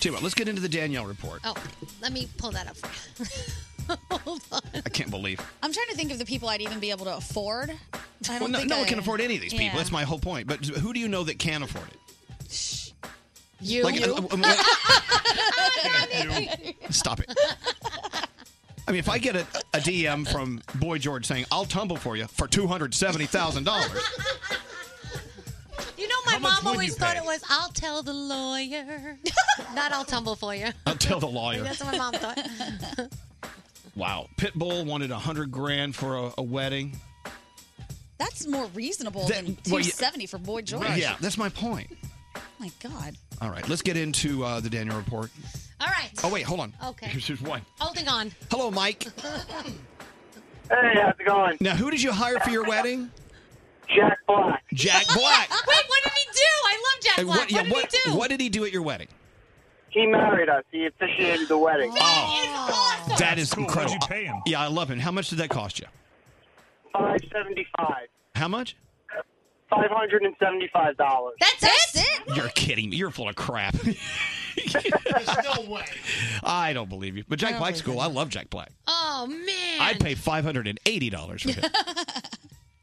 S2: Tell you what, let's get into the Danielle report.
S5: Oh, let me pull that up. For you.
S6: Oh.
S2: I can't believe.
S6: I'm trying to think of the people I'd even be able to afford. I don't
S2: no,
S6: think
S2: no
S6: I,
S2: one can afford any of these
S6: Yeah.
S2: people. That's my whole point. But who do you know that can afford it?
S5: You.
S2: Like,
S5: You.
S2: uh, uh, uh, Stop it. I mean, if I get a, a DM from Boy George saying, I'll tumble for you for $270,000.
S5: You know, my
S2: How much
S5: mom
S2: would
S5: always
S2: you
S5: thought
S2: pay?
S5: it was, I'll tell the lawyer. Not I'll tumble for you.
S2: I'll tell the lawyer.
S5: That's what my mom thought.
S2: Wow. Pitbull wanted a hundred grand for a, a wedding.
S6: That's more reasonable
S2: That-
S6: than
S2: well, yeah.
S6: 270 for Boy George.
S2: Yeah, that's my point.
S6: Oh my God.
S2: All right, let's get into uh, the Daniel report.
S5: All right.
S2: Oh wait, hold on.
S5: Okay.
S2: just one.
S5: Holding on.
S2: Hello, Mike.
S5: Hey,
S2: how's it going? Now, who did you hire for your wedding? Jack Black. Jack Black.
S5: Wait, what did he do? I love Jack
S2: And
S5: Black.
S2: what, yeah,
S5: what did
S2: what,
S5: he do?
S2: what did he do at your wedding?
S17: He married us. He officiated the wedding.
S25: Oh.
S2: That is incredible.
S17: What'd
S2: you pay him? Yeah, I love him. How much did that cost you?
S17: Five seventy-five.
S2: How much?
S17: Five hundred and seventy-five dollars.
S5: That's,
S6: it.
S2: You're kidding me. You're full of crap.
S5: There's no way.
S2: I don't believe you. But
S5: I
S2: Jack
S5: don't
S2: Black's
S5: believe
S2: cool. I love Jack Black.
S5: Oh man.
S2: I'd pay five hundred and eighty dollars for him.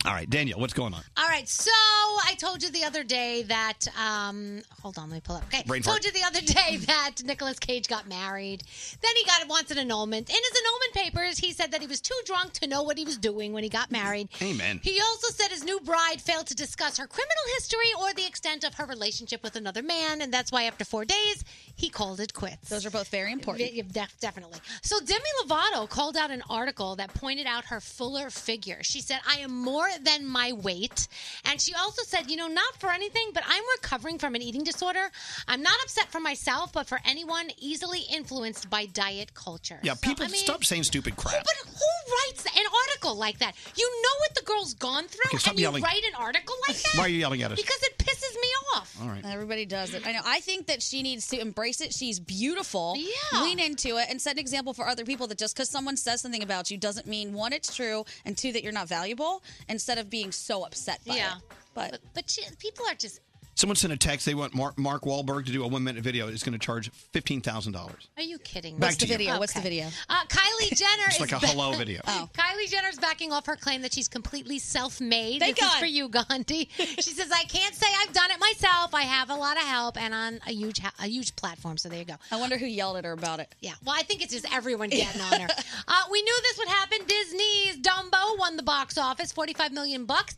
S2: All right, Danielle, what's going on?
S5: All right, so I told you the other day that um hold on, let me pull up. Okay.
S2: Brain
S5: told
S2: fart.
S5: you the other day that Nicolas Cage got married. Then he got wants an annulment. In his annulment papers, he said that he was too drunk to know what he was doing when he got married.
S2: Amen.
S5: He also said his new bride failed to discuss her criminal history or the extent of her relationship with another man, and that's why after four days, he called it quits. Those
S6: are both very important.
S5: definitely. So Demi Lovato called out an article that pointed out her fuller figure. She said, I am more than my weight. And she also said, you know, not for anything, but I'm recovering from an eating disorder. I'm not upset for myself, but for anyone easily influenced by diet culture.
S2: Yeah,
S5: So,
S2: people
S5: I mean,
S2: stop saying stupid crap.
S5: but who writes an article like that? You know what the girl's gone through,
S2: Okay, stop
S5: and you
S2: yelling.
S5: write an article like that?
S2: Why are you yelling at us?
S5: Because it pisses me off.
S2: All right.
S6: Everybody does it. I know. I think that she needs to embrace it. She's beautiful. Yeah. Lean into it and set an example for other people that just because someone says something about you doesn't mean one, it's true, and two, that you're not valuable. Instead of being so upset by
S5: Yeah.
S6: it. But
S5: but she, people are just.
S2: Someone sent a text. They want Mark, Mark Wahlberg to do a one minute video. It's going to charge fifteen thousand dollars.
S5: Are you kidding me?
S2: Back What's to the you. video?
S6: What's the video? Oh.
S5: Uh, Kylie Jenner
S2: It's
S5: is
S2: like a
S5: ba-
S2: hello video.
S5: Kylie Jenner's backing off her claim that she's completely self-made.
S6: Thank
S5: this is
S6: God.
S5: for you, Gandhi. She says, "I can't say I've done it myself. I have a lot of help and on a huge, ha- a huge platform." So there you go.
S6: I wonder who yelled at her about it.
S5: Yeah. Well, I think it's just everyone getting on her. Uh, we knew this would happen. Disney's Dumbo won the box office, forty-five million bucks.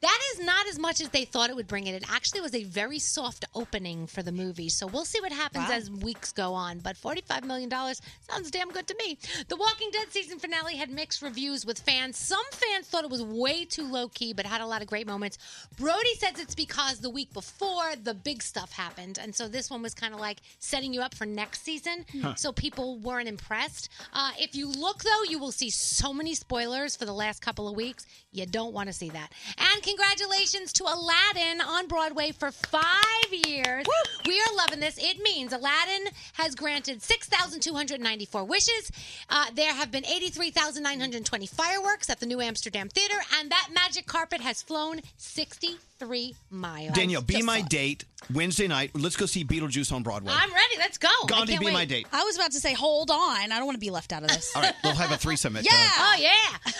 S5: That is not as much as they thought it would bring in. It actually was a very soft opening for the movie. So we'll see what happens
S18: Wow.
S5: as weeks go on. But $45 million sounds damn good to me. The Walking Dead season finale had mixed reviews with fans. Some fans thought it was way too low key, but had a lot of great moments. Brody says it's because the week before the big stuff happened. And so this one was kind of like setting you up for next season.
S18: Huh.
S5: So people weren't impressed. Uh, if you look, though, you will see so many spoilers for the last couple of weeks. You don't want to see that. And congratulations to Aladdin on Broadway for five years. We are loving this. It means Aladdin has granted 6,294 wishes. Uh, there have been 83,920 fireworks at the New Amsterdam Theater, and that magic carpet has flown 63 miles.
S2: Danielle, be my date Wednesday night. Let's go see Beetlejuice on Broadway.
S5: I'm ready. Let's go. I
S2: Gandhi,
S5: can't
S2: be my
S5: wait.
S2: date.
S6: I was about to say, hold on. I don't want to be left out of this.
S2: All right, we'll have a threesome. At, uh,
S5: Oh, yeah.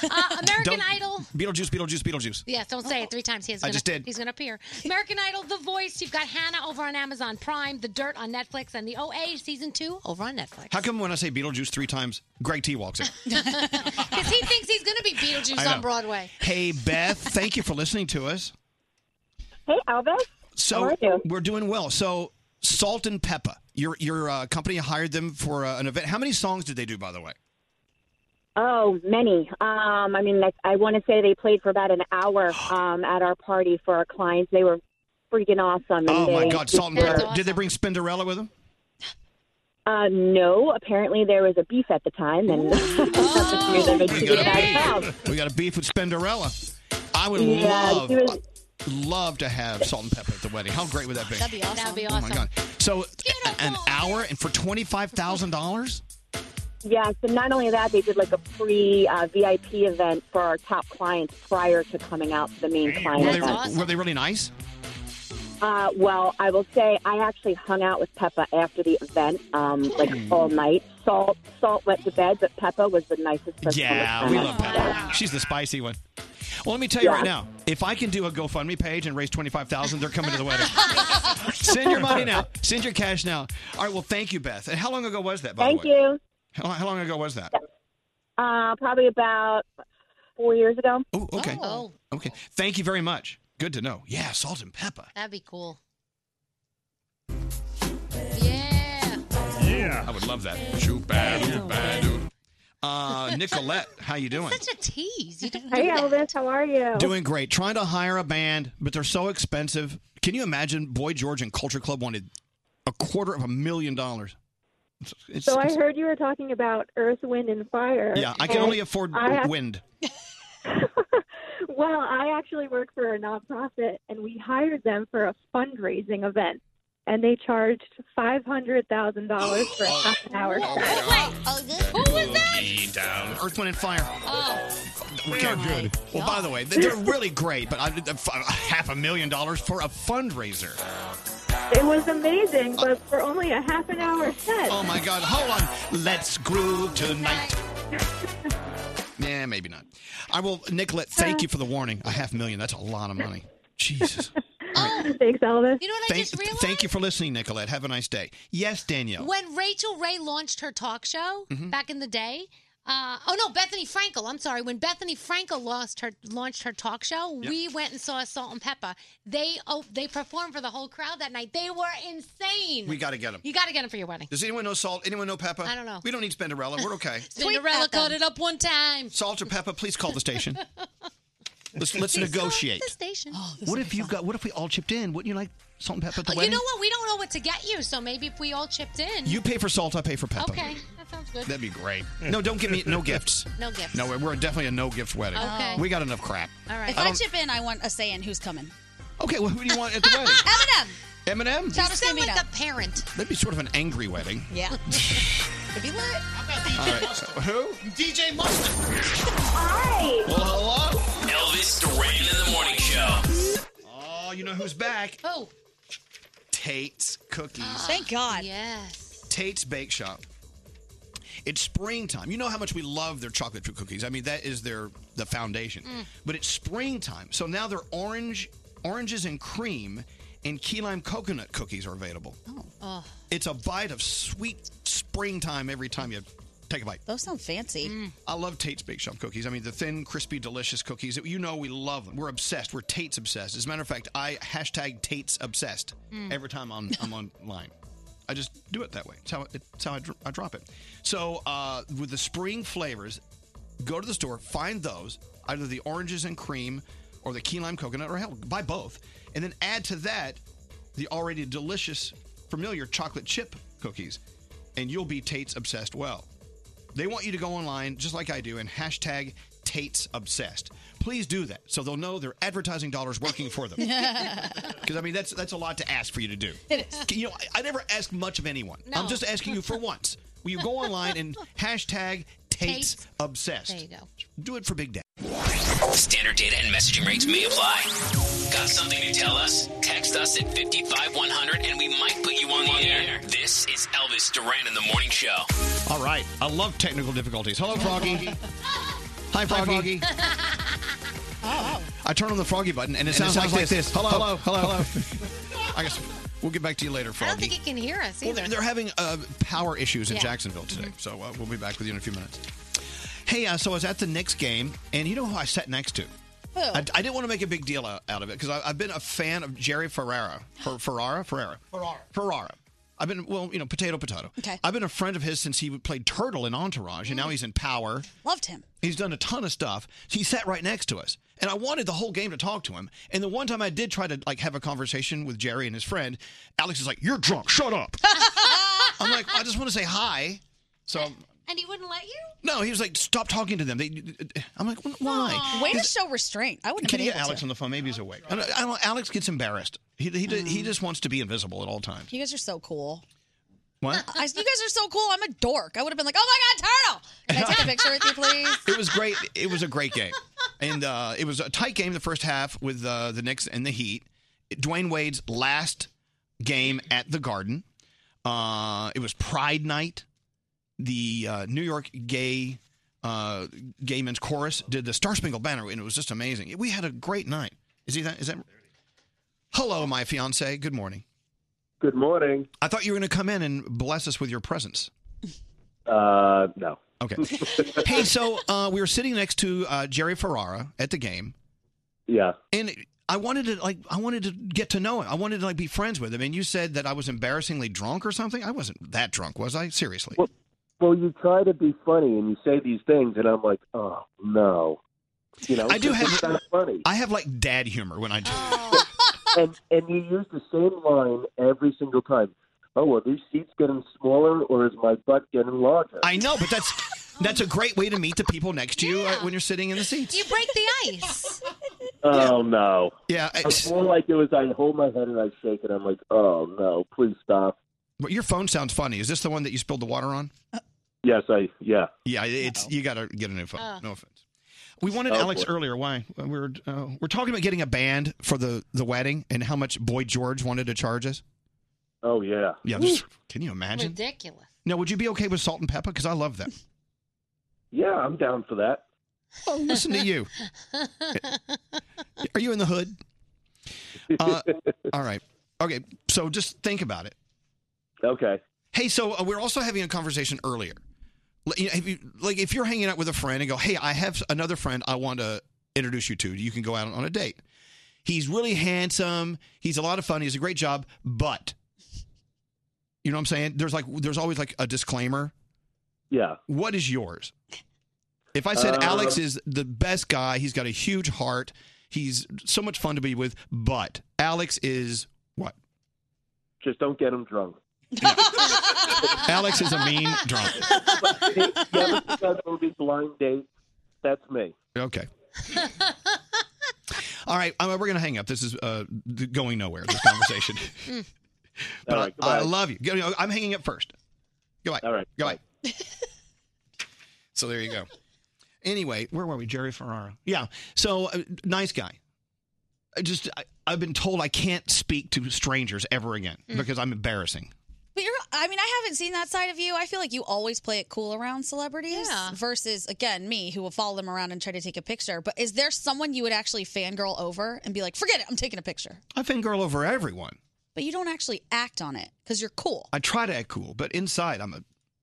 S5: Uh, American
S2: Don't-
S5: Idol.
S2: Beetlejuice, Beetlejuice, Beetlejuice.
S5: Yes, don't say it three times. He's
S2: I
S5: gonna,
S2: just did.
S5: He's going to appear. American Idol, The Voice. You've got Hannah over on Amazon Prime, The Dirt on Netflix, and The OA season two over on Netflix.
S2: How come when I say Beetlejuice three times, Greg T walks in?
S5: Because he thinks he's going to be
S2: I
S5: Beetlejuice
S2: know.
S5: on Broadway.
S2: Hey, Beth, thank you for listening to us.
S5: Hey, Elvis.
S2: So we're doing well. So Salt and Peppa, your your uh, company hired them for uh, an event. How many songs did they do, by the way?
S26: Oh, many. Um, I mean, I, I want to say they played for about an hour um, at our party for our clients. They were freaking awesome. and
S2: Oh my
S26: they
S2: God, Salt and
S26: were-
S2: Peppa. Did they bring Spinderella with them?
S26: Uh, no, apparently there was a beef at the time, and they
S2: We
S26: took it out
S2: got,
S26: of
S2: a
S26: town.
S2: beef. we got a beef with Spinderella. I would
S26: Oh. Yeah,
S2: love
S26: she was-
S2: love to have Salt and Peppa at the wedding. How great would that be?
S5: That'd be awesome. That'd be
S2: Oh my
S5: awesome.
S2: God! So a- an hour and for twenty five thousand dollars.
S26: Yes, and not only that, they did like a pre uh, VIP event for our top clients prior to coming out to the main client.
S2: Were they,
S26: event.
S2: were they really nice?
S26: Uh, well, I will say I actually hung out with Peppa after the event, um, like
S2: Hmm.
S26: all night. Salt, Salt went to bed, but Peppa was the nicest person.
S2: Yeah,
S26: on the
S2: we
S26: planet.
S2: love Peppa. She's the spicy one. Well, let me tell you right now, if I can do a GoFundMe page and raise twenty five thousand, they're coming to the wedding. Send your money now. Send your cash now. All right. Well, thank you, Beth. And how long ago was that? By
S26: Thank
S2: the way?
S26: you.
S2: How, how long ago was that?
S26: Uh, probably about four years ago.
S2: Oh, okay. Okay. Thank you very much. Good to know. Yeah, salt and pepper.
S5: That'd be cool.
S2: Yeah. I would love that. Shoot, bad, Uh, Nicolette, how you doing?
S5: Such a tease. You don't
S9: Hey,
S5: do that.
S9: Elvis, how are you?
S2: Doing great. Trying to hire a band, but they're so expensive. Can you imagine? Boy George and Culture Club wanted a quarter of a million dollars. It's- it's-
S9: so I
S2: it's-
S9: heard you were talking about Earth, Wind, and Fire.
S2: Yeah, I can
S9: and
S2: only afford
S9: I ac-
S2: wind.
S9: Well, I actually work for a nonprofit, and we hired them for a fundraising event, and they charged five hundred thousand dollars for half an hour.
S2: Who was that? Down. Oh, Earth, Wind, and Fire. We are good. Well, by the way, they- they're really great, but I, I- half a million dollars for a fundraiser.
S9: It was amazing, but for only a half an hour set.
S2: Oh my God! Hold on. Let's groove tonight. Yeah, maybe not. I will, Nicolette. Thank you for the warning. A half million—that's a lot of money. Jesus.
S5: Oh.
S9: Thanks, Elvis.
S5: You know what I
S2: Thank,
S5: just realized?
S2: thank you for listening, Nicolette. Have a nice day. Yes, Danielle.
S5: When Rachel Ray launched her talk show
S2: Mhm.
S5: back in the day, uh, oh no, Bethany Frankel. I'm sorry. When Bethany Frankel launched her launched her talk show,
S1: Yeah.
S5: we went and saw Salt and Pepper. They oh they performed for the whole crowd that night. They were insane.
S2: We got to get them.
S5: you got to get them for your wedding.
S2: Does anyone know salt? Anyone know pepper?
S5: I don't know.
S2: We don't need Spenderella. We're okay.
S5: Cinderella caught it up one time.
S2: Salt or pepper? Please call the station. Let's let's
S5: Please call
S2: negotiate.
S5: The station.
S2: What if you got? What if we all chipped in? Wouldn't you like salt and pepper at the
S5: you
S2: wedding?
S5: know what? We don't know what to get you, so maybe if we all chipped in.
S2: You pay for salt. I pay for pepper.
S5: Okay, that sounds good.
S2: That'd be great. No, don't give me no gifts.
S5: No gifts.
S2: No, we're definitely a no gift wedding.
S6: Okay.
S2: We got enough crap.
S6: All right. If
S2: I
S6: I,
S2: don't-
S6: chip in, I want a say in who's coming.
S2: Um, Okay, well, who do you want at the wedding? Eminem.
S6: Shout out
S5: sound like a parent.
S2: That'd be sort of an angry wedding.
S6: Yeah.
S5: Could be lit.
S2: All right. Who?
S7: DJ Mustard.
S9: Hi.
S2: Well, hello.
S4: Elvis Duran in the morning show.
S2: Oh, you know who's back?
S5: Oh.
S2: Tate's Cookies.
S6: Thank God.
S5: Yes.
S2: Tate's Bake Shop. It's springtime. You know how much we love their chocolate chip cookies. I mean, that is their the foundation.
S18: Mm.
S2: But it's springtime, so now their orange oranges and cream and key lime coconut cookies are available.
S5: Oh,
S2: It's a bite of sweet springtime every time you take a bite.
S6: Those sound fancy.
S2: I love Tate's Bake Shop cookies. I mean, the thin, crispy, delicious cookies. You know, we love them. We're obsessed. We're Tate's obsessed. As a matter of fact, I hashtag Tate's obsessed
S18: Mm.
S2: every time I'm, I'm online. I just do it that way. It's how, it's how I, dr- I drop it. So, uh, with the spring flavors, go to the store, find those either the oranges and cream or the key lime coconut, or hell, buy both. And then add to that the already delicious, familiar chocolate chip cookies, and you'll be Tate's obsessed well. They want you to go online, just like I do, and hashtag Tate's Obsessed. Please do that so they'll know their advertising dollars working for them. Because I mean, that's that's a lot to ask for you to do. It is. You know, I, I never ask much of anyone. I'm
S5: No.
S2: just asking you for once. Will you go online and hashtag Tate's
S5: Tate.
S2: Obsessed?
S5: There you go.
S2: Do it for Big Dad.
S4: Standard data and messaging rates may apply. Got something to tell us? Text us at 55100 and we might put you on the air. This is Elvis Duran in the morning show.
S2: All right, I love technical difficulties. Hello, Froggy. Hi, Froggy.
S6: Oh.
S2: I turn on the Froggy button and it, sounds, like, this. Hello, hello, hello. I guess we'll get back to you later,
S5: I
S2: Froggy.
S5: don't think it can hear us
S2: Well,
S5: either.
S2: they're, they're having uh, power issues in
S5: Yeah. Mm-hmm.
S2: Jacksonville today, so uh, we'll be back with you in a few minutes. Hey, uh, so I was at the Knicks game, and you know who I sat next to?
S6: Who?
S2: I, I didn't want to make a big deal out, out of it because I've been a fan of Jerry Ferrara. Fer, Ferrara? Ferrara. Ferrara. Ferrara. I've been, well, you know, potato, potato.
S6: Okay.
S2: I've been a friend of his since he played Turtle in Entourage,
S5: Mm.
S2: and now he's in Power.
S6: Loved him.
S2: He's done a ton of stuff. He sat right next to us, and I wanted the whole game to talk to him. And the one time I did try to like have a conversation with Jerry and his friend, Alex is like, "You're drunk. Shut up." I'm like, "I just want to say hi." So
S5: and he wouldn't let you?
S2: no, he was like, "Stop talking to them." They, I'm like, "Why?"
S6: Way to
S2: He's-
S6: show restraint. I wouldn't have
S2: Can
S6: been
S2: you get
S6: able
S2: Alex
S6: to.
S2: on the phone? Maybe he's awake. I don't, I don't, Alex gets embarrassed. He he,
S6: Mm.
S2: he just wants to be invisible at all times.
S6: You guys are so cool.
S2: What?
S6: I, you guys are so cool. I'm a dork. I would have been like, oh my God, turtle. Can I take a picture with you, please?
S2: It was great. It was a great game, and uh, it was a tight game the first half with uh, the Knicks and the Heat. Dwayne Wade's last game at the Garden. Uh, it was Pride Night. The uh, New York Gay uh, Gay Men's Chorus did the Star Spangled Banner, and it was just amazing. We had a great night. Is he that? Is that? Hello, my fiance. Good morning.
S19: Good morning.
S2: I thought you were going to come in and bless us with your presence.
S19: Uh, no.
S2: Okay. hey, so uh, we were sitting next to uh, Jerry Ferrara at the game.
S19: Yeah.
S2: And I wanted to like I wanted to get to know him. I wanted to like be friends with him. And you said that I was embarrassingly drunk or something. I wasn't that drunk, was I? Seriously.
S19: well, you try to be funny and you say these things, and I'm like, oh no, you know.
S2: I do
S19: 'cause it's
S2: have-
S19: not funny.
S2: I have like dad humor when I do.
S19: and and you use the same line every single time. Oh, well, these seats getting smaller, or is my butt getting larger?
S2: I know, but that's that's a great way to meet the people next to you uh, when you're sitting in the seats.
S5: You break the ice.
S19: Oh no.
S2: Yeah,
S19: it's more like it was. I hold my head and I shake it. I'm like, oh no, please stop.
S2: But your phone sounds funny. Is this the one that you spilled the water on?
S19: Yes, I yeah.
S2: Yeah, it's you got to get a new phone.
S19: Uh.
S2: No offense. We wanted
S19: Oh,
S2: Alex
S19: boy.
S2: earlier. Why we we're uh, we're talking about getting a band for the the wedding and how much Boy George wanted to charge us.
S19: Oh yeah.
S2: Yeah, just- can you imagine?
S5: Ridiculous.
S2: Now, would you be okay with salt and pepper? Because I love them.
S19: Yeah, I'm down for that.
S2: Oh, listen to you. Are you in the hood? Uh, all right. Okay. So just think about it.
S19: Okay.
S2: Hey, so uh, we're also having a conversation earlier. L- you know, if you- like if you're hanging out with a friend and go, "Hey, I have another friend I want to introduce you to. You can go out on a date." He's really handsome. He's a lot of fun. He's a great job, but you know what I'm saying? There's like there's always like a disclaimer.
S19: Yeah.
S2: What is yours? If I said
S19: Uh,
S2: Alex is the best guy, he's got a huge heart. He's so much fun to be with, but Alex is what?
S19: Just don't get him drunk.
S2: Alex is a mean drunk.
S19: you ever see that movie Blind Date? That's me.
S2: Okay. All right, uh, we're going to hang up. This is uh, th- going nowhere, this conversation. but
S19: All right,
S2: I, I
S19: goodbye.
S2: love you. Go- you know, I'm hanging up first. Goodbye. All right. Goodbye. so there you go. Anyway, where were we? Jerry Ferrara. Yeah. So uh, nice guy. I just I, I've been told I can't speak to strangers ever again because I'm embarrassing.
S6: But you're, I mean, I haven't seen that side of you. I feel like you always play it cool around celebrities versus, again, me who will follow them around and try to take a picture. But is there someone you would actually fangirl over and be like, forget it, I'm taking a picture?
S2: I fangirl over everyone.
S6: But you don't actually act on it because you're cool.
S2: I try to act cool, but inside I'm a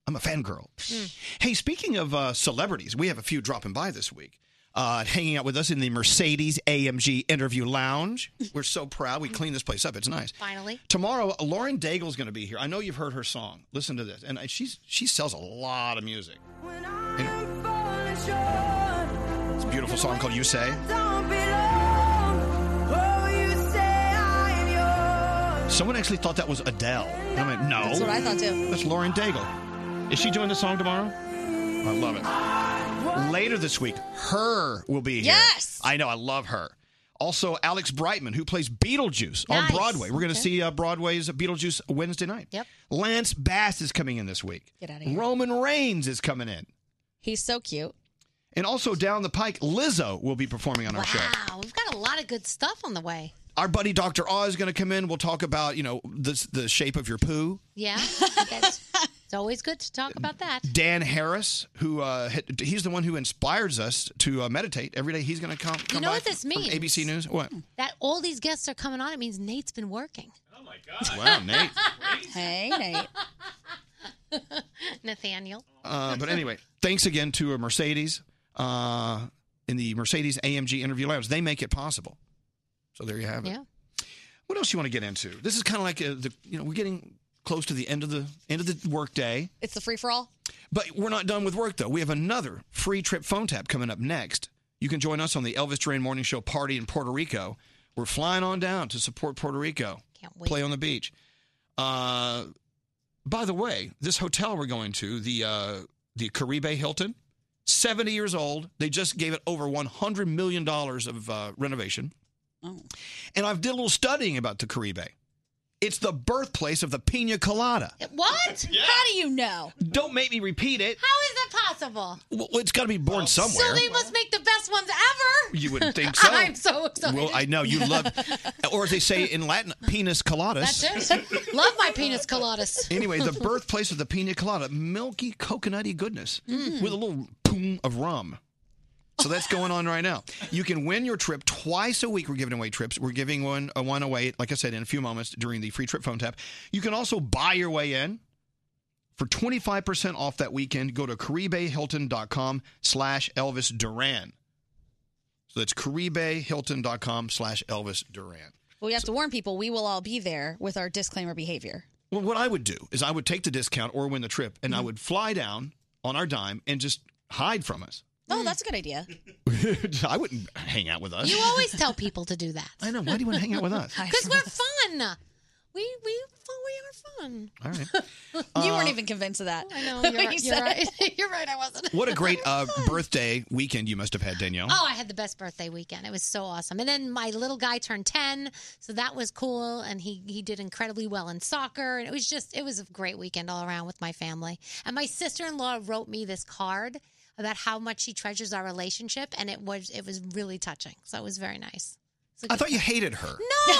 S2: I'm a fangirl.
S5: Mm.
S2: Hey, speaking of uh, celebrities, we have a few dropping by this week. Uh, hanging out with us in the Mercedes AMG interview lounge. We're so proud. We cleaned this place up. It's nice.
S5: Finally.
S2: Tomorrow, Lauren Daigle's going to be here. I know you've heard her song. Listen to this, and uh, she's she sells a lot of music. It's a beautiful song called "You Say." Someone actually thought that was Adele. And I went, no.
S6: That's what I thought too.
S2: That's Lauren Daigle. Is she doing the song tomorrow? I love it. Later this week, her will be here.
S6: Yes!
S2: I know, I love her. Also, Alex Brightman, who plays Beetlejuice
S5: Nice.
S2: on Broadway. We're going to
S5: Okay.
S2: see uh, Broadway's Beetlejuice Wednesday night.
S5: Yep.
S2: Lance Bass is coming in this week.
S6: Get outta here.
S2: Roman Reigns is coming in.
S6: He's so cute.
S2: And also down the pike, Lizzo will be performing on our show.
S5: Wow, Oh, we've got a lot of good stuff on the way.
S2: Our buddy Dr. Oz is going to come in. We'll talk about, you know, this, the shape of your poo.
S5: Yeah, that's, it's always good to talk about that.
S2: Dan Harris, who uh, hit- he's the one who inspires us to uh, meditate every day. He's going to come. come
S5: know
S2: by
S5: what this
S2: from
S5: means?
S2: ABC News. What?
S5: That all these guests are coming on. It means Nate's been working.
S2: Wow, Nate.
S6: Hey, Nate.
S5: Nathaniel.
S2: Uh, but anyway, thanks again to uh, Mercedes uh, in the Mercedes AMG Interview Labs. They make it possible. So there you have it.
S5: Yeah.
S2: What else you want to get into? This is kind of like uh the you know we're getting close to the end of the end of the workday.
S6: It's the free for all.
S2: But we're not done with work, though. We have another free trip phone tap coming up next. You can join us on the Elvis Duran Morning Show party in Puerto Rico. We're flying on down to support Puerto Rico. Can't wait. Play on the beach. Uh, by the way, this hotel we're going to, the uh, the Caribe Hilton, 70 years old. They just gave it over $100 million of uh, renovation. Oh. And I've did a little studying about the Caribe. It's the birthplace of the pina colada.
S5: What? How do you know?
S2: Don't make me repeat it.
S5: How is that possible?
S2: Well, it's got to be born somewhere.
S5: So they must make the best ones ever.
S2: You wouldn't think so.
S5: I'm so excited.
S2: Well, I know you love, or as they say in Latin, penis coladas.
S5: That's it. Love my penis coladas.
S2: Anyway, the birthplace of the pina colada, milky coconutty goodness
S5: Mm.
S2: with a little boom of rum. So that's going on right now. You can win your trip twice a week. We're giving away trips. We're giving one uh, one away, like I said, in a few moments during the free trip phone tap. You can also buy your way in for 25% off that weekend. Go to caribehilton.com slash Elvis Duran. So that's caribehilton.com slash Elvis Duran.
S6: But we have to warn people we will all be there with our disclaimer behavior.
S2: Well, what I would do is I would take the discount or win the trip, and I
S5: Mm-hmm.
S2: would fly down on our dime and just hide from us.
S6: Oh,
S5: Mm.
S6: that's a good idea.
S2: I wouldn't hang out with us.
S5: You always tell people to do that.
S2: I know. Why do you want to hang out with us?
S5: Because we're fun. We we we are fun. Oh,
S2: All right.
S6: you
S2: Uh,
S6: weren't even convinced of that. I
S5: know.
S6: When
S5: you're
S6: you
S5: right,
S6: said
S5: you're right.
S6: it.
S5: You're right. I wasn't.
S2: What a great uh, birthday weekend you must have had, Danielle.
S5: Oh, I had the best birthday weekend. It was so awesome. And then my little guy turned 10, so that was cool and he he did incredibly well in soccer and it was just it was a great weekend all around with my family. And my sister-in-law wrote me this card about how much she treasures our relationship and it was it was really touching. So it was very nice.
S2: I thought you hated her.
S5: No.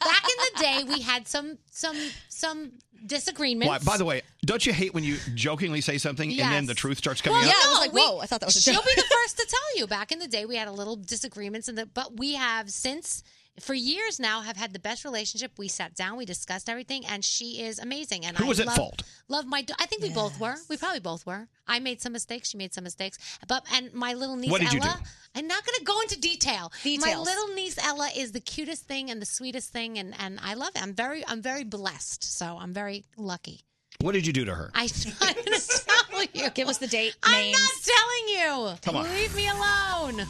S5: Back in the day we had some some some disagreements.
S2: Why? By the way, don't you hate when you jokingly say something and then
S5: Yes.
S2: the truth starts coming
S5: well,
S2: out?
S5: No, we-
S6: "Whoa, I thought that was a
S5: She'll
S6: joke."
S5: be the first to tell you. Back in the day, we had a little disagreements, and the, but we have since for years now have had the best relationship. We sat down, we discussed everything, and she is amazing. And
S2: Who
S5: I
S2: was at
S5: love,
S2: fault?
S5: Love my. da- I think we both were. We probably both were. I made some mistakes. She made some mistakes. But and my little niece
S2: What did you
S5: Ella.
S2: do?
S5: I'm not going to go into detail. My
S6: Details.
S5: little niece Ella is the cutest thing and the sweetest thing, and and I love it. I'm very I'm very blessed. So I'm very lucky.
S2: What did you do to her?
S5: I, I'm going to tell you. Give us the date. I'm not
S2: Come
S5: telling you.
S2: on.
S5: Leave me alone.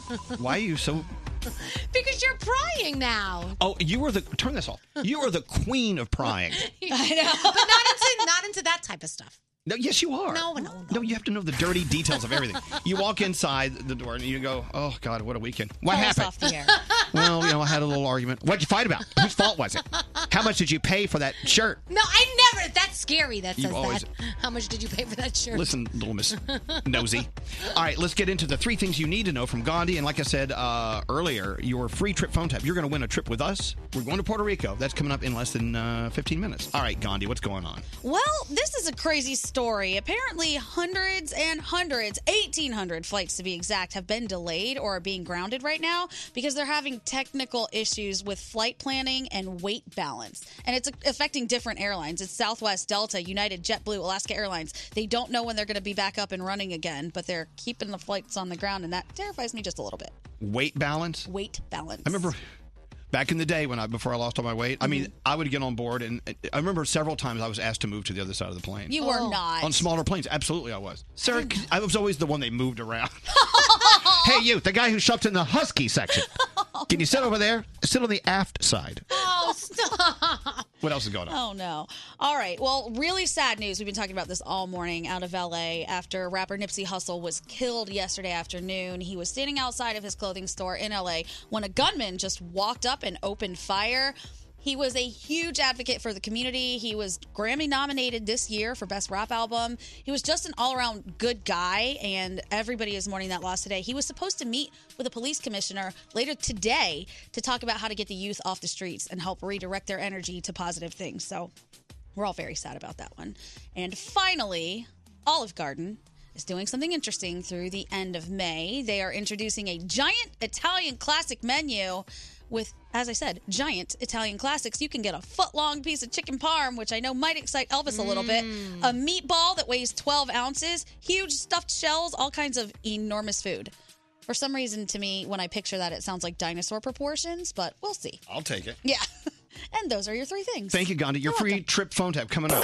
S2: Why are you so?
S5: because you're prying now.
S2: Oh, you were the. Turn this off. You are the queen of prying.
S5: I know. but not into not into that type of stuff.
S2: No, yes, you are.
S5: No, no.
S2: No, you have to know the dirty details of everything. You walk inside the door and you go, "Oh God, what a weekend! What happened?" well, you know, I had a little argument. What'd you fight about? Whose fault was it? How much did you pay for that shirt?
S5: No, I never. That's scary. That
S2: You
S5: says
S2: always-
S5: that. How much did you pay for that shirt?
S2: Listen, little Miss Nosy. All right, let's get into the three things you need to know from Gandhi. And like I said uh, earlier, your free trip phone tap. You're going to win a trip with us. We're going to Puerto Rico. That's coming up in less than uh, 15 minutes. All right, Gandhi, what's going on?
S6: Well, this is a crazy story. Apparently, hundreds and hundreds, 1,800 flights to be exact, have been delayed or are being grounded right now because they're having technical issues with flight planning and weight balance. And it's affecting different airlines. It's Southwest, Delta, United, JetBlue, Alaska Airlines. They don't know when they're going to be back up and running again, but they're keeping the flights on the ground, and that terrifies me just a little bit.
S2: Weight balance?
S6: Weight balance.
S2: I remember back in the day when I before I lost all my weight. I
S6: Mm-hmm.
S2: mean, I would get on board, and I remember several times I was asked to move to the other side of the plane. Oh.
S6: You
S5: Oh.
S6: were not.
S2: on smaller planes. Absolutely, I was. Sarah, c- I was always the one they moved around. hey, you, the guy who shoved in the husky section. Can you sit over there? Sit on the aft side.
S5: Oh, stop.
S2: What else is going on?
S6: Oh no. All right. Well, really sad news. We've been talking about this all morning out of LA after rapper Nipsey Hussle was killed yesterday afternoon. He was standing outside of his clothing store in LA when a gunman just walked up and opened fire. He was a huge advocate for the community. He was Grammy nominated this year for Best Rap Album. He was just an all around good guy, and everybody is mourning that loss today. He was supposed to meet with a police commissioner later today to talk about how to get the youth off the streets and help redirect their energy to positive things. So we're all very sad about that one. And finally, Olive Garden is doing something interesting through the end of May. They are introducing a giant Italian classic menu with, as I said, giant Italian classics. You can get a foot long piece of chicken parm, which I know might excite Elvis a little bit, a meatball that weighs 12 ounces, huge stuffed shells, all kinds of enormous food. For some reason, to me, when I picture that, it sounds like dinosaur proportions, but we'll see.
S2: I'll take it.
S6: Yeah. and those are your three things.
S2: Thank you, Gandhi. Your free trip phone tap coming up.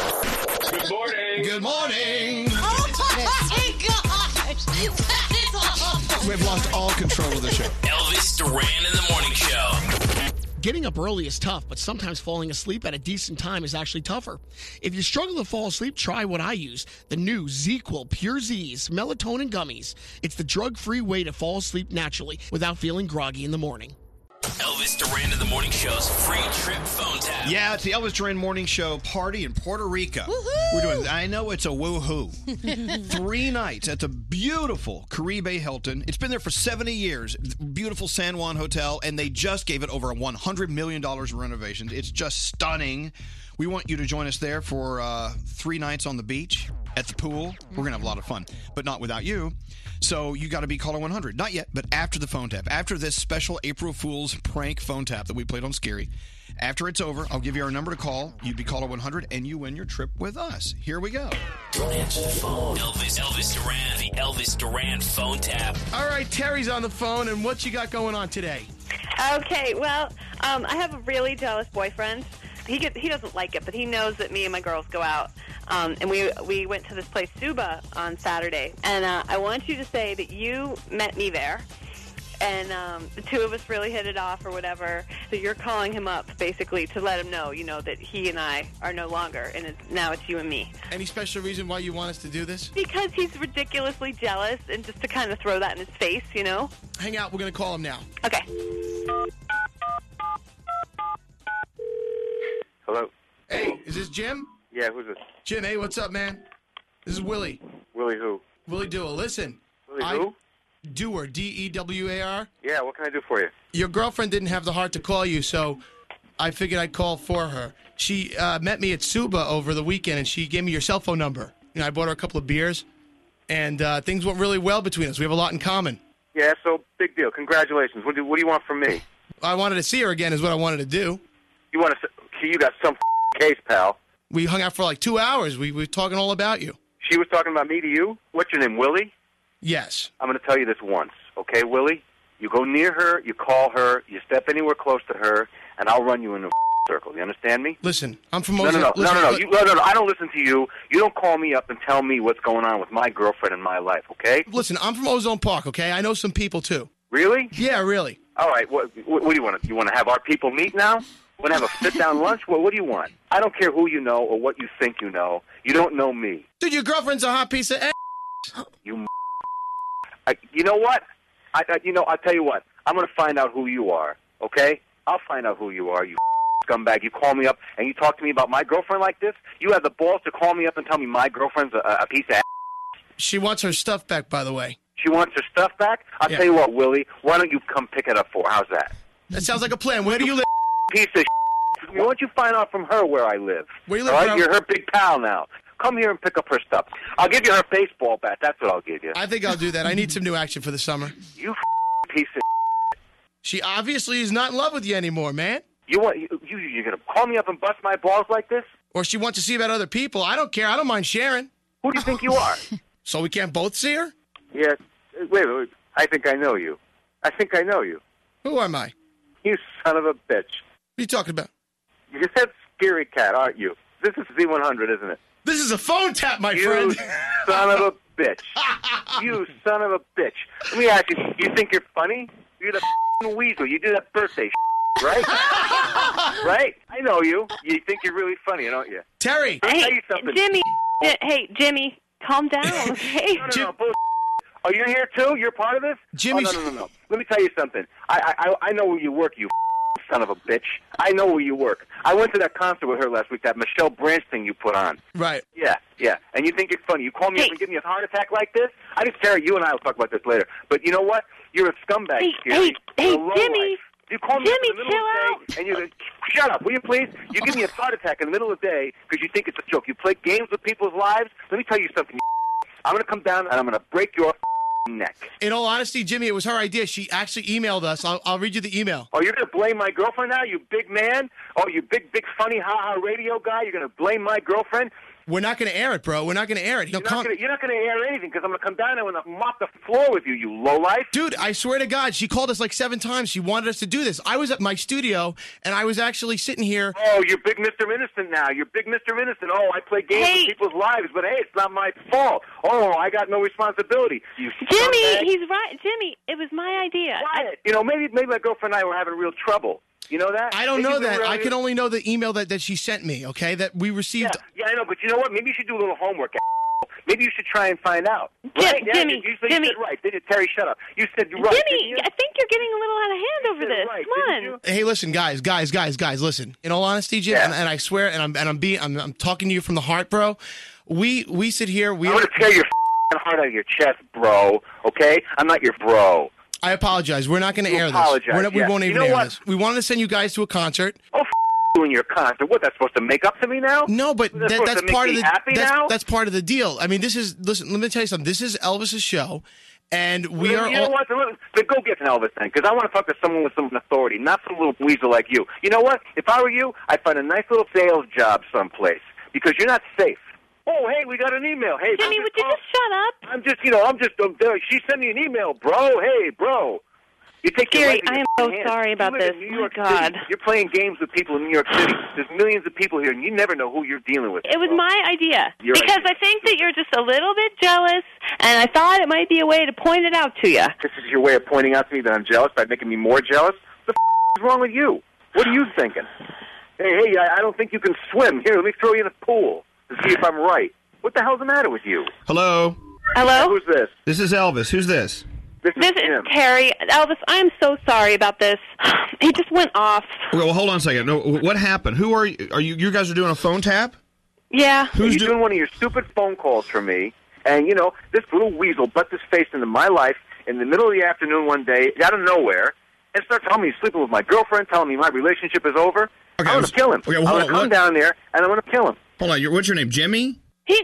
S10: Good morning.
S2: Good morning.
S5: Oh my gosh. That is awful.
S2: We've lost all control of the show.
S4: Elvis Duran in the morning show.
S15: Getting up early is tough, but sometimes falling asleep at a decent time is actually tougher. If you struggle to fall asleep, try what I use the new ZQL Pure Z's melatonin gummies. It's the drug free way to fall asleep naturally without feeling groggy in the morning.
S4: Elvis Duran in the morning show's free trip phone tap.
S2: Yeah, it's the Elvis Duran Morning Show party in Puerto Rico. We're doing. I know it's a woohoo. Three nights at the beautiful Caribe Hilton. It's been there for 70 years. Beautiful San Juan Hotel, and they just gave it over $100 million in renovations. It's just stunning. We want you to join us there for uh, three nights on the beach, at the pool. We're going to have a lot of fun, but not without you. So you got to be caller 100. Not yet, but after the phone tap, after this special April Fool's prank phone tap that we played on Scary. After it's over, I'll give you our number to call. You'd be caller 100, and you win your trip with us. Here we go.
S4: Don't answer the phone. Elvis, Elvis Duran, the Elvis Duran phone tap.
S7: All right, Terry's on the phone, and what you got going on today?
S21: Okay, well, um, I have a really jealous boyfriend. he gets he doesn't like it, but he knows that me and my girls go out. Um, and we we went to this place Suba on Saturday, and uh, I want you to say that you met me there. And um, the two of us really hit it off, or whatever. So you're calling him up basically to let him know, you know, that he and I are no longer, and it's, now it's you and me.
S7: Any special reason why you want us to do this?
S21: Because he's ridiculously jealous, and just to kind of throw that in his face, you know.
S7: Hang out. We're gonna call him now.
S21: Okay.
S19: Hello.
S7: Hey, is this Jim?
S19: Yeah, who's this?
S7: Jim, hey, what's up, man? This is Willie.
S19: Willie who?
S7: Willie Dewar. Listen.
S19: Willie who?
S7: Dewar. D E W A R.
S19: Yeah, what can I do for you?
S7: Your girlfriend didn't have the heart to call you, so I figured I'd call for her. She uh, met me at Suba over the weekend, and she gave me your cell phone number. You know, I bought her a couple of beers, and uh, things went really well between us. We have a lot in common.
S19: Yeah, so big deal. Congratulations. What do, what do you want from me?
S7: I wanted to see her again, is what I wanted to do.
S19: You want to? See, you got some case, pal.
S7: We hung out for like two hours. We, we were talking all about you.
S19: She was talking about me to you. What's your name, Willie?
S7: Yes.
S19: I'm going to tell you this once, okay, Willie? You go near her, you call her, you step anywhere close to her, and I'll run you in a circle. You understand me?
S7: Listen, I'm from
S19: No, no,
S7: Moses.
S19: no, no,
S7: listen,
S19: no, no.
S7: li-
S19: You, no, no, no. I don't listen to you. You don't call me up and tell me what's going on with my girlfriend and my life, okay?
S7: Listen, I'm from Ozone Park. Okay, I know some people too.
S19: Really?
S7: Yeah, really.
S19: All right. What, what, what do you want? You want to have our people meet now? Want to have a sit-down lunch? What, what do you want? I don't care who you know or what you think you know. You don't know me.
S7: Dude, your girlfriend's a hot piece of ass.
S19: You. I, you know what? I, I you know I'll tell you what. I'm going to find out who you are. Okay? I'll find out who you are. You scumbag. You call me up and you talk to me about my girlfriend like this. You have the balls to call me up and tell me my girlfriend's a, a piece of. ass.
S7: She wants her stuff back, by the way.
S19: She wants her stuff back. I'll
S7: Yeah.
S19: tell you what, Willie. Why don't you come pick it up for? her? How's that?
S7: That sounds like a plan. Where do you live?
S19: Piece of. Why don't you find out from her where I live?
S7: Where you
S19: All
S7: live,
S19: right,
S7: bro?
S19: you're her big pal now. Come here and pick up her stuff. I'll give you her baseball bat. That's what I'll give you.
S7: I think I'll do that. I need some new action for the summer.
S19: You piece of.
S7: She obviously is not in love with you anymore, man.
S19: You want you, you you're gonna call me up and bust my balls like this?
S7: Or she wants to see about other people. I don't care. I don't mind sharing.
S19: Who do you think you are?
S7: so we can't both see her.
S19: Yes. Wait, wait, wait. I think I know you. I think I know you.
S7: Who am I?
S19: You son of a bitch.
S7: What are you talking about?
S19: You're that scary cat, aren't you? This is Z100, isn't it?
S7: This is a phone tap, my
S19: you
S7: friend.
S19: son of a bitch. You son of a bitch. Let me ask you. You think you're funny? You're the f***ing weasel. You do that birthday shit, right? right? I know you. You think you're really funny, don't you?
S7: Terry.
S19: I'll tell
S21: Hey,
S19: you something.
S21: Jimmy. J- hey, Jimmy. Calm down, okay?
S19: No, no, no, bull- Are you here too? You're part of this? Jimmy. Oh, no, no, no, no. Let me tell you something. I, I, I- I know where you work, you son of a bitch. I know where you work. I went to that concert with her last week, that Michelle Branch thing you put on.
S7: Right.
S19: Yeah, yeah. And you think it's funny. You call me up and give me a heart attack like this? I just care. You and I will talk about this later. But you know what? You're a scumbag.
S21: Hey,
S19: Gary.
S21: hey, hey,
S19: You're a lowlife.
S21: Jimmy.
S19: You call me up in
S21: Jimmy,
S19: the middle of the day, and you're shut up, will you please? You give me a heart attack in the middle of the day because you think it's a joke. You play games with people's lives. Let me tell you something. you I'm going to come down and I'm going to break your neck.
S7: In all honesty, Jimmy, it was her idea. She actually emailed us. I'll, I'll read you the email.
S19: Oh, you're going to blame my girlfriend now, you big man? Oh, you big, big, funny, ha-ha radio guy? You're going to blame my girlfriend?
S7: We're not going to air it, bro. We're not going to air it. No,
S19: You're not gonna- you're not going to air anything because I'm going to come down there and I'm gonna mop the floor with you, you lowlife.
S7: Dude, I swear to God, she called us like seven times. She wanted us to do this. I was at my studio, and I was actually sitting here.
S19: Oh, you're big Mr. Innocent now. You're big Mr. Innocent. Oh, I play games with people's lives, but hey, it's not my fault. Oh, I got no responsibility. You
S21: Jimmy,
S19: scumbag.
S21: he's right. Jimmy, it was my idea.
S19: Quiet. You know, maybe maybe my girlfriend and I were having real trouble. You know that?
S7: I don't
S19: Maybe
S7: know
S19: we
S7: that.
S19: were
S7: I
S19: having-
S7: can only know the email that, that she sent me, okay? That we received.
S19: Yeah, I know, but you know what? Maybe you should do a little homework. a**hole. Maybe you should try and find out.
S21: Jim-
S19: right? Yeah,
S21: Jimmy,
S19: you, you said
S21: Jimmy.
S19: right. Did you, Terry? Shut up. You said right. didn't
S21: Jimmy,
S19: you?
S21: I think you're getting a little out of hand over this. Come on.
S7: Hey, listen, guys, guys, guys, guys. Listen, in all honesty, Jim, and, and I swear, and I'm and I'm being, I'm, I'm talking to you from the heart, bro. We we sit here. We.
S19: I'm gonna tear your f***ing heart out of your chest, bro. Okay? I'm not your bro.
S7: I apologize. We're not going to
S19: You
S7: air
S19: apologize,
S7: this. We're not,
S19: yeah.
S7: We won't
S19: You
S7: even
S19: know
S7: air
S19: what?
S7: this. We wanted to send you guys to a concert.
S19: Oh, f- doing your concert. What? That's supposed to make up to me now?
S7: No, but
S19: that's,
S7: that,
S19: supposed
S7: that's
S19: to make
S7: part
S19: me
S7: of the
S19: happy
S7: that's,
S19: now.
S7: that's part of the deal. I mean, this is listen. Let me tell you something. This is Elvis's show, and we
S19: you
S7: are
S19: know
S7: all.
S19: what? Then- Then go get an Elvis then, because I want to talk to someone with some authority, not some little weasel like you. You know what? If I were you, I'd find a nice little sales job someplace because you're not safe. Oh, hey, we got an email. Hey, Jimmy, would you just
S21: shut up?
S19: I'm just, you know, I'm just, um, there- she sent me an email, bro. Hey, bro. You take your
S21: Gary,
S19: life in
S21: I
S19: your
S21: am
S19: f***ing
S21: so
S19: hands.
S21: sorry
S19: You
S21: about
S19: live in
S21: this.
S19: New
S21: My
S19: York
S21: God.
S19: City. You're playing games with people in New York City. There's millions of people here, and you never know who you're dealing with.
S21: It was
S19: Well,
S21: my idea
S19: Your
S21: because I think that you're just a little bit jealous, and I thought it might be a way to point it out to you.
S19: This is your way of pointing out to me that I'm jealous by making me more jealous. The f- is wrong with you? What are you thinking? Hey, hey, I, I don't think you can swim. Here, let me throw you in the pool to see if I'm right. What the hell's the matter with you?
S2: Hello.
S21: Hello.
S19: Who's this?
S2: This is Elvis. Who's this?
S19: This
S21: is, Terry. Elvis, I am so sorry about this. He just went off.
S2: Okay, well, hold on a second. No, what happened? Who are you? Are you? You guys are doing a phone tap?
S21: Yeah.
S2: Who's
S19: You're doing one of your stupid phone calls for me, and you know this little weasel butt this face into my life in the middle of the afternoon one day, out of nowhere, and starts telling me he's sleeping with my girlfriend, telling me my relationship is over.
S2: Okay,
S19: I'm
S2: I
S19: gonna
S2: was-
S19: kill him.
S2: okay, well,
S19: I'm
S2: hold
S19: gonna
S2: on,
S19: come
S2: what-
S19: down there and I'm gonna kill him.
S2: Hold on. Your, what's your name? Jimmy.
S21: He,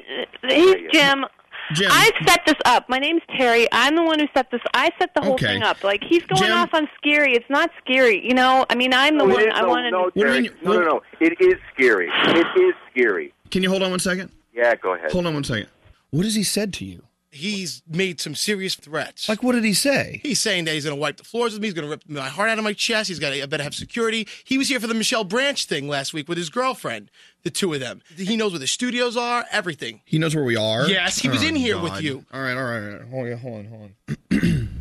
S21: he's Jim. I set this up. My name's Terry. I'm the one who set this. I set the whole
S2: Okay.
S21: thing up. Like he's going off on scary. It's not scary, you know. I mean, I'm the
S19: No, it
S21: one.
S19: is-
S21: I
S19: no,
S21: wanted.
S19: no,
S21: to...
S19: Derek. no, no, no. It is scary. It is scary.
S2: Can you hold on one second?
S19: Yeah, go ahead.
S2: Hold on one second. What has he said to you?
S7: He's made some serious threats.
S2: Like, what did he say?
S7: He's saying that he's going to wipe the floors with me. He's going to rip my heart out of my chest. He's got. I better have security. He was here for the Michelle Branch thing last week with his girlfriend. The two of them. He knows where the studios are. Everything.
S2: He knows where we are. Oh,
S7: Yes, he was in here with you.
S2: All right, all right, all right. Hold on, hold on, hold on.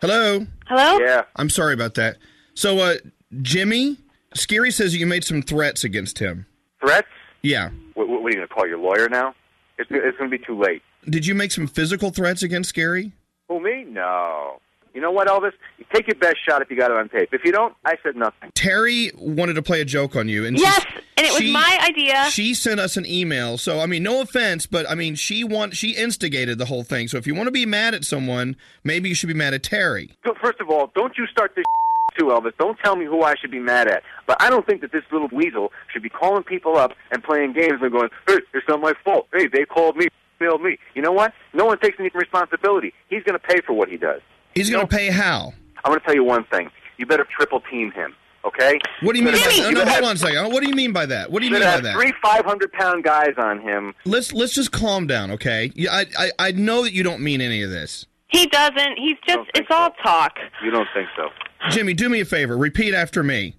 S2: Hello.
S21: Hello.
S19: Yeah.
S2: I'm sorry about that. So, uh, Jimmy, Scary says you made some threats against him.
S19: Threats?
S2: Yeah.
S19: What, what are you going to call your lawyer now? It's, it's going to be too late.
S2: Did you make some physical threats against Scary?
S19: Who me? No. You know what, Elvis? You take your best shot if you got it on tape. If you don't, I said nothing.
S2: Terry wanted to play a joke on you, and she-
S21: Yes, uh, and it was
S2: she-
S21: my idea.
S2: She sent us an email, so I mean, no offense, but I mean, she want she instigated the whole thing. So if you want to be mad at someone, maybe you should be mad at Terry.
S19: So First of all, don't you start this too, Elvis. Don't tell me who I should be mad at. But I don't think that this little weasel should be calling people up and playing games and going, hey, it's not my fault. Hey, they called me, failed me. You know what? No one takes any responsibility. He's going to pay for what he does.
S2: He's going to pay how?
S19: I'm going to tell you one thing. You better triple team him, okay?
S2: What do you mean?
S19: better
S2: By,
S19: have-
S2: no,
S19: you
S2: no,
S19: better
S2: hold
S19: have-
S2: on a second. What do you mean by that? What do you mean
S19: better
S2: by
S19: have
S2: that?
S19: three 500 pound guys on him.
S2: Let's let's just calm down, okay? Yeah, I, I I know that you don't mean any of this.
S21: He doesn't. He's just. It's all talk.
S19: You don't think so?
S2: Jimmy, do me a favor. Repeat after me.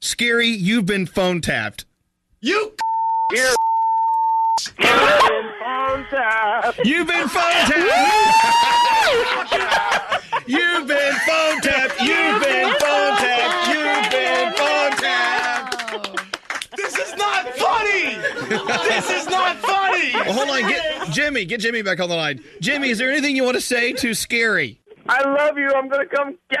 S2: Scary, you've been phone tapped.
S7: You.
S19: You're
S2: You've been phone
S10: tapped.
S2: You've been phone tapped. You've been phone tapped. You've been phone tapped.
S10: This is not funny. This is not funny.
S2: Well, hold on, get Jimmy, get Jimmy back on the line. Jimmy, is there anything you want to say to Scary?
S19: I love you. I'm going to come get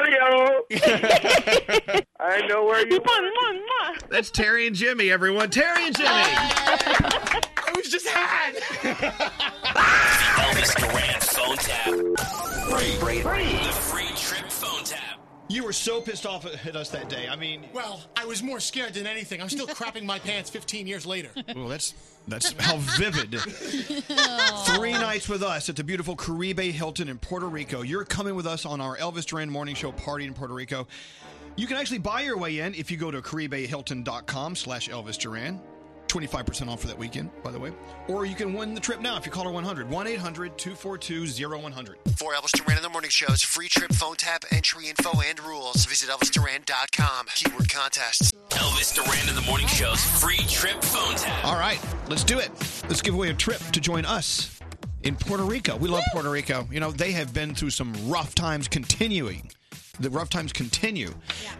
S19: you. I know where you
S21: are.
S2: That's Terry and Jimmy, everyone. Terry and Jimmy.
S10: It was just had.
S4: Elvis Duran phone tap. Free, free, The free trip phone tap.
S2: You were so pissed off at us that day. I mean,
S7: Well, I was more scared than anything. I'm still crapping my pants 15 years later.
S2: well, that's that's how vivid. Three nights with us at the beautiful Caribe Hilton in Puerto Rico. You're coming with us on our Elvis Duran Morning Show party in Puerto Rico. You can actually buy your way in if you go to caribehilton.com slash Elvis Duran. 25% off for that weekend, by the way. Or you can win the trip now if you call her 100. 1-800-242-0100.
S1: For Elvis Duran in the Morning Show's free trip phone tap entry info and rules, visit ElvisDuran.com. Keyword contests.
S4: Elvis Duran in the Morning Show's free trip phone tap.
S2: All right, let's do it. Let's give away a trip to join us in Puerto Rico. We love Puerto Rico. You know, they have been through some rough times continuing. The rough times continue,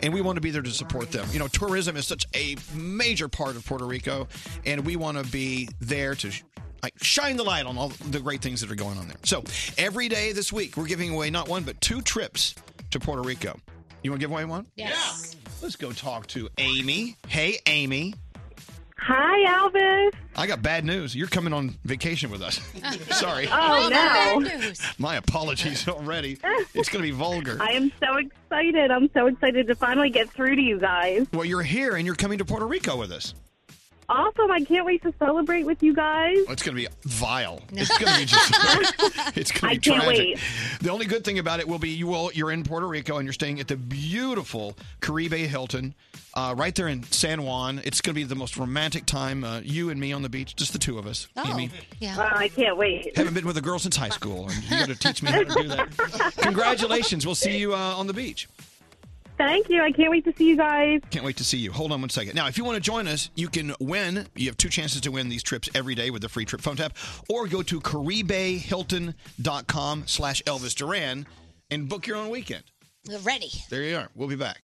S2: and we want to be there to support them. You know, tourism is such a major part of Puerto Rico, and we want to be there to sh- like shine the light on all the great things that are going on there. So, every day this week, we're giving away not one but two trips to Puerto Rico. You want to give away one?
S5: Yes.
S2: Let's go talk to Amy. Hey, Amy.
S9: Hi, Alvis.
S2: I got bad news. You're coming on vacation with us. Sorry.
S9: Oh, no.
S2: My apologies already. It's going to be vulgar.
S9: I am so excited. I'm so excited to finally get through to you guys.
S2: Well, you're here and you're coming to Puerto Rico with us.
S9: Awesome. I can't wait to celebrate with you guys.
S2: It's going to be vile. It's going to be just. it's going
S9: I
S2: to be
S9: can't
S2: tragic.
S9: wait.
S2: The only good thing about it will be you will you're in Puerto Rico and you're staying at the beautiful Caribe Hilton, uh, right there in San Juan. It's going to be the most romantic time. Uh, you and me on the beach, just the two of us.
S1: Oh.
S2: Amy,
S5: Oh,
S9: Yeah. I can't wait.
S2: haven't been with a girl since high school, and you got to teach me how to do that. Congratulations. We'll see you uh, on the beach.
S9: Thank you. I can't wait to see you guys.
S2: Can't wait to see you. Hold on one second. Now, if you want to join us, you can win. You have two chances to win these trips every day with the free trip phone tap, or go to CaribeHilton.com slash Elvis Duran and book your own weekend.
S5: Ready.
S2: There you are. We'll be back.